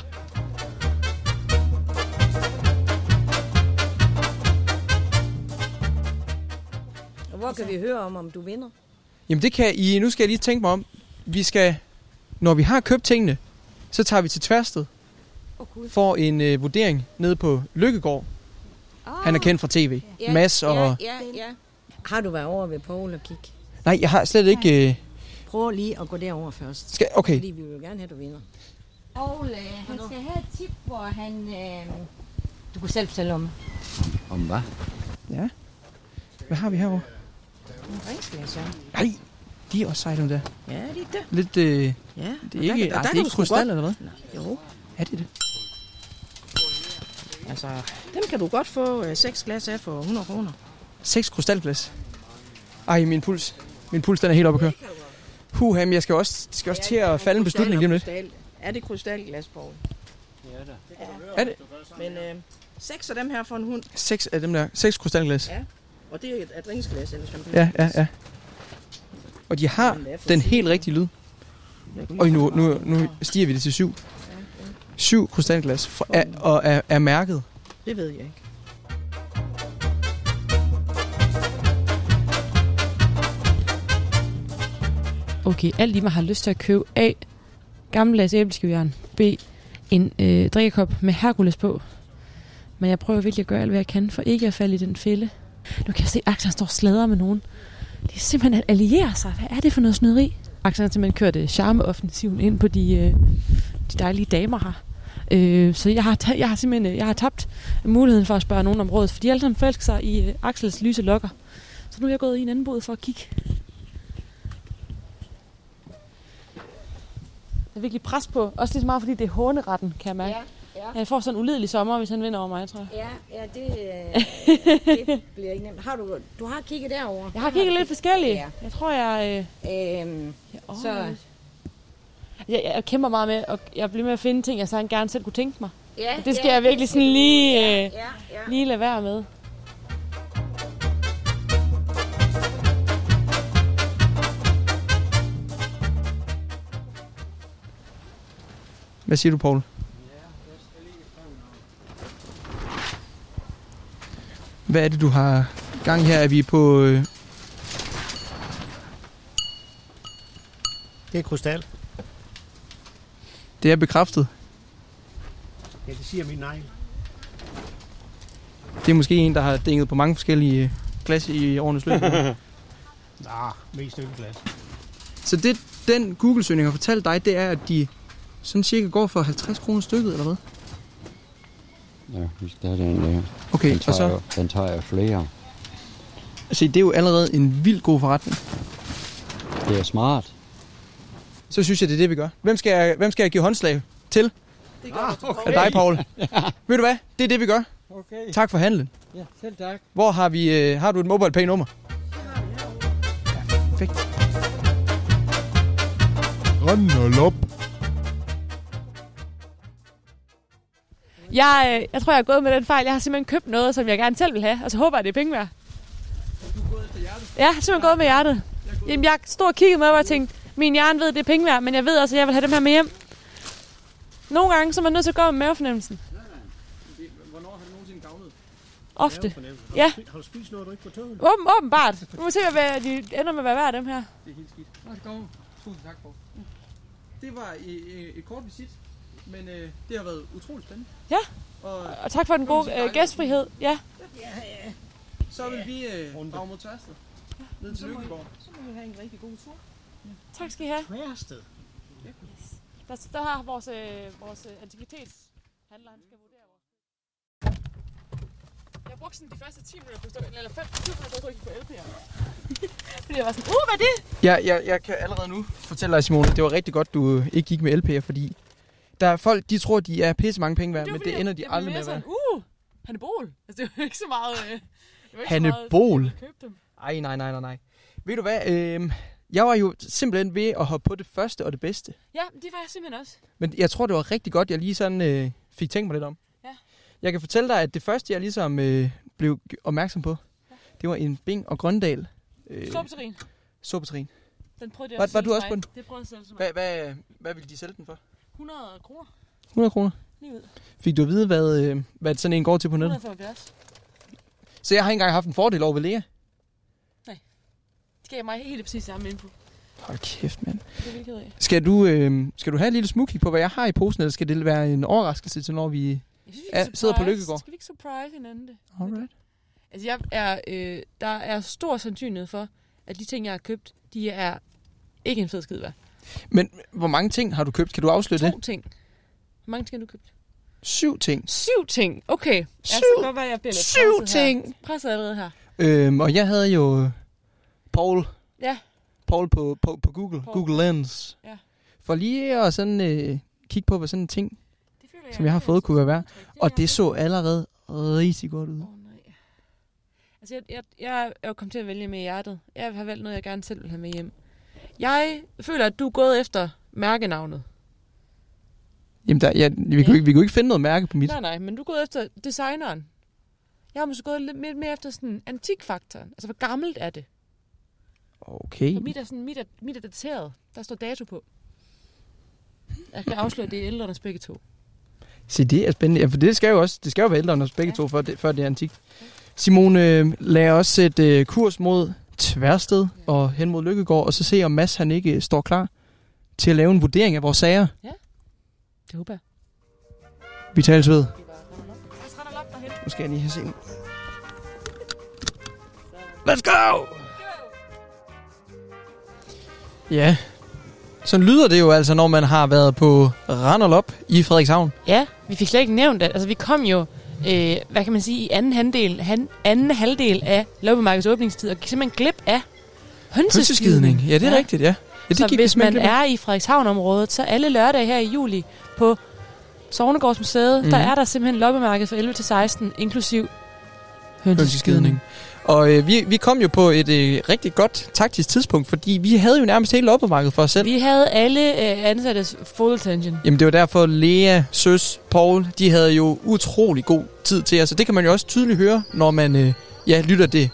Speaker 9: Og hvor kan vi høre om, om du vinder?
Speaker 7: Jamen det kan I, nu skal jeg lige tænke mig om, vi skal, når vi har købt tingene, så tager vi til Tværsted,
Speaker 9: okay.
Speaker 7: får en øh, vurdering nede på Lykkegård. Oh.
Speaker 6: Ah.
Speaker 7: Han er kendt fra tv. Yeah. Mads og...
Speaker 9: Ah. Ja, ja, ja. Har du været over ved Poul og kigge?
Speaker 7: Nej, jeg har slet ikke... Øh,
Speaker 9: Prøv lige at gå derover først.
Speaker 7: Skal- okay.
Speaker 9: Fordi vi vil jo gerne have, at du vinder.
Speaker 29: Ole, øh, han skal have et tip, hvor han... Øh,
Speaker 9: Du kunne selv fortælle om.
Speaker 12: Om hvad?
Speaker 7: ja. Hvad har vi herovre?
Speaker 9: Drinkglas, ja.
Speaker 7: Nej, de er også sejt om der.
Speaker 9: Ja, det er det.
Speaker 7: Lidt, øh, det
Speaker 9: Ja.
Speaker 7: er
Speaker 9: og der
Speaker 7: ikke,
Speaker 9: kan- og der
Speaker 7: ej,
Speaker 9: kan
Speaker 7: det er
Speaker 9: du
Speaker 7: ikke
Speaker 9: sgu
Speaker 7: krystal
Speaker 9: godt-
Speaker 7: eller hvad?
Speaker 9: Jo,
Speaker 7: Er det det?
Speaker 9: altså, dem kan du godt få øh, 6 glas af for 100 kroner.
Speaker 7: 6 krystalglas. Ej, min puls. Min puls, den er helt oppe at køre. Puh, jamen, jeg skal også, skal også til at falde en beslutning lige om lidt.
Speaker 9: Er det krystalglas, Poul? Ja, det
Speaker 7: Er det?
Speaker 9: Men øh, seks af dem her for en hund.
Speaker 7: 6 af dem der. 6 krystalglas.
Speaker 9: Ja, og det er et, et dringsglas eller champagne.
Speaker 7: Ja, ja, ja. Og de har den helt rigtige lyd. Og nu, nu, nu stiger vi det til 7. 7 krystalglas fra, er, og er, er mærket.
Speaker 9: Det ved jeg ikke.
Speaker 8: Okay, alt I mig har lyst til at købe A. Gammeldags æbleskivjern. B. En øh, drikkekop med Hercules på. Men jeg prøver virkelig at gøre alt, hvad jeg kan, for ikke at falde i den fælde. Nu kan jeg se, at Axel han står og slader med nogen. Det er simpelthen at alliere sig. Hvad er det for noget snyderi? Axel har simpelthen kørt øh, charmeoffensiven ind på de, øh, de dejlige damer her. Øh, så jeg har, ta- jeg har simpelthen øh, jeg har tabt muligheden for at spørge nogen om rådet, for de alle sammen forelsker sig i øh, Axels lyse lokker. Så nu er jeg gået i en anden båd for at kigge. Der er virkelig pres på. Også lige så meget, fordi det er håneretten, kan jeg mærke.
Speaker 9: ja.
Speaker 8: Jeg får sådan en ulidelig sommer, hvis han vinder over mig, tror jeg.
Speaker 9: Ja, ja det, øh, det bliver ikke nemt. Har du, du har kigget derover.
Speaker 8: Jeg har kigget lidt forskellige. Jeg tror, jeg...
Speaker 9: Øh, øhm, så,
Speaker 8: Jeg, jeg kæmper meget med, og jeg bliver med at finde ting, jeg så gerne selv kunne tænke mig.
Speaker 9: Ja,
Speaker 8: og det skal
Speaker 9: ja,
Speaker 8: jeg virkelig
Speaker 9: det
Speaker 8: sådan
Speaker 9: skal du.
Speaker 8: lige,
Speaker 9: Ja,
Speaker 8: ja,
Speaker 9: ja, ja.
Speaker 8: lige lade være med.
Speaker 7: Hvad siger du, Paul? Hvad er det, du har gang her? Er vi på... Øh,
Speaker 30: Det er krystal.
Speaker 7: det er bekræftet.
Speaker 30: Ja, det siger min negl.
Speaker 7: Det er måske en, der har dænget på mange forskellige øh, glas i årenes løb.
Speaker 30: Nå, mest ølglas.
Speaker 7: Så det, den Google-søgning har fortalt dig, det er, at de sådan cirka går for 50 kroner stykket, eller hvad?
Speaker 10: Ja, vi skal have den der.
Speaker 7: Okay,
Speaker 10: den
Speaker 7: og så-
Speaker 10: tager, jo- Den tager jeg flere.
Speaker 7: Se, det er jo allerede en vild god forretning.
Speaker 10: Det er smart.
Speaker 7: Så synes jeg, det er det, vi gør. Hvem skal jeg, hvem skal jeg give håndslag til?
Speaker 16: Det gør ah,
Speaker 7: Okay. Af dig, Paul. Ved du hvad? Det er det, vi gør.
Speaker 16: Okay.
Speaker 7: Tak for handlen.
Speaker 16: Ja, selv tak.
Speaker 7: Hvor har vi... Øh, har du et MobilePay-nummer?
Speaker 31: Hold op.
Speaker 8: Jeg, øh, jeg tror, jeg er gået med den fejl. Jeg har simpelthen købt noget, som jeg gerne selv vil have, og så håber jeg, det er penge værd. Ja, jeg har simpelthen gået med hjertet. Jamen, jeg stod og kiggede med, og jeg tænkte, min hjerne ved, det er penge værd, men jeg ved også, at jeg vil have dem her med hjem. Nogle gange, så er man nødt til at gå med mavefornemmelsen.
Speaker 7: Hvornår har du nogensinde gavnet?
Speaker 8: Ofte.
Speaker 30: Har
Speaker 8: Ja,
Speaker 30: du spi- Har du spist noget, du ikke på toget?
Speaker 8: Åben, åbenbart. Nu må vi se, hvad de ender med at være værd, dem her.
Speaker 7: Det er helt skidt. Nå, det kommer. Tusind tak, Paul. Det var et, et kort visit, men øh, det har været utroligt spændende.
Speaker 8: Ja, og tak for den gode øh, gæstfrihed. Ja.
Speaker 7: Så vil vi øh, drage mod Tørsted. Ned til Lykkeborg.
Speaker 9: Så må vi have en rigtig god tur.
Speaker 8: Tak skal I have.
Speaker 30: Tværsted.
Speaker 8: Der, der har vores, øh, vores øh, antikvitetshandler, han skal vurdere vores... Jeg brugte sådan de første 10 minutter på at stå, eller 5 minutter på at trykke på LP'er. Fordi jeg var sådan, uh, hvad er det?
Speaker 7: Jeg, jeg, jeg kan allerede nu fortælle dig, Simone, det var rigtig godt, du øh, ikke gik med LP'er, fordi der er folk, de tror, de er pisse mange penge værd, men det ender de
Speaker 8: Jeg blev
Speaker 7: aldrig med
Speaker 8: mere
Speaker 7: at være.
Speaker 8: sådan, uh, Hanne Bol. Altså, det var ikke så meget... Øh, det var ikke så
Speaker 7: Hanne Øh.
Speaker 8: meget,
Speaker 7: Bol?
Speaker 8: jeg købte dem.
Speaker 7: Ej, nej, nej, nej, nej. Ved du hvad, øhm, jeg var jo simpelthen ved at hoppe på det første og det bedste.
Speaker 8: Ja, men det var jeg simpelthen også.
Speaker 7: Men jeg tror, det var rigtig godt, jeg lige sådan øh, fik tænkt mig lidt om.
Speaker 8: Ja.
Speaker 7: Jeg kan fortælle dig, at det første, jeg ligesom øh, blev g- opmærksom på, ja. det var en Bing og Grøndal.
Speaker 8: Øh. Stopterin.
Speaker 7: Sobeterin.
Speaker 8: Den prøvede jeg
Speaker 7: Var-
Speaker 8: at
Speaker 7: var
Speaker 8: sælge
Speaker 7: du
Speaker 8: til
Speaker 7: også
Speaker 8: mig.
Speaker 7: på den?
Speaker 8: Det prøvede jeg selv til mig.
Speaker 7: Hvad, hvad, hvad ville de sælge den for?
Speaker 8: 100 kroner.
Speaker 7: 100 kroner.
Speaker 8: Lige ud.
Speaker 7: Fik du at vide, hvad, øh, hvad sådan en går til på nettet?
Speaker 8: 175.
Speaker 7: Så jeg har ikke engang haft en fordel over ved Lea.
Speaker 8: Det gav mig helt præcis samme input.
Speaker 7: Hold kæft, mand.
Speaker 8: Det er jeg vildt ked af.
Speaker 7: Skal du, øh, skal du have en lille smugkig på, hvad jeg har i posen, eller skal det være en overraskelse til, når vi,
Speaker 8: Jeg synes, vi
Speaker 7: er,
Speaker 8: kan
Speaker 7: sidder på
Speaker 8: surprise-
Speaker 7: Lykkegård?
Speaker 8: Skal vi ikke surprise hinanden det?
Speaker 7: Alright.
Speaker 8: Altså, jeg er, øh, der er stor sandsynlighed for, at de ting, jeg har købt, de er ikke en fed skid værd.
Speaker 7: Men hvor mange ting har du købt? Kan du afsløre
Speaker 8: To
Speaker 7: det?
Speaker 8: ting. Hvor mange ting har du købt?
Speaker 7: Syv ting.
Speaker 8: Syv ting. Okay. Syv. Jeg
Speaker 7: Syv-
Speaker 8: kan godt være, jeg bliver lidt
Speaker 7: syv
Speaker 8: presset Her. Presset allerede her.
Speaker 7: Øhm, og jeg havde jo øh, Paul,
Speaker 8: Ja.
Speaker 7: Paul på, på, på Google,
Speaker 8: Paul.
Speaker 7: Paul. Google Lens.
Speaker 8: Ja.
Speaker 7: For lige at sådan, øh, kigge på, hvad sådan en ting, som jeg har fået, kunne være værd. Og det så allerede rigtig godt ud.
Speaker 8: Altså, jeg, jeg, jeg er jo kommet til at vælge med hjertet. Jeg har valgt noget, jeg gerne selv vil have med hjem. Jeg føler, at du er gået efter mærkenavnet.
Speaker 7: Jamen, der, ja, vi,
Speaker 8: Ja.
Speaker 7: kunne ikke, vi kunne ikke finde noget mærke på mit.
Speaker 8: Nej, nej, men du er gået efter designeren. Jeg har måske gået lidt mere, mere efter sådan antikfaktoren. Altså, hvor gammelt er det?
Speaker 7: Okay.
Speaker 8: For mit er, sådan, mit, er, mit er dateret. Der står dato på. Jeg kan afsløre, at det er ældre end os begge to.
Speaker 7: Se, det er spændende. Ja, for det skal jo også, det skal jo være ældre end os begge to, før det, før det er antikt. Simone, øh, lad os sætte øh, kurs mod Tværsted og hen mod Lykkegård, og så se, om Mads han ikke øh, står klar til at lave en vurdering af vores sager.
Speaker 8: Det håber jeg.
Speaker 7: Vi tales
Speaker 8: Jeg
Speaker 7: ved.
Speaker 8: træder op derhen.
Speaker 7: Nu skal jeg lige have set. den. Let's go! Ja, sådan lyder det jo altså, når man har været på Randerlop i Frederikshavn.
Speaker 8: Ja, vi fik slet ikke nævnt, at altså, vi kom jo, øh, hvad kan man sige, i anden, handel, han, anden halvdel af loppemarkedets åbningstid, og gik simpelthen glip af hønseskidning.
Speaker 7: Hønseskidning. Ja, det er rigtigt, ja. ja det
Speaker 8: så
Speaker 7: gik vi
Speaker 8: hvis man
Speaker 7: simpelthen glip af.
Speaker 8: er i Frederikshavn-området, så alle lørdage her i juli på Sovnegårdsmuseet, mm. der
Speaker 7: Mhm.
Speaker 8: er der simpelthen loppemarked fra 11 til 16, inklusiv
Speaker 7: hønseskidning. Og øh, vi, vi kom jo på et øh, rigtig godt taktisk tidspunkt, fordi vi havde jo nærmest hele loppemarkedet for os selv.
Speaker 8: Vi havde alle øh, ansattes full attention.
Speaker 7: Jamen det var derfor Lea, Søs, Paul, de havde jo utrolig god tid til os. Og det kan man jo også tydeligt høre, når man øh, ja, lytter det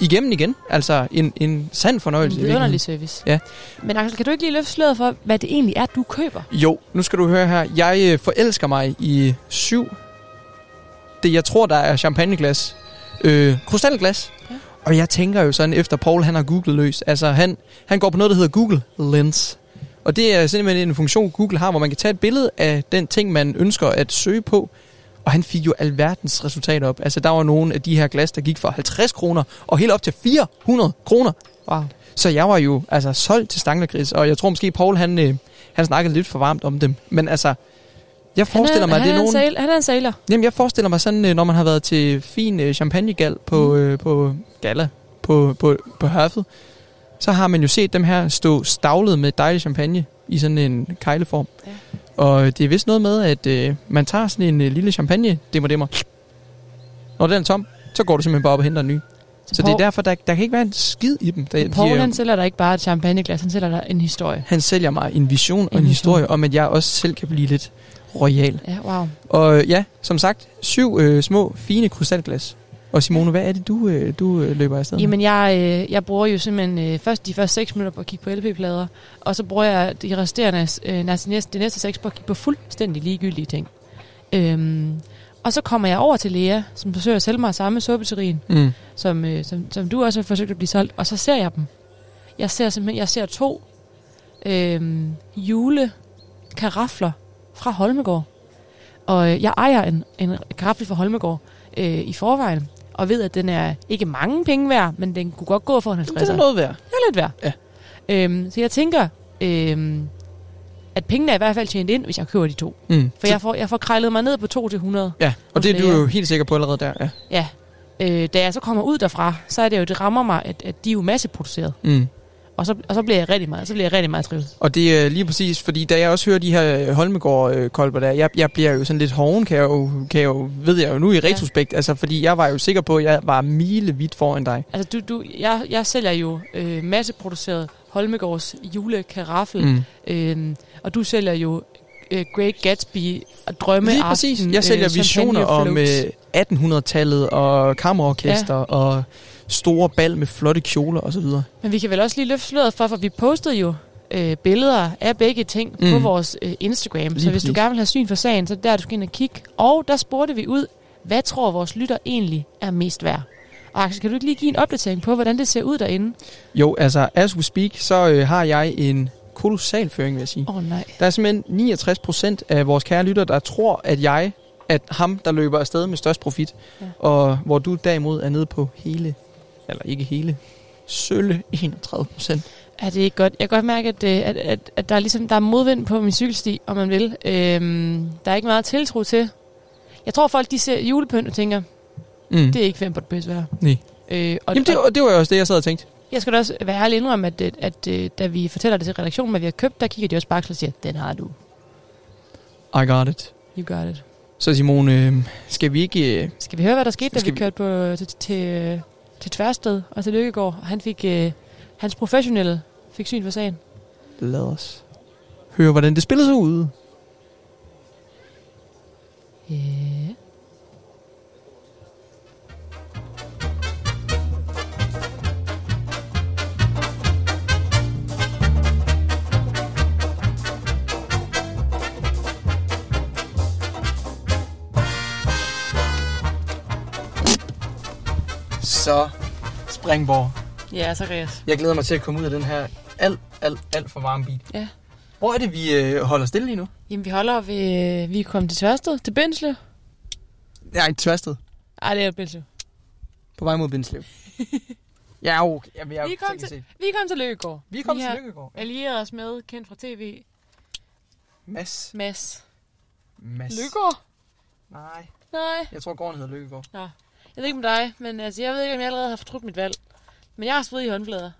Speaker 7: igennem igen. Altså en, en sand fornøjelse. i
Speaker 8: En vidunderlig
Speaker 7: virkeligheden.
Speaker 8: service.
Speaker 7: Ja.
Speaker 8: Men Axel, kan du ikke lige løfte sløret for, hvad det egentlig er, du køber?
Speaker 7: Jo, nu skal du høre her. Jeg øh, forelsker mig i øh, syv, det jeg tror, der er champagneglas, øh, krystalglas. Ja. Og jeg tænker jo sådan, efter Paul han har googlet løs, altså han, han går på noget, der hedder Google Lens. Og det er simpelthen en funktion, Google har, hvor man kan tage et billede af den ting, man ønsker at søge på. Og han fik jo alverdens resultater op. Altså der var nogle af de her glas, der gik for 50 kroner, og helt op til 400 kroner.
Speaker 8: Wow.
Speaker 7: Så jeg var jo altså solgt til Stanglergris, og jeg tror måske, Paul han, øh, han snakkede lidt for varmt om dem. Men altså, jeg forestiller mig,
Speaker 8: han
Speaker 7: at det er
Speaker 8: er en
Speaker 7: nogen...
Speaker 8: sail- han er en sailor.
Speaker 7: Jamen, jeg forestiller mig sådan, øh, når man har været til fin øh, champagnegal på, mm. øh, på gala på, på, på Hørfed, så har man jo set dem her stå stavlet med dejlig champagne i sådan en kejleform. Ja. Og det er vist noget med, at øh, man tager sådan en øh, lille champagne, dimmer, dimmer. Når den er tom, så går du simpelthen bare op og henter en ny. Så, så det er
Speaker 8: Paul-
Speaker 7: derfor, der, der kan ikke være en skid i dem. Der,
Speaker 8: Paul,
Speaker 7: de,
Speaker 8: han
Speaker 7: øh,
Speaker 8: sælger dig ikke bare et champagneglas, han sælger dig en historie.
Speaker 7: han sælger mig en vision og en historie om, at jeg også selv kan blive lidt royal.
Speaker 8: Mhm. Ja, wow.
Speaker 7: Og øh, ja, som sagt, syv øh, små, fine krystalglas. Og Simone, hvad er det, du, øh, du øh, løber afsted med?
Speaker 8: Jamen, jeg, øh, jeg bruger jo simpelthen øh, først de første 6 minutter på at kigge på LP-plader, og så bruger jeg de resterende, øh, næste, næste- de næste 6 på at kigge på fuldstændig ligegyldige ting. Øhm, og så kommer jeg over til Lea, som forsøger at sælge mig samme suppeterin,
Speaker 7: Mm.
Speaker 8: som, øh, som, som du også har forsøgt at blive solgt, og så ser jeg dem. Jeg ser simpelthen jeg ser to øhm, julekarafler fra Holmegård. Og øh, jeg ejer en, en karaffel fra Holmegård øh, i forvejen, og ved, at den er ikke mange penge værd, men den kunne godt gå for en 50.
Speaker 7: Den er noget værd.
Speaker 8: Den er lidt værd. Ja. Øhm, så jeg tænker, øhm, at pengene er i hvert fald tjent ind, hvis jeg køber de to.
Speaker 7: Mm.
Speaker 8: For jeg får, jeg får krejlet mig ned på 2 til 100.
Speaker 7: Ja, og
Speaker 8: hos
Speaker 7: det er du
Speaker 8: Lea.
Speaker 7: jo helt sikker på allerede der. Ja.
Speaker 8: Ja, øh, da jeg så kommer ud derfra, så er det jo, det rammer mig, at, at de er jo masseproduceret.
Speaker 7: Mm.
Speaker 8: Og så, og så bliver jeg rigtig meget, så bliver jeg rigtig meget trivet.
Speaker 7: Og det er lige præcis, fordi da jeg også hører de her øh, Holmegård-kolber der, jeg, jeg bliver jo sådan lidt hoven, kan jeg jo, kan jeg jo, ved jeg jo nu i retrospekt, altså fordi jeg var jo sikker på, at jeg var milevidt foran dig.
Speaker 8: Altså, du, du, jeg, jeg sælger jo øh, masseproduceret Holmegårds julekaraffel,
Speaker 7: Mm.
Speaker 8: mm. øh, og du sælger jo øh, Great Gatsby og øh, drømme
Speaker 7: Lige præcis. Jeg sælger visioner om øh, 1800-tallet og kammerorkester ja. og store bal med flotte kjoler osv.
Speaker 8: Men vi kan vel også lige løfte sløret for, for vi postede jo øh, billeder af begge ting mm. på
Speaker 7: Mm.
Speaker 8: vores øh, Instagram. Lige
Speaker 7: Lige
Speaker 8: så hvis du
Speaker 7: præcis.
Speaker 8: gerne vil have syn for sagen, så er det der, du skal ind og kigge. Og der spurgte vi ud, hvad tror vores lytter egentlig er mest værd? Og Axel, kan du ikke lige give en opdatering på, hvordan det ser ud derinde?
Speaker 7: Jo, altså as we speak, så øh, har jeg en kolossal føring, vil jeg sige.
Speaker 8: Åh oh, nej.
Speaker 7: Der er simpelthen 69 procent af vores kære lytter, der tror, at jeg at ham, der løber afsted med størst profit,
Speaker 8: Ja.
Speaker 7: ja. og hvor du derimod er nede på hele, eller ikke hele, sølle 31 procent.
Speaker 8: Er det ikke godt? Jeg kan godt mærke, at, øh, at, at, at der, er ligesom, der er modvind på min cykelsti, om man vil. Øhm, der er ikke meget tiltro til. Jeg tror, folk de ser julepynt og tænker, mm.
Speaker 7: Mm.
Speaker 8: det er ikke fem på det pisse værd.
Speaker 7: Nej.
Speaker 8: Øh, og,
Speaker 7: Jamen det,
Speaker 8: og,
Speaker 7: var- det var jo også det, jeg sad og tænkte.
Speaker 8: jeg skal da også være ærlig indrømme, at, at, at, øh, da vi fortæller det til redaktionen, hvad vi har købt, der kigger de også bare og siger, den har du.
Speaker 7: I got it.
Speaker 8: You got it.
Speaker 7: Så Simone, øh, skal vi ikke... Øh,
Speaker 8: Skal vi høre, hvad der skete, da vi
Speaker 7: Skal vi-
Speaker 8: kørte på, til, til, øh, til Tværsted og til Lykkegård? Og Han fik, øh, hans professionelle fik syn for sagen.
Speaker 7: lad os høre, hvordan det spillede sig ud?
Speaker 8: Yeah.
Speaker 7: Så Springborg.
Speaker 8: Ja, så Rias.
Speaker 7: Jeg glæder mig til at komme ud af den her alt, alt, alt for varme bil.
Speaker 8: Ja.
Speaker 7: Hvor er det, vi øh, holder stille lige nu?
Speaker 8: Jamen, vi holder ved, vi er kommet til Tværsted, til Bindslev.
Speaker 7: Nej, Tværsted.
Speaker 8: Ej, det er Bindslev.
Speaker 7: På vej mod Bindslev. ja, okay. Jamen, jeg,
Speaker 8: vi, kom
Speaker 7: tænker
Speaker 8: til,
Speaker 7: set.
Speaker 8: vi kom til Løkkegaard.
Speaker 7: Vi er kommet til
Speaker 8: har
Speaker 7: Løkkegaard,
Speaker 8: Allieret os med, kendt fra tv.
Speaker 7: Mads.
Speaker 8: Mads.
Speaker 7: Mads.
Speaker 8: Løkkegaard?
Speaker 7: Nej.
Speaker 8: Nej.
Speaker 7: Jeg tror, gården hedder Løkkegaard.
Speaker 8: Nå. Jeg ved ikke med dig, men altså, jeg ved ikke, om jeg allerede har fortrudt mit valg. Men jeg har svedet i håndflader.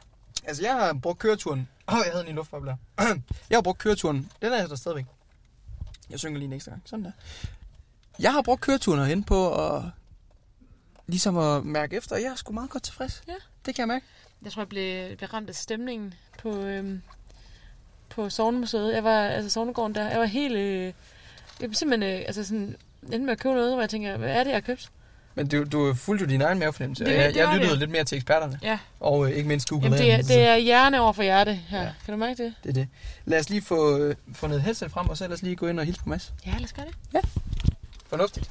Speaker 7: Altså, jeg har brugt køreturen. Åh, oh, jeg havde en i luftbobler. jeg har brugt køreturen. Den er der stadigvæk. Jeg synger lige en ekstra gang. Sådan der. Jeg har brugt køreturen hen på at ligesom at mærke efter. Jeg er sgu meget godt tilfreds.
Speaker 8: Ja.
Speaker 7: Det kan jeg mærke.
Speaker 8: Jeg tror, jeg blev, blev ramt af stemningen på, øhm, på Sognemuseet. Jeg var, altså Sognegården der, jeg var helt... Øh, jeg blev simpelthen, øh, altså sådan, endte med at købe noget, hvor jeg tænker, hvad er det, jeg har købt?
Speaker 7: Men du, du fulgte jo din egen mavefornemmelse.
Speaker 8: Det-
Speaker 7: og jeg,
Speaker 8: det
Speaker 7: jeg
Speaker 8: var
Speaker 7: lyttede
Speaker 8: det.
Speaker 7: lidt mere til eksperterne.
Speaker 8: Ja.
Speaker 7: Og øh, ikke mindst Google.
Speaker 8: Jamen, det, er, det er hjerne over for hjerte her. Ja. Kan du mærke det?
Speaker 7: det er det. Lad os lige få, øh, få noget headset frem, og så lad os lige gå ind og hilse på Mads.
Speaker 8: Ja, lad os gøre det.
Speaker 7: Fornuftigt.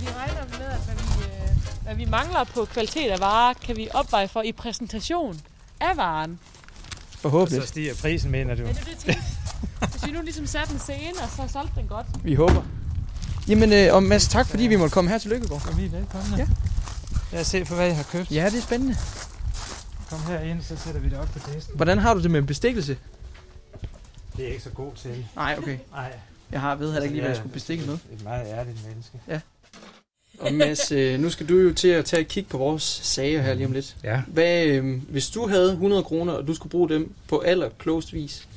Speaker 8: Vi regner med, at hvad vi, øh, hvad vi mangler på kvalitet af varer, kan vi opveje for i præsentation af varen.
Speaker 7: Forhåbentlig.
Speaker 13: Så stiger prisen, mener du?
Speaker 8: Ja, det er det, jeg tænkte. Hvis vi nu ligesom satte en scene, og så solgte den godt.
Speaker 7: Vi håber. Jamen, øh, og Mads, tak fordi vi måtte komme her til Lykkegaard.
Speaker 13: Kom lige velkommen. Ja. Lad os se på, hvad jeg har købt.
Speaker 7: Ja, det er spændende.
Speaker 13: Kom herind, så sætter vi det op på testen.
Speaker 7: Hvordan har du det med bestikkelse?
Speaker 13: Det er jeg ikke så god til.
Speaker 7: Nej, okay.
Speaker 13: Nej. Altså,
Speaker 7: Jeg har ved heller ikke lige, hvad jeg skulle bestikke med.
Speaker 13: Et meget ærligt menneske.
Speaker 7: Ja. Og Mads, øh, nu skal du jo til at tage et kig på vores sager her lige om lidt.
Speaker 13: Ja.
Speaker 7: Hvad, øh, hvis du havde 100 kroner, og du skulle bruge dem på allerklogest vis,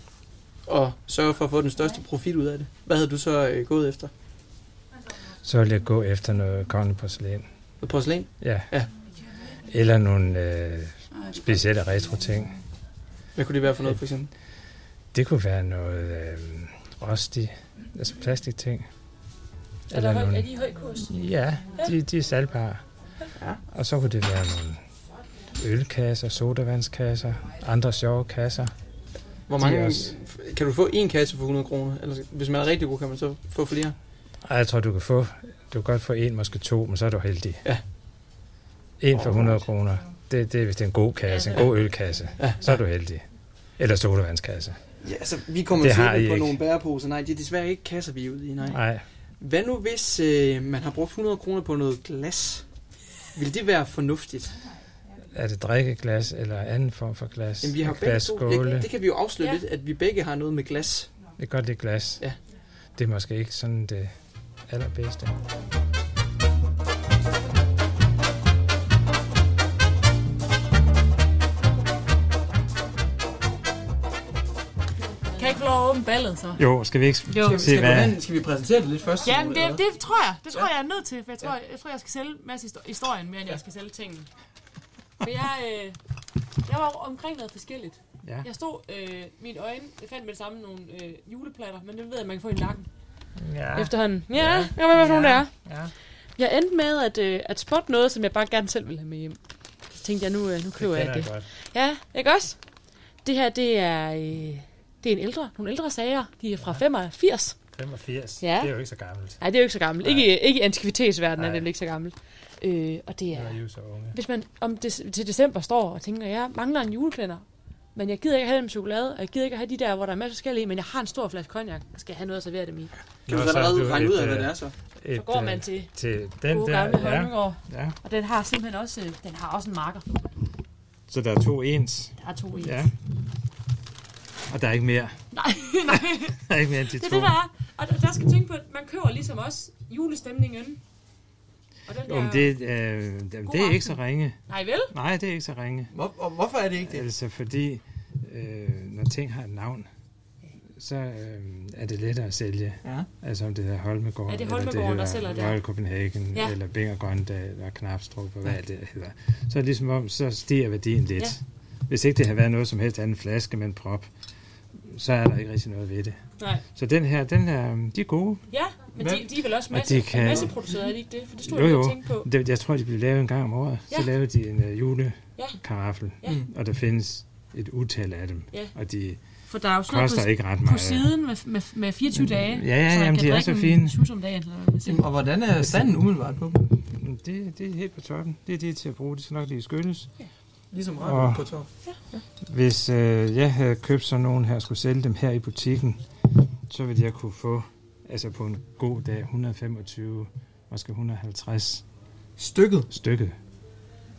Speaker 7: og sørge for at få den største profit ud af det, hvad havde du så øh, gået efter?
Speaker 13: Så vil jeg gå efter noget kongeligt porcelæn.
Speaker 7: Noget porcelæn?
Speaker 13: Ja.
Speaker 7: ja.
Speaker 13: Eller nogle øh, specielle retro ting.
Speaker 7: Hvad kunne det være for noget, for eksempel?
Speaker 13: Det kunne være noget øh, rosti, altså plastikting.
Speaker 8: i høj kurs?
Speaker 13: Ja, de, de er salgbare. Ja. Og så kunne det være nogle ølkasser, sodavandskasser, andre sjove kasser.
Speaker 7: Hvor
Speaker 13: De er
Speaker 7: mange,
Speaker 13: også-
Speaker 7: kan du få en kasse for 100 kroner? Eller hvis man er rigtig god, kan man så få flere?
Speaker 13: Ej, jeg tror, du kan få, du kan godt få en, måske to, men så er du heldig.
Speaker 7: Ja.
Speaker 13: En for 100 kroner. Det, det er, hvis det er en god kasse, en god ølkasse.
Speaker 7: Ja.
Speaker 13: Så er du heldig. Eller sodavandskasse.
Speaker 7: Ja, altså, vi kommer
Speaker 13: Det
Speaker 7: til
Speaker 13: har
Speaker 7: det
Speaker 13: I
Speaker 7: på
Speaker 13: ikke.
Speaker 7: nogle bæreposer. Nej, det er desværre ikke kasser, vi er ude i. Nej.
Speaker 13: Nej.
Speaker 7: Hvad nu, hvis øh, man har brugt 100 kroner på noget glas? Vil det være fornuftigt?
Speaker 13: er det drikkeglas eller anden form for glas?
Speaker 7: Jamen, vi har begge
Speaker 13: glas,
Speaker 7: to, det, det kan vi jo afsløre ja. lidt, at vi begge har noget med glas.
Speaker 13: Det er godt, det er glas.
Speaker 7: Ja.
Speaker 13: Det er måske ikke sådan det allerbedste.
Speaker 8: Kan jeg ikke få lov at åbne ballet, så?
Speaker 13: Jo, skal vi ikke
Speaker 8: Jo.
Speaker 13: jo. se, hvad...
Speaker 7: hvordan, skal vi præsentere det lidt først?
Speaker 8: Ja, men det, det tror jeg. Det tror
Speaker 7: Ja.
Speaker 8: ja. jeg er nødt til, for jeg tror, jeg, jeg, tror, jeg skal sælge en masse histo- historien mere, end jeg skal sælge tingene. For jeg, øh, jeg var omkring noget forskelligt.
Speaker 13: Ja.
Speaker 8: Jeg stod, øh, mine øjne, jeg fandt med det samme nogle øh, juleplatter, men det ved jeg, man kan få i nakken.
Speaker 11: Ja.
Speaker 8: Efterhånden. Ja,
Speaker 11: Ja.
Speaker 8: ja. jeg ved, hvad for nogle
Speaker 11: Ja.
Speaker 8: det er.
Speaker 11: Ja.
Speaker 8: Jeg endte med at, øh, at spotte noget, som jeg bare gerne selv ville have med hjem. Så tænkte jeg, nu, øh, nu køber
Speaker 11: kender
Speaker 8: jeg det.
Speaker 11: jeg godt.
Speaker 8: Ja, ikke også? Det her, det er, øh, det er en ældre, nogle ældre sager. De er fra ja. 85.
Speaker 13: 85,
Speaker 8: Ja.
Speaker 13: det er jo ikke så gammelt.
Speaker 8: Nej, det er jo ikke så gammelt.
Speaker 13: Nej.
Speaker 8: Ikke, ikke i antikvitetsverdenen er
Speaker 13: Nej.
Speaker 8: det ikke så gammelt. Øh, og det er...
Speaker 13: Nu er I jo så unge.
Speaker 8: Hvis man om des, til december står og tænker, jeg mangler en juleklænder, men jeg gider ikke have dem med chokolade, og jeg gider ikke have de der, hvor der er masser af forskellige, men jeg har en stor flaske cognac, og skal have noget at servere dem i.
Speaker 7: Kan
Speaker 13: Nå,
Speaker 7: du så
Speaker 13: er
Speaker 7: allerede
Speaker 13: du
Speaker 7: regne ud af,
Speaker 13: et,
Speaker 7: hvad
Speaker 13: øh,
Speaker 7: det er så?
Speaker 13: Et,
Speaker 8: Så går
Speaker 13: øh,
Speaker 8: man til,
Speaker 13: til den
Speaker 8: gode
Speaker 13: der,
Speaker 8: gamle
Speaker 13: ja.
Speaker 8: Holmegård,
Speaker 13: ja.
Speaker 8: og den har simpelthen også, øh, den har også en marker.
Speaker 13: Så der er to ens.
Speaker 8: Der er to ens.
Speaker 13: Ja. Og der er ikke mere.
Speaker 8: Nej, nej.
Speaker 13: Der er ikke mere end de
Speaker 8: det er
Speaker 13: to.
Speaker 8: det, der er. Og der, der skal tænke på, at man køber ligesom også julestemningen. Og den
Speaker 13: Jo, men det, øh, jamen, det er
Speaker 8: aften.
Speaker 13: ikke så ringe.
Speaker 8: Nej, vel?
Speaker 13: Nej, det er ikke så ringe.
Speaker 7: Hvor, og hvorfor er det ikke det?
Speaker 13: Altså, fordi øh, når ting har et navn, så øh, er det lettere at sælge.
Speaker 7: Ja.
Speaker 13: Altså om det hedder Holmegård,
Speaker 8: Er det Holmegaard, der
Speaker 13: eller det
Speaker 8: sælger det?
Speaker 13: hedder Royal Copenhagen,
Speaker 8: Ja.
Speaker 13: ja. eller Binger Grøndal, og Knapstrup, og hvad
Speaker 8: Ja.
Speaker 13: ja. det hedder. Så er det ligesom om, så stiger værdien lidt.
Speaker 8: Ja.
Speaker 13: Ja. Hvis ikke det havde været noget som helst andet flaske med en prop, så er der ikke rigtig noget ved det.
Speaker 8: Nej.
Speaker 13: Så den her, den her, øh, de er gode.
Speaker 8: Ja, men de, de er vel også
Speaker 13: Og
Speaker 8: masse,
Speaker 13: de kan-
Speaker 8: masseproduceret, er de ikke det? For det stod
Speaker 13: jo,
Speaker 8: jeg
Speaker 13: jo.
Speaker 8: lige og tænkte på.
Speaker 13: Det, jeg tror, de blev lavet en gang om året. Ja.
Speaker 8: Ja.
Speaker 13: Så lavede de en uh,
Speaker 8: Ja.
Speaker 13: julekaraffel,
Speaker 8: Ja. Mm.
Speaker 13: og der findes et utal af dem.
Speaker 8: Ja.
Speaker 13: Og de
Speaker 8: For der er jo sådan noget
Speaker 13: koster
Speaker 8: på,
Speaker 13: ikke ret
Speaker 8: på
Speaker 13: meget. Mm.
Speaker 8: siden med, med, med 24 dage.
Speaker 13: Ja, ja, jamen, de er så fine.
Speaker 8: Så om dagen. Eller hvad
Speaker 7: Jamen, og hvordan er standen umiddelbart på dem?
Speaker 13: Mm, Det, det er helt på toppen. Det er det til at bruge. Det skal nok lige skyldes.
Speaker 7: Ligesom
Speaker 13: Og-
Speaker 7: røven på tår.
Speaker 13: Hvis øh, jeg havde købt sådan nogen her og skulle sælge dem her i butikken, så ville jeg kunne få, altså på en god dag, 125, måske 150.
Speaker 7: Stykket?
Speaker 13: Stykket.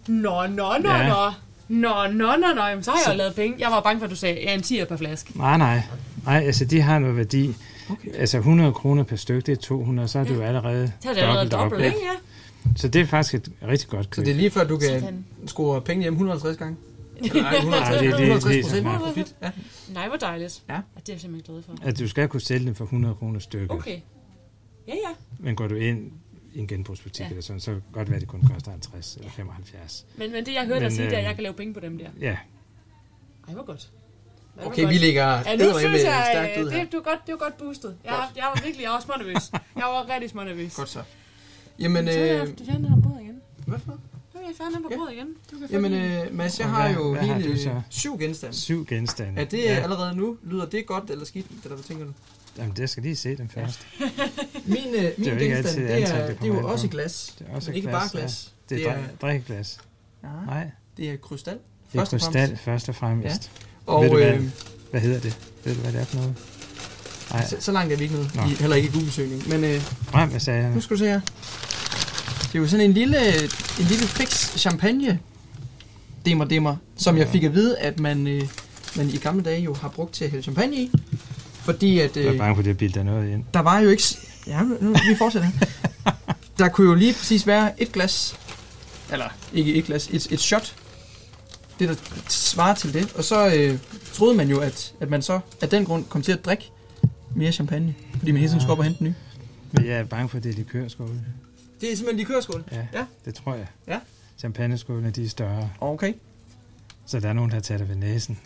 Speaker 8: Nå, nå, nå,
Speaker 13: Ja.
Speaker 8: nå. Nå, nå, nå, nå. Jamen, så har jeg
Speaker 13: Så-
Speaker 8: jo lavet penge. Jeg var bange for, at du sagde, ja, en 10'er per flaske.
Speaker 13: Nej, nej. Nej, altså de har noget værdi. Okay. Altså 100 kroner per stykke, det er 200, så er det jo allerede
Speaker 8: Så er det allerede
Speaker 13: dobbelt op,
Speaker 8: dobbelt, ikke?
Speaker 13: Så det er faktisk et rigtig godt
Speaker 7: Så
Speaker 13: køb.
Speaker 7: det er lige før, du kan
Speaker 8: Sådan.
Speaker 7: score penge hjem 150 gange?
Speaker 8: Nej, det-
Speaker 13: det- det-
Speaker 7: 150
Speaker 13: det-
Speaker 7: procent
Speaker 13: det-
Speaker 7: profit. Ja.
Speaker 8: Nej, hvor dejligt. Ja. Det er jeg simpelthen glad for.
Speaker 13: At du skal kunne sælge dem for 100 kroner stykket.
Speaker 8: Okay. Ja, ja.
Speaker 13: Men går du ind i en genbrugsbutik
Speaker 8: Ja.
Speaker 13: ja. eller sådan, så kan det godt være, at det kun koster 50 eller 75.
Speaker 8: Men, men det, jeg hørte dig
Speaker 13: Men,
Speaker 8: sige, det er, at
Speaker 13: øh,
Speaker 8: jeg kan lave penge på dem der.
Speaker 13: Ja,
Speaker 8: Ej, hvor godt. Ej, hvor
Speaker 7: Okay,
Speaker 8: godt.
Speaker 7: vi ligger
Speaker 8: Ja, nu
Speaker 7: eddermame
Speaker 8: synes jeg,
Speaker 7: stærkt ud
Speaker 8: øh,
Speaker 7: her.
Speaker 8: det, du er godt, det er godt boostet. Jeg, godt. jeg var virkelig, jeg var smånervøs. Jeg var rigtig smånervøs.
Speaker 7: Godt så. Jamen,
Speaker 8: så er
Speaker 7: øh,
Speaker 8: jeg- du fjerner den om bordet igen.
Speaker 7: Hvorfor?
Speaker 8: Nu er jeg fjernet på bordet igen. Du kan få
Speaker 7: jamen
Speaker 8: din-
Speaker 7: øh, Mads, jeg
Speaker 13: Og
Speaker 7: har
Speaker 13: hvad-
Speaker 7: jo
Speaker 13: hvad har
Speaker 7: hele
Speaker 13: du så?
Speaker 7: syv genstande.
Speaker 13: syv genstande.
Speaker 7: Er det
Speaker 13: ja.
Speaker 7: allerede nu? Lyder det godt eller skidt? Eller hvad tænker du?
Speaker 13: Jamen, det skal lige se den først.
Speaker 7: Min, øh, min
Speaker 13: jo ikke
Speaker 7: genstand,
Speaker 13: altid
Speaker 7: det
Speaker 13: antal,
Speaker 7: er,
Speaker 13: det
Speaker 7: det er
Speaker 13: kommer
Speaker 7: jo
Speaker 13: an på.
Speaker 7: også glas.
Speaker 13: Det er også
Speaker 7: men ikke bare
Speaker 13: glas,
Speaker 7: glas.
Speaker 13: Ja. Det er, drik- drikkeglas.
Speaker 7: Ah,
Speaker 13: Nej.
Speaker 7: Det er krystal.
Speaker 13: Det er
Speaker 7: først og fremmest.
Speaker 13: krystal først og fremmest.
Speaker 7: Ja. Og,
Speaker 13: Ved du, hvad,
Speaker 7: øh,
Speaker 13: hvad hedder det? Ved du, hvad det er for noget? Nej.
Speaker 7: Så, så langt er vi ikke nede.
Speaker 13: Nå.
Speaker 7: I, heller ikke i Google-søgning. Men øh,
Speaker 13: Frem med sagerne.
Speaker 7: nu skal du se her. Det er jo sådan en lille, en lille fix champagne demmer demmer, som jeg fik at vide, at man, øh, man i gamle dage jo har brugt til at hælde champagne i. Fordi at... øh,
Speaker 13: Jeg er bange for, at det bilder noget ind.
Speaker 7: Der var jo ikke... s- Ja, nu- nu vi fortsætter. der kunne jo lige præcis være et glas, eller ikke et glas, et, et shot, det der svarer til det. Og så øh, troede man jo, at, at man så af den grund kom til at drikke mere champagne, fordi man hele tiden skulle op og hente nye.
Speaker 13: Men jeg er bange for, at det er likørskåle.
Speaker 7: Det er simpelthen likørskål?
Speaker 13: Ja,
Speaker 7: ja.
Speaker 13: det tror jeg.
Speaker 7: Ja.
Speaker 13: Champagneskålene, de er større.
Speaker 7: Okay.
Speaker 13: Så der er nogen, der har taget dig ved næsen.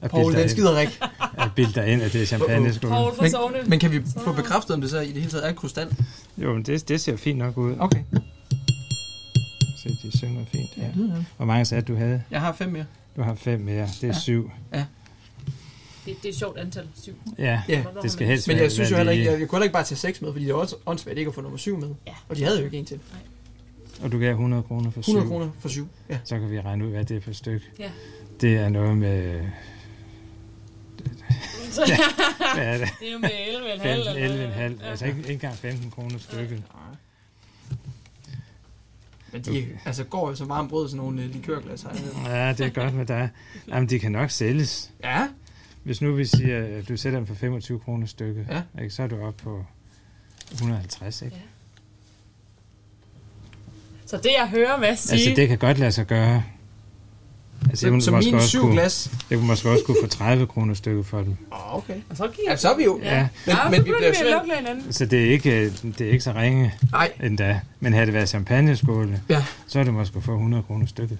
Speaker 13: Og
Speaker 7: Poul,
Speaker 13: bilder
Speaker 7: den
Speaker 13: ind-
Speaker 7: skider ikke.
Speaker 13: Og bilder ind, at det er champagneskål.
Speaker 7: men, men kan vi få bekræftet, om det så i det hele taget er et krystal?
Speaker 13: Jo, men det, det ser fint nok ud.
Speaker 7: Okay.
Speaker 13: Se, de synger fint. Ja.
Speaker 7: lyder det.
Speaker 13: Hvor mange sagde du havde?
Speaker 7: Jeg har fem mere.
Speaker 13: Du har fem mere. Det er
Speaker 7: Ja.
Speaker 13: syv.
Speaker 8: Det, det er et sjovt antal. Syv.
Speaker 13: Ja,
Speaker 7: Ja,
Speaker 8: Hvornår
Speaker 13: det skal
Speaker 8: har man-
Speaker 13: helst
Speaker 7: Men jeg
Speaker 13: være-
Speaker 7: synes jo
Speaker 13: være
Speaker 7: heller ikke,
Speaker 13: lige-
Speaker 7: jeg, jeg kunne heller ikke bare tage seks med, fordi det er også åndssvagt ikke at få nummer syv med. Ja. Og de havde jo ikke en til.
Speaker 13: Og du gav 100 kroner for
Speaker 7: 100
Speaker 13: syv.
Speaker 7: kroner for syv, ja.
Speaker 13: Så kan vi regne ud, hvad det er per styk.
Speaker 7: Ja.
Speaker 13: Det er noget med...
Speaker 8: Så-
Speaker 13: hvad er det?
Speaker 8: Det er jo med 11,5 eller noget.
Speaker 13: 11,5. Altså ikke, ikke engang 15 kroner stykket.
Speaker 6: Men de altså, går jo så varmt brød, sådan nogle øh, likørglas her.
Speaker 13: Ja, det er godt med dig. Jamen, de kan nok sælges.
Speaker 6: Ja.
Speaker 13: Hvis nu vi siger, at du sætter dem for 25 kroner stykket,
Speaker 6: Ja.
Speaker 13: ikke, så er du oppe på 150, ikke?
Speaker 8: Så det, jeg hører Mads sige...
Speaker 13: Altså, det kan godt lade sig gøre.
Speaker 6: Så-
Speaker 13: det kunne
Speaker 6: så
Speaker 13: måske
Speaker 6: mine
Speaker 13: også
Speaker 6: syv
Speaker 13: kunne-
Speaker 6: glas?
Speaker 13: Det kunne måske også kunne få 30 kroner stykket for dem.
Speaker 6: Åh, okay.
Speaker 8: Og så giver
Speaker 6: Ja, så er vi jo.
Speaker 13: Ja. Ja,
Speaker 6: Men,
Speaker 8: så
Speaker 6: men vi
Speaker 8: begynder
Speaker 6: bliver
Speaker 8: vi at
Speaker 6: selv...
Speaker 8: lukke hinanden.
Speaker 13: Så det er ikke, øh, det er ikke så ringe
Speaker 6: Nej.
Speaker 13: endda. Men havde det været champagneskåle,
Speaker 6: ja.
Speaker 13: så er det måske få 100 kroner stykket.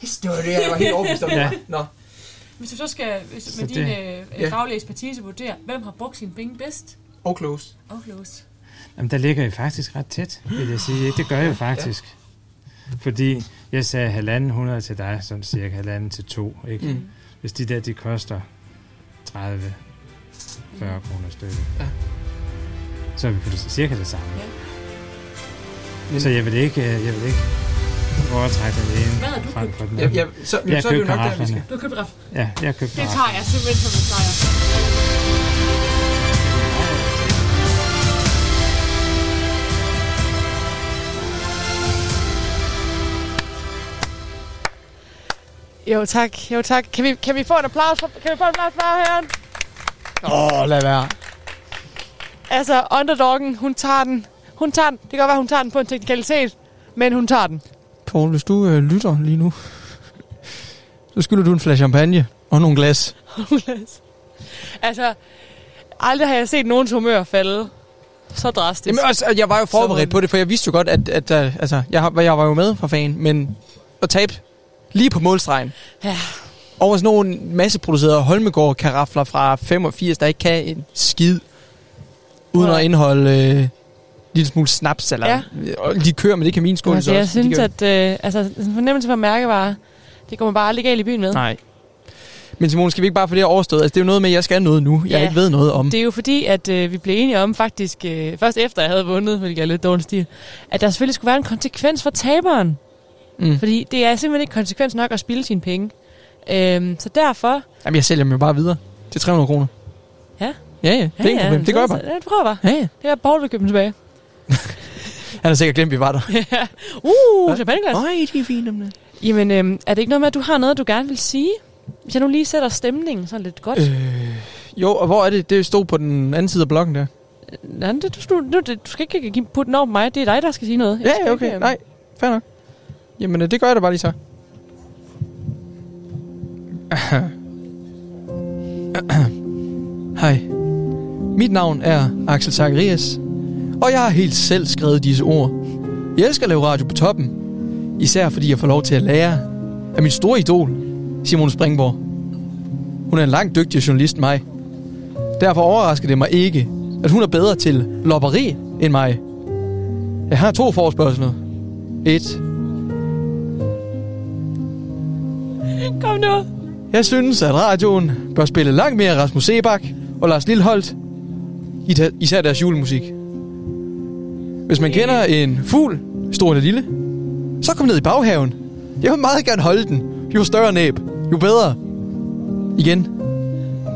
Speaker 6: Pis, Det var det, jeg var helt overbevist om.
Speaker 13: Ja.
Speaker 6: ja. Nå.
Speaker 8: Hvis du så skal hvis,
Speaker 13: Så
Speaker 8: med
Speaker 13: det-
Speaker 8: din øh,
Speaker 13: ja.
Speaker 8: øh, faglige ekspertise vurdere, hvem har brugt sine penge bedst?
Speaker 6: Og close.
Speaker 8: Og close.
Speaker 13: Jamen, der ligger I faktisk ret tæt, vil jeg sige. Ikke? Det gør jeg jo faktisk. Fordi jeg sagde halvanden 100 til dig, sådan cirka halvanden til to. Ikke?
Speaker 6: Mm.
Speaker 13: Hvis de der, de koster 30 40 kroner stykket.
Speaker 6: Ja.
Speaker 13: Så er vi på det, cirka det samme.
Speaker 6: Men-
Speaker 13: Ja. Så jeg vil ikke, øh, jeg vil ikke foretrække den
Speaker 8: Hvad har
Speaker 13: ene
Speaker 8: du
Speaker 13: frem
Speaker 8: købt?
Speaker 13: for den
Speaker 6: Ja,
Speaker 13: anden.
Speaker 6: ja, så- jamen,
Speaker 13: jeg
Speaker 6: så er det jo
Speaker 13: købte
Speaker 6: nok der, vi
Speaker 13: karaflerne.
Speaker 6: skal-
Speaker 8: Du har købt raf.
Speaker 13: Ja, jeg købte
Speaker 8: Det
Speaker 13: karaflerne.
Speaker 8: tager jeg simpelthen som en sejr. Jo tak, jo tak. Kan vi, kan vi få en applaus for, kan vi få en applaus for herren?
Speaker 7: Åh, oh, lad være.
Speaker 8: Altså, underdoggen, hun tager den. Hun tager den. Det kan godt være, hun tager den på en teknikalitet, men hun tager den.
Speaker 7: Poul, hvis du øh, lytter lige nu, så skylder du en flaske champagne og nogle glas.
Speaker 8: altså, aldrig har jeg set nogens humør falde så drastisk.
Speaker 7: Jamen også, at jeg var jo forberedt på det, for jeg vidste jo godt, at, at, at altså, jeg, har- jeg var jo med for fan, men at tabe lige på målstregen.
Speaker 8: Ja.
Speaker 7: Over sådan nogle masseproducerede Holmegård-karafler fra 85, der ikke kan en skid, uden at indeholde øh, en lille smule snaps, eller
Speaker 8: Ja.
Speaker 7: ja. de kører, men det kan min skål
Speaker 8: altså,
Speaker 7: så
Speaker 8: jeg
Speaker 7: også.
Speaker 8: synes,
Speaker 7: de
Speaker 8: at øh, altså, sådan en fornemmelse for mærkevarer, det går man bare aldrig galt i byen med.
Speaker 7: Nej. Men Simon, skal vi ikke bare få det her overstået? Altså, det er jo noget med, at jeg skal noget nu, jeg
Speaker 8: Ja.
Speaker 7: ikke ved noget om.
Speaker 8: Det er jo fordi, at øh, vi blev enige om faktisk, øh, først efter jeg havde vundet, hvilket er lidt dårlig stil, at der selvfølgelig skulle være en konsekvens for taberen.
Speaker 7: Mm.
Speaker 8: Fordi det er simpelthen ikke konsekvens nok at spilde sine penge. Øhm, så derfor...
Speaker 7: Jamen, jeg sælger dem jo bare videre til 300 kroner.
Speaker 8: Ja.
Speaker 7: Ja, ja, det er ja, ikke et problem. Det gør jeg bare.
Speaker 8: Ja, det prøver bare.
Speaker 7: Ja, ja.
Speaker 8: Det er Paul, der køber dem tilbage.
Speaker 7: Han har sikkert glemt, vi var der.
Speaker 8: Uh, champagneglas.
Speaker 7: Nej, de er fine, dem der.
Speaker 8: Jamen, øhm, er det ikke noget med, at du har noget, du gerne vil sige? Hvis jeg nu lige sætter stemningen sådan lidt godt.
Speaker 7: Øh, jo, og hvor er det? Det stod på den anden side af blokken der.
Speaker 8: Nej, det, du, du, nu- det- du skal ikke give- putte den over på mig. Det er dig, der skal sige noget. Jeg
Speaker 7: Ja,
Speaker 8: skal
Speaker 7: ja, okay.
Speaker 8: Ikke, øhm,
Speaker 7: Nej, fair nok. Jamen, øh, det gør jeg da bare lige så. Hej. Mit navn er Axel Zacharias, og jeg har helt selv skrevet disse ord. Jeg elsker at lave radio på toppen, især fordi jeg får lov til at lære af min store idol, Simon Springborg. Hun er en langt dygtigere journalist end mig. Derfor overrasker det mig ikke, at hun er bedre til lopperi end mig. Jeg har to forspørgseler. Et.
Speaker 8: Kom nu.
Speaker 7: Jeg synes, at radioen bør spille langt mere Rasmus Sebak og Lars Lilleholdt. I da- Især deres julemusik. Hvis man kender en fugl, stor eller lille, så kom ned i baghaven. Jeg vil meget gerne holde den. Jo større næb, jo bedre. Igen.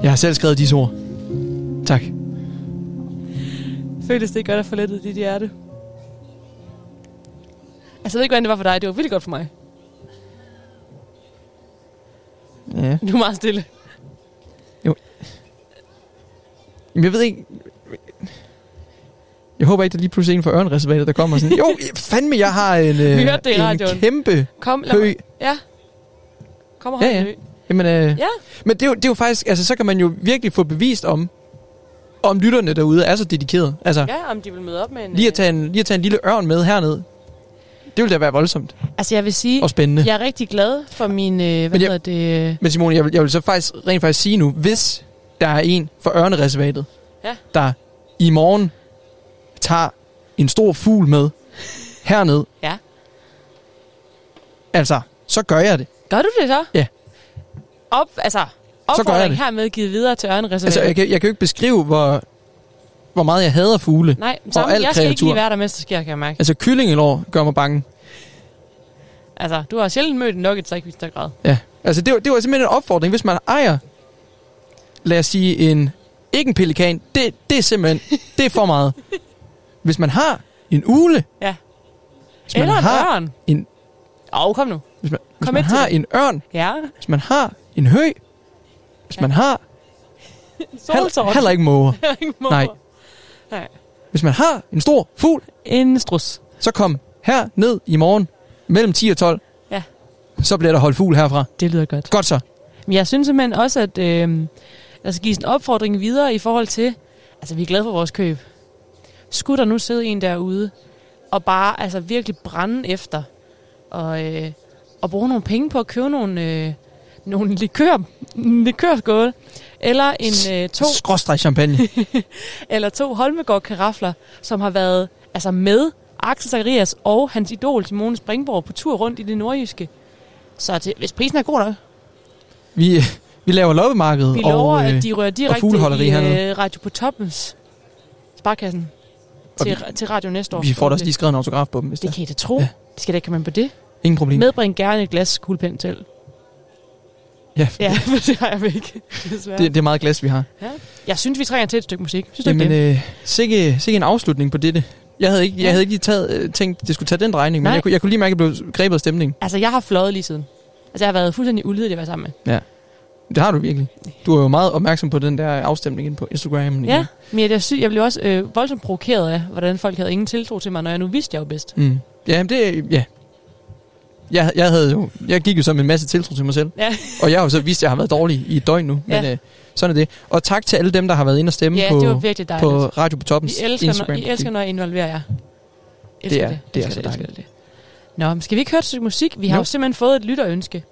Speaker 7: Jeg har selv skrevet disse ord. Tak.
Speaker 8: Føles det ikke godt at få lettet dit hjerte? Altså, jeg ved ikke, hvordan det var for dig. Det var vildt godt for mig.
Speaker 7: Ja.
Speaker 8: Du er meget stille.
Speaker 7: Jamen, jeg ved ikke... Jeg håber ikke, der lige pludselig er en fra Ørnreservatet, der kommer sådan... Jo, fandme, jeg har en, øh,
Speaker 8: Vi hørte det i radioen.
Speaker 7: en kæmpe
Speaker 8: Kom, lad
Speaker 7: hø.
Speaker 8: mig. Ja. Kom og
Speaker 7: Ja,
Speaker 8: hold
Speaker 7: ja.
Speaker 8: en hø.
Speaker 7: Jamen, øh,
Speaker 8: Ja.
Speaker 7: Men det er, jo, det er jo faktisk... Altså, så kan man jo virkelig få bevist om, om lytterne derude er så dedikerede. Altså, ja.
Speaker 8: Ja, øh, om de vil møde op med en...
Speaker 7: lige, at tage en, lige at tage en lille ørn med herned. Det ville da være voldsomt.
Speaker 8: Altså, jeg vil sige...
Speaker 7: Og spændende.
Speaker 8: Jeg er rigtig glad for min... Øh, hvad
Speaker 7: Men jeg-
Speaker 8: hedder det? øh,
Speaker 7: Men Simone, jeg vil, jeg vil så faktisk, rent faktisk sige nu, hvis der er en fra Ørnereservatet,
Speaker 8: Ja.
Speaker 7: der i morgen tager en stor fugl med herned,
Speaker 8: Ja.
Speaker 7: altså, så gør jeg det.
Speaker 8: Gør du det så?
Speaker 7: Ja.
Speaker 8: Op, altså,
Speaker 7: jeg
Speaker 8: opfordring
Speaker 7: det.
Speaker 8: hermed givet videre til Ørnereservatet.
Speaker 7: Altså, jeg kan, jeg kan jo ikke beskrive, hvor, hvor meget jeg hader fugle.
Speaker 8: Nej, sammen, jeg skal ikke lige være der, mens det sker, kan jeg mærke.
Speaker 7: Altså, kyllingelår gør mig bange.
Speaker 8: Altså, du har sjældent mødt en nugget, der ikke viser grad.
Speaker 7: Ja, altså det var, det var simpelthen en opfordring. Hvis man ejer, lad os sige, en, ikke en pelikan, det, det er simpelthen, det er for meget. Hvis man har en ule,
Speaker 8: Ja.
Speaker 7: Hvis man
Speaker 8: Eller en
Speaker 7: har
Speaker 8: ørn.
Speaker 7: en,
Speaker 8: Åh, oh, kom nu.
Speaker 7: hvis man, hvis
Speaker 8: Kom
Speaker 7: man
Speaker 8: med til
Speaker 7: har
Speaker 8: det.
Speaker 7: en ørn,
Speaker 8: Ja.
Speaker 7: hvis man har en hø, hvis man har
Speaker 8: Solsort.
Speaker 7: heller ikke måger.
Speaker 8: Heller ikke måger.
Speaker 7: Nej.
Speaker 8: Nej.
Speaker 7: Hvis man har en stor fugl,
Speaker 8: en strus,
Speaker 7: så kom her ned i morgen mellem 10 og 12.
Speaker 8: Ja.
Speaker 7: Så bliver der holdt fugl herfra.
Speaker 8: Det lyder godt.
Speaker 7: Godt så.
Speaker 8: Men jeg synes simpelthen også, at øh, der skal gives en opfordring videre i forhold til, altså vi er glade for vores køb. Skulle der nu sidde en derude, og bare altså virkelig brænde efter, og, øh, og bruge nogle penge på at købe nogle, øh, nogle likør, likørskåle, eller en øh, to...
Speaker 7: Skråstreg champagne.
Speaker 8: eller to Holmegård karafler, som har været altså med Axel Zacharias og hans idol Simone Springborg på tur rundt i det nordjyske. Så til, hvis prisen er god nok,
Speaker 7: Vi, vi laver loppemarked
Speaker 8: vi lover,
Speaker 7: og, øh,
Speaker 8: at de rører
Speaker 7: og
Speaker 8: direkte
Speaker 7: fugleholderi
Speaker 8: i
Speaker 7: hernede.
Speaker 8: øh, Radio på Toppens sparkassen til,
Speaker 7: vi-
Speaker 8: til radio næste år.
Speaker 7: Vi får da også lige skrevet en autograf på dem, hvis
Speaker 8: Det kan I da tro. Ja. Det skal da ikke komme ind på det.
Speaker 7: Ingen problem.
Speaker 8: Medbring gerne et glas kuglepen til.
Speaker 7: Ja.
Speaker 8: ja, for det har jeg ikke. Desværre.
Speaker 7: Det, det er meget glas, vi har.
Speaker 8: Ja. Jeg synes, vi trænger til et stykke musik. Synes du
Speaker 7: Jamen,
Speaker 8: ikke det?
Speaker 7: øh, sikke, sikke en afslutning på dette. Jeg havde ikke, jeg
Speaker 8: Ja.
Speaker 7: havde ikke lige taget, øh, tænkt, det skulle tage den drejning, men
Speaker 8: Nej.
Speaker 7: jeg kunne, jeg kunne lige mærke, at jeg blev grebet af stemningen.
Speaker 8: Altså, jeg har fløjet lige siden. Altså, jeg har været fuldstændig ulydig at være sammen med.
Speaker 7: Ja. Det har du virkelig. Du er jo meget opmærksom på den der afstemning inde på Instagram.
Speaker 8: Ja, men jeg, jeg, sy- jeg blev også øh, voldsomt provokeret af, hvordan folk havde ingen tiltro til mig, når jeg nu vidste, jeg var bedst.
Speaker 7: Mm. Ja, men det, ja. Jeg, jeg, havde jo, jeg gik jo så med en masse tiltro til mig selv.
Speaker 8: Ja.
Speaker 7: Og jeg har jo så vist, at jeg har været dårlig i et døgn nu. Men
Speaker 8: Ja.
Speaker 7: øh, sådan er det. Og tak til alle dem, der har været inde og stemme
Speaker 8: Ja,
Speaker 7: på,
Speaker 8: det var virkelig dejligt.
Speaker 7: på Radio på Toppens
Speaker 8: I elsker, når,
Speaker 7: Instagram.
Speaker 8: I elsker, når jeg involverer jer.
Speaker 7: det er,
Speaker 8: det.
Speaker 7: det, er så dejligt.
Speaker 8: det. Nå, men skal vi ikke høre et stykke musik? Vi har
Speaker 7: Jo.
Speaker 8: jo simpelthen fået et lytterønske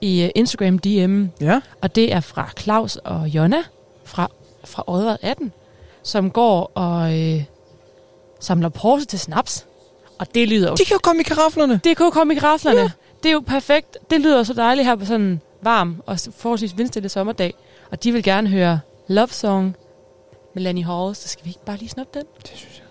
Speaker 8: i øh, Instagram DM.
Speaker 7: Ja.
Speaker 8: Og det er fra Claus og Jonna fra, fra Odvad 18, som går og øh, samler porse til snaps. Og det lyder jo...
Speaker 7: De kan jo komme i karaflerne.
Speaker 8: Det kan jo komme i karaflerne. Ja. Det er jo perfekt. Det lyder jo så dejligt her på sådan en varm og s- forholdsvis vindstille sommerdag. Og de vil gerne høre Love Song med Lanny Halls. Så skal vi ikke bare lige snuppe den? Det synes jeg.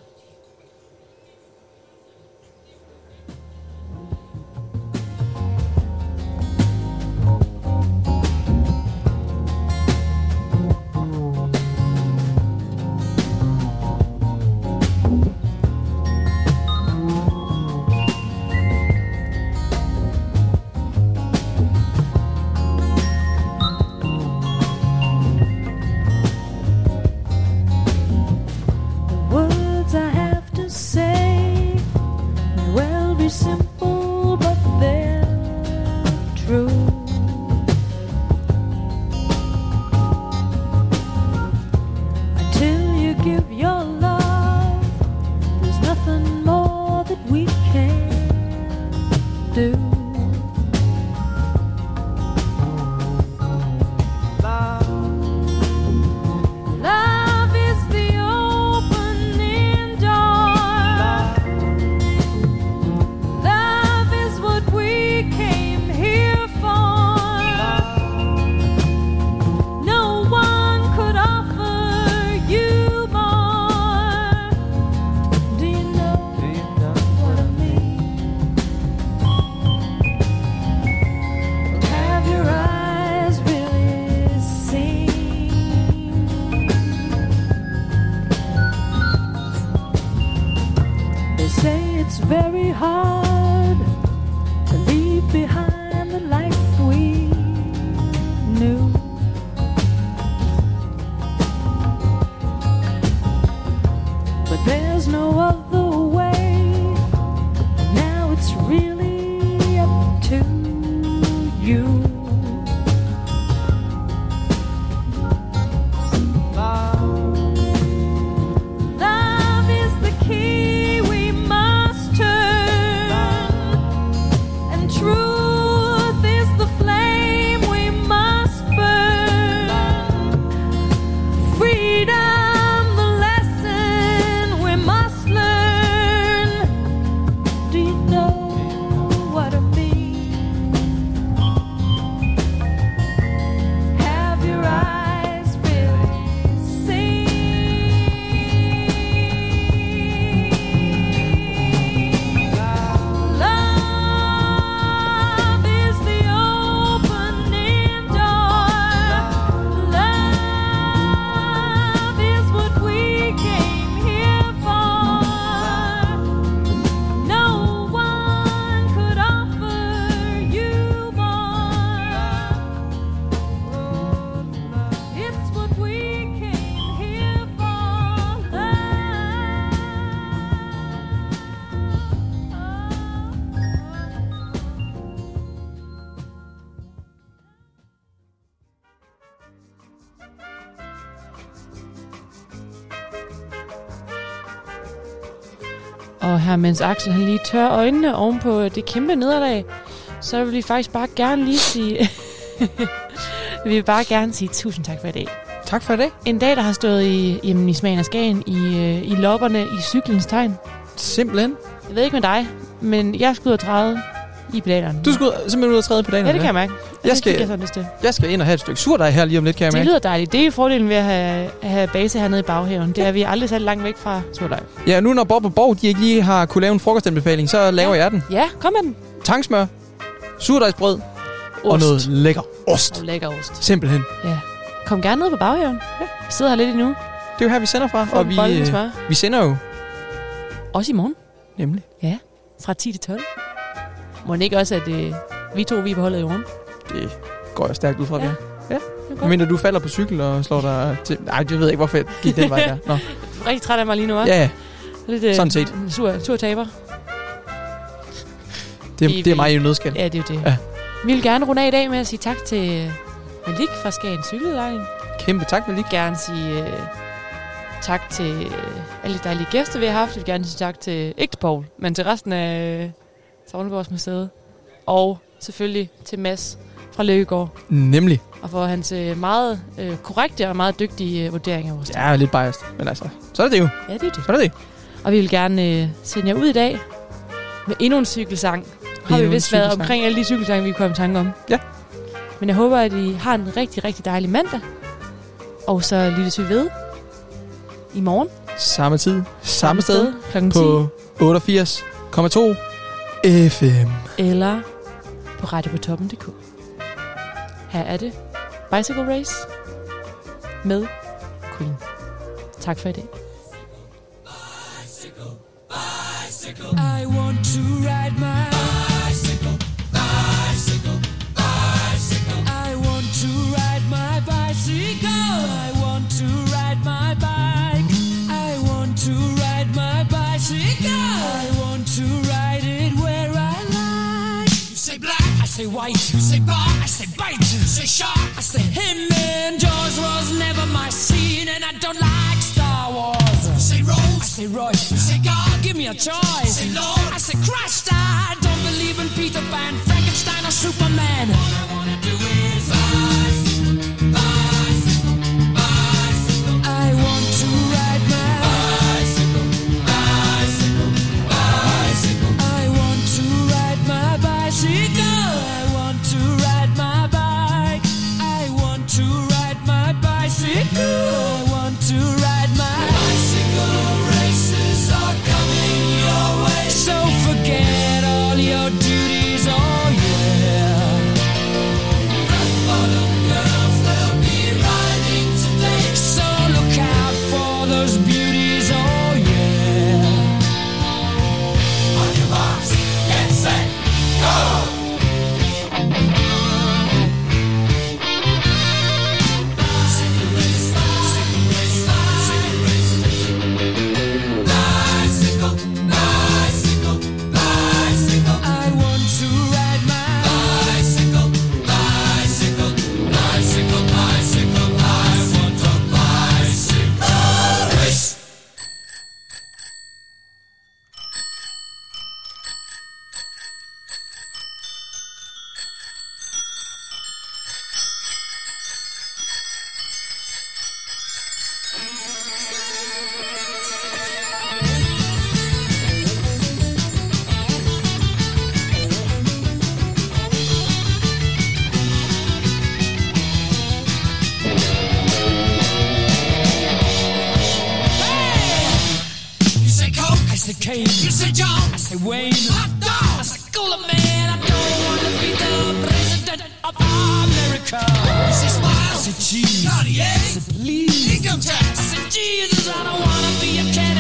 Speaker 6: words I have to say may well be simple, but they're true. Until you give your love, there's nothing more that we can do. Love is the opening door. Love is what we came here for. No one could offer you more. Do you know what I mean? Have your eyes really seen? They say it's very hard to leave behind the life we knew. But there's no other way. Now it's really up to you. Love is the key we must turn, and truth is the flame we must burn. Freedom, the lesson we must learn. Do you know what I mean? Have your eyes really seen? Love
Speaker 8: Og her mens Axel han lige tør øjnene oven på det kæmpe nederlag, så vil vi faktisk bare gerne lige sige... vi vil bare gerne sige tusind tak for i dag.
Speaker 7: Tak for i dag.
Speaker 8: En dag, der har stået i, jamen, i smagen af skagen, i, øh, i lopperne, i cyklens tegn.
Speaker 7: Simpelthen.
Speaker 8: Jeg ved ikke med dig, men jeg skal ud og træde i pedalerne.
Speaker 7: Du skal ud, simpelthen ud og træde på dagen.
Speaker 8: Ja, det kan jeg mærke. Og
Speaker 7: Jeg
Speaker 8: det fik
Speaker 7: skal,
Speaker 8: jeg sådan lyst til.
Speaker 7: jeg skal ind og have et stykke surdej her lige om lidt, kan jeg
Speaker 8: Det
Speaker 7: mærke.
Speaker 8: lyder dejligt. Det er fordelen ved at have, have base hernede i baghaven. Det er, at vi er aldrig særlig langt væk fra surdej.
Speaker 7: Ja, nu når Bob og Borg, de ikke lige har kunne lave en frokostanbefaling, så laver jeg den.
Speaker 8: Ja, kom med den.
Speaker 7: Tangsmør, surdejsbrød og
Speaker 8: Ost.
Speaker 7: noget lækker ost.
Speaker 8: Og lækker ost.
Speaker 7: Simpelthen.
Speaker 8: Ja. Kom gerne ned på baghaven. Ja. Vi sidder her lidt endnu.
Speaker 7: Det er jo her, vi sender fra.
Speaker 8: Få en
Speaker 7: og vi,
Speaker 8: bolle med
Speaker 7: øh,
Speaker 8: smør.
Speaker 7: vi sender jo
Speaker 8: Også i morgen.
Speaker 7: nemlig.
Speaker 8: Ja, fra 10 til 12. Må den ikke også, at øh, vi to vi er på holdet i morgen?
Speaker 7: Det går jeg stærkt ud fra, ja. det
Speaker 8: Ja,
Speaker 7: er. Men du falder på cykel og slår dig til... Nej, det ved jeg ikke, hvorfor jeg gik den vej der. Nå.
Speaker 8: Rigtig træt af mig lige nu, hva'?
Speaker 7: Ja, ja.
Speaker 8: Lidt, øh,
Speaker 7: Sådan set.
Speaker 8: en Sur, sur taber.
Speaker 7: Det,
Speaker 8: Vi-
Speaker 7: det er
Speaker 8: vi-
Speaker 7: mig i en nødskal.
Speaker 8: Ja, det er jo det.
Speaker 7: Ja.
Speaker 8: Vi vil gerne runde af i dag med at sige tak til øh, Malik fra Skagen Cykeludlejning.
Speaker 7: Kæmpe tak, Malik.
Speaker 8: gerne sige øh, tak til øh, alle de dejlige gæster, vi har haft. Vi vil gerne sige tak til, ikke til Poul, men til resten af øh, Sogneborgsmuseet. Og selvfølgelig til Mads fra Løkkegaard.
Speaker 7: Nemlig.
Speaker 8: Og for hans øh, meget øh, korrekte og meget dygtige øh, vurdering af vores
Speaker 7: Ja, jeg er lidt biased, men altså, så er det jo.
Speaker 8: Ja, det er det.
Speaker 7: Så er det det.
Speaker 8: Og vi vil gerne øh, sende jer ud i dag med endnu en cykelsang. Har
Speaker 7: Endnu
Speaker 8: vi
Speaker 7: en
Speaker 8: vist været
Speaker 7: cykelsang.
Speaker 8: omkring alle de cykelsange, vi kom i tanke om.
Speaker 7: Ja.
Speaker 8: Men jeg håber, at I har en rigtig, rigtig dejlig mandag. Og så lyttes vi ved i morgen.
Speaker 7: Samme tid, samme, samme sted,
Speaker 8: sted, klokken
Speaker 7: på 88,2 FM.
Speaker 8: Eller på radiopotoppen.dk. Her er det Bicycle Race med Queen. Tak for i dag.
Speaker 15: bicycle. I want to ride my bicycle, bicycle, bicycle. I want to ride my bicycle. I want to ride my bike. I want to ride my bicycle. I want to ride it where I like. You say black, I say white. You say bar, I say bite. You say shark, I say him. And Jaws was never my scene, and I don't like Star Wars. You say Rose, I say Royce. You say God, give me a choice. say Lord, I say Christ. I don't believe in Peter Pan, Frankenstein, or Superman. All I wanna do is bicycle, bicycle, bicycle. I want to ride my bicycle, bicycle, bicycle. I want to ride my bicycle. I want to ride my bike. I want to ride my bicycle. I want to ride my bicycle. Races are coming your way. So forget all your duties, oh yeah. Rock bottom girls, they'll be riding today. So look out for those beauties, oh yeah. On your marks, get set, go! You say Coke, I say Kane. You say John, I say Wayne. Hot dog, I say Cooler Man. I don't wanna be the president of America. You say smile, I say cheese. Cartier, I say please. Income tax, I say Jesus. I don't wanna be a cat.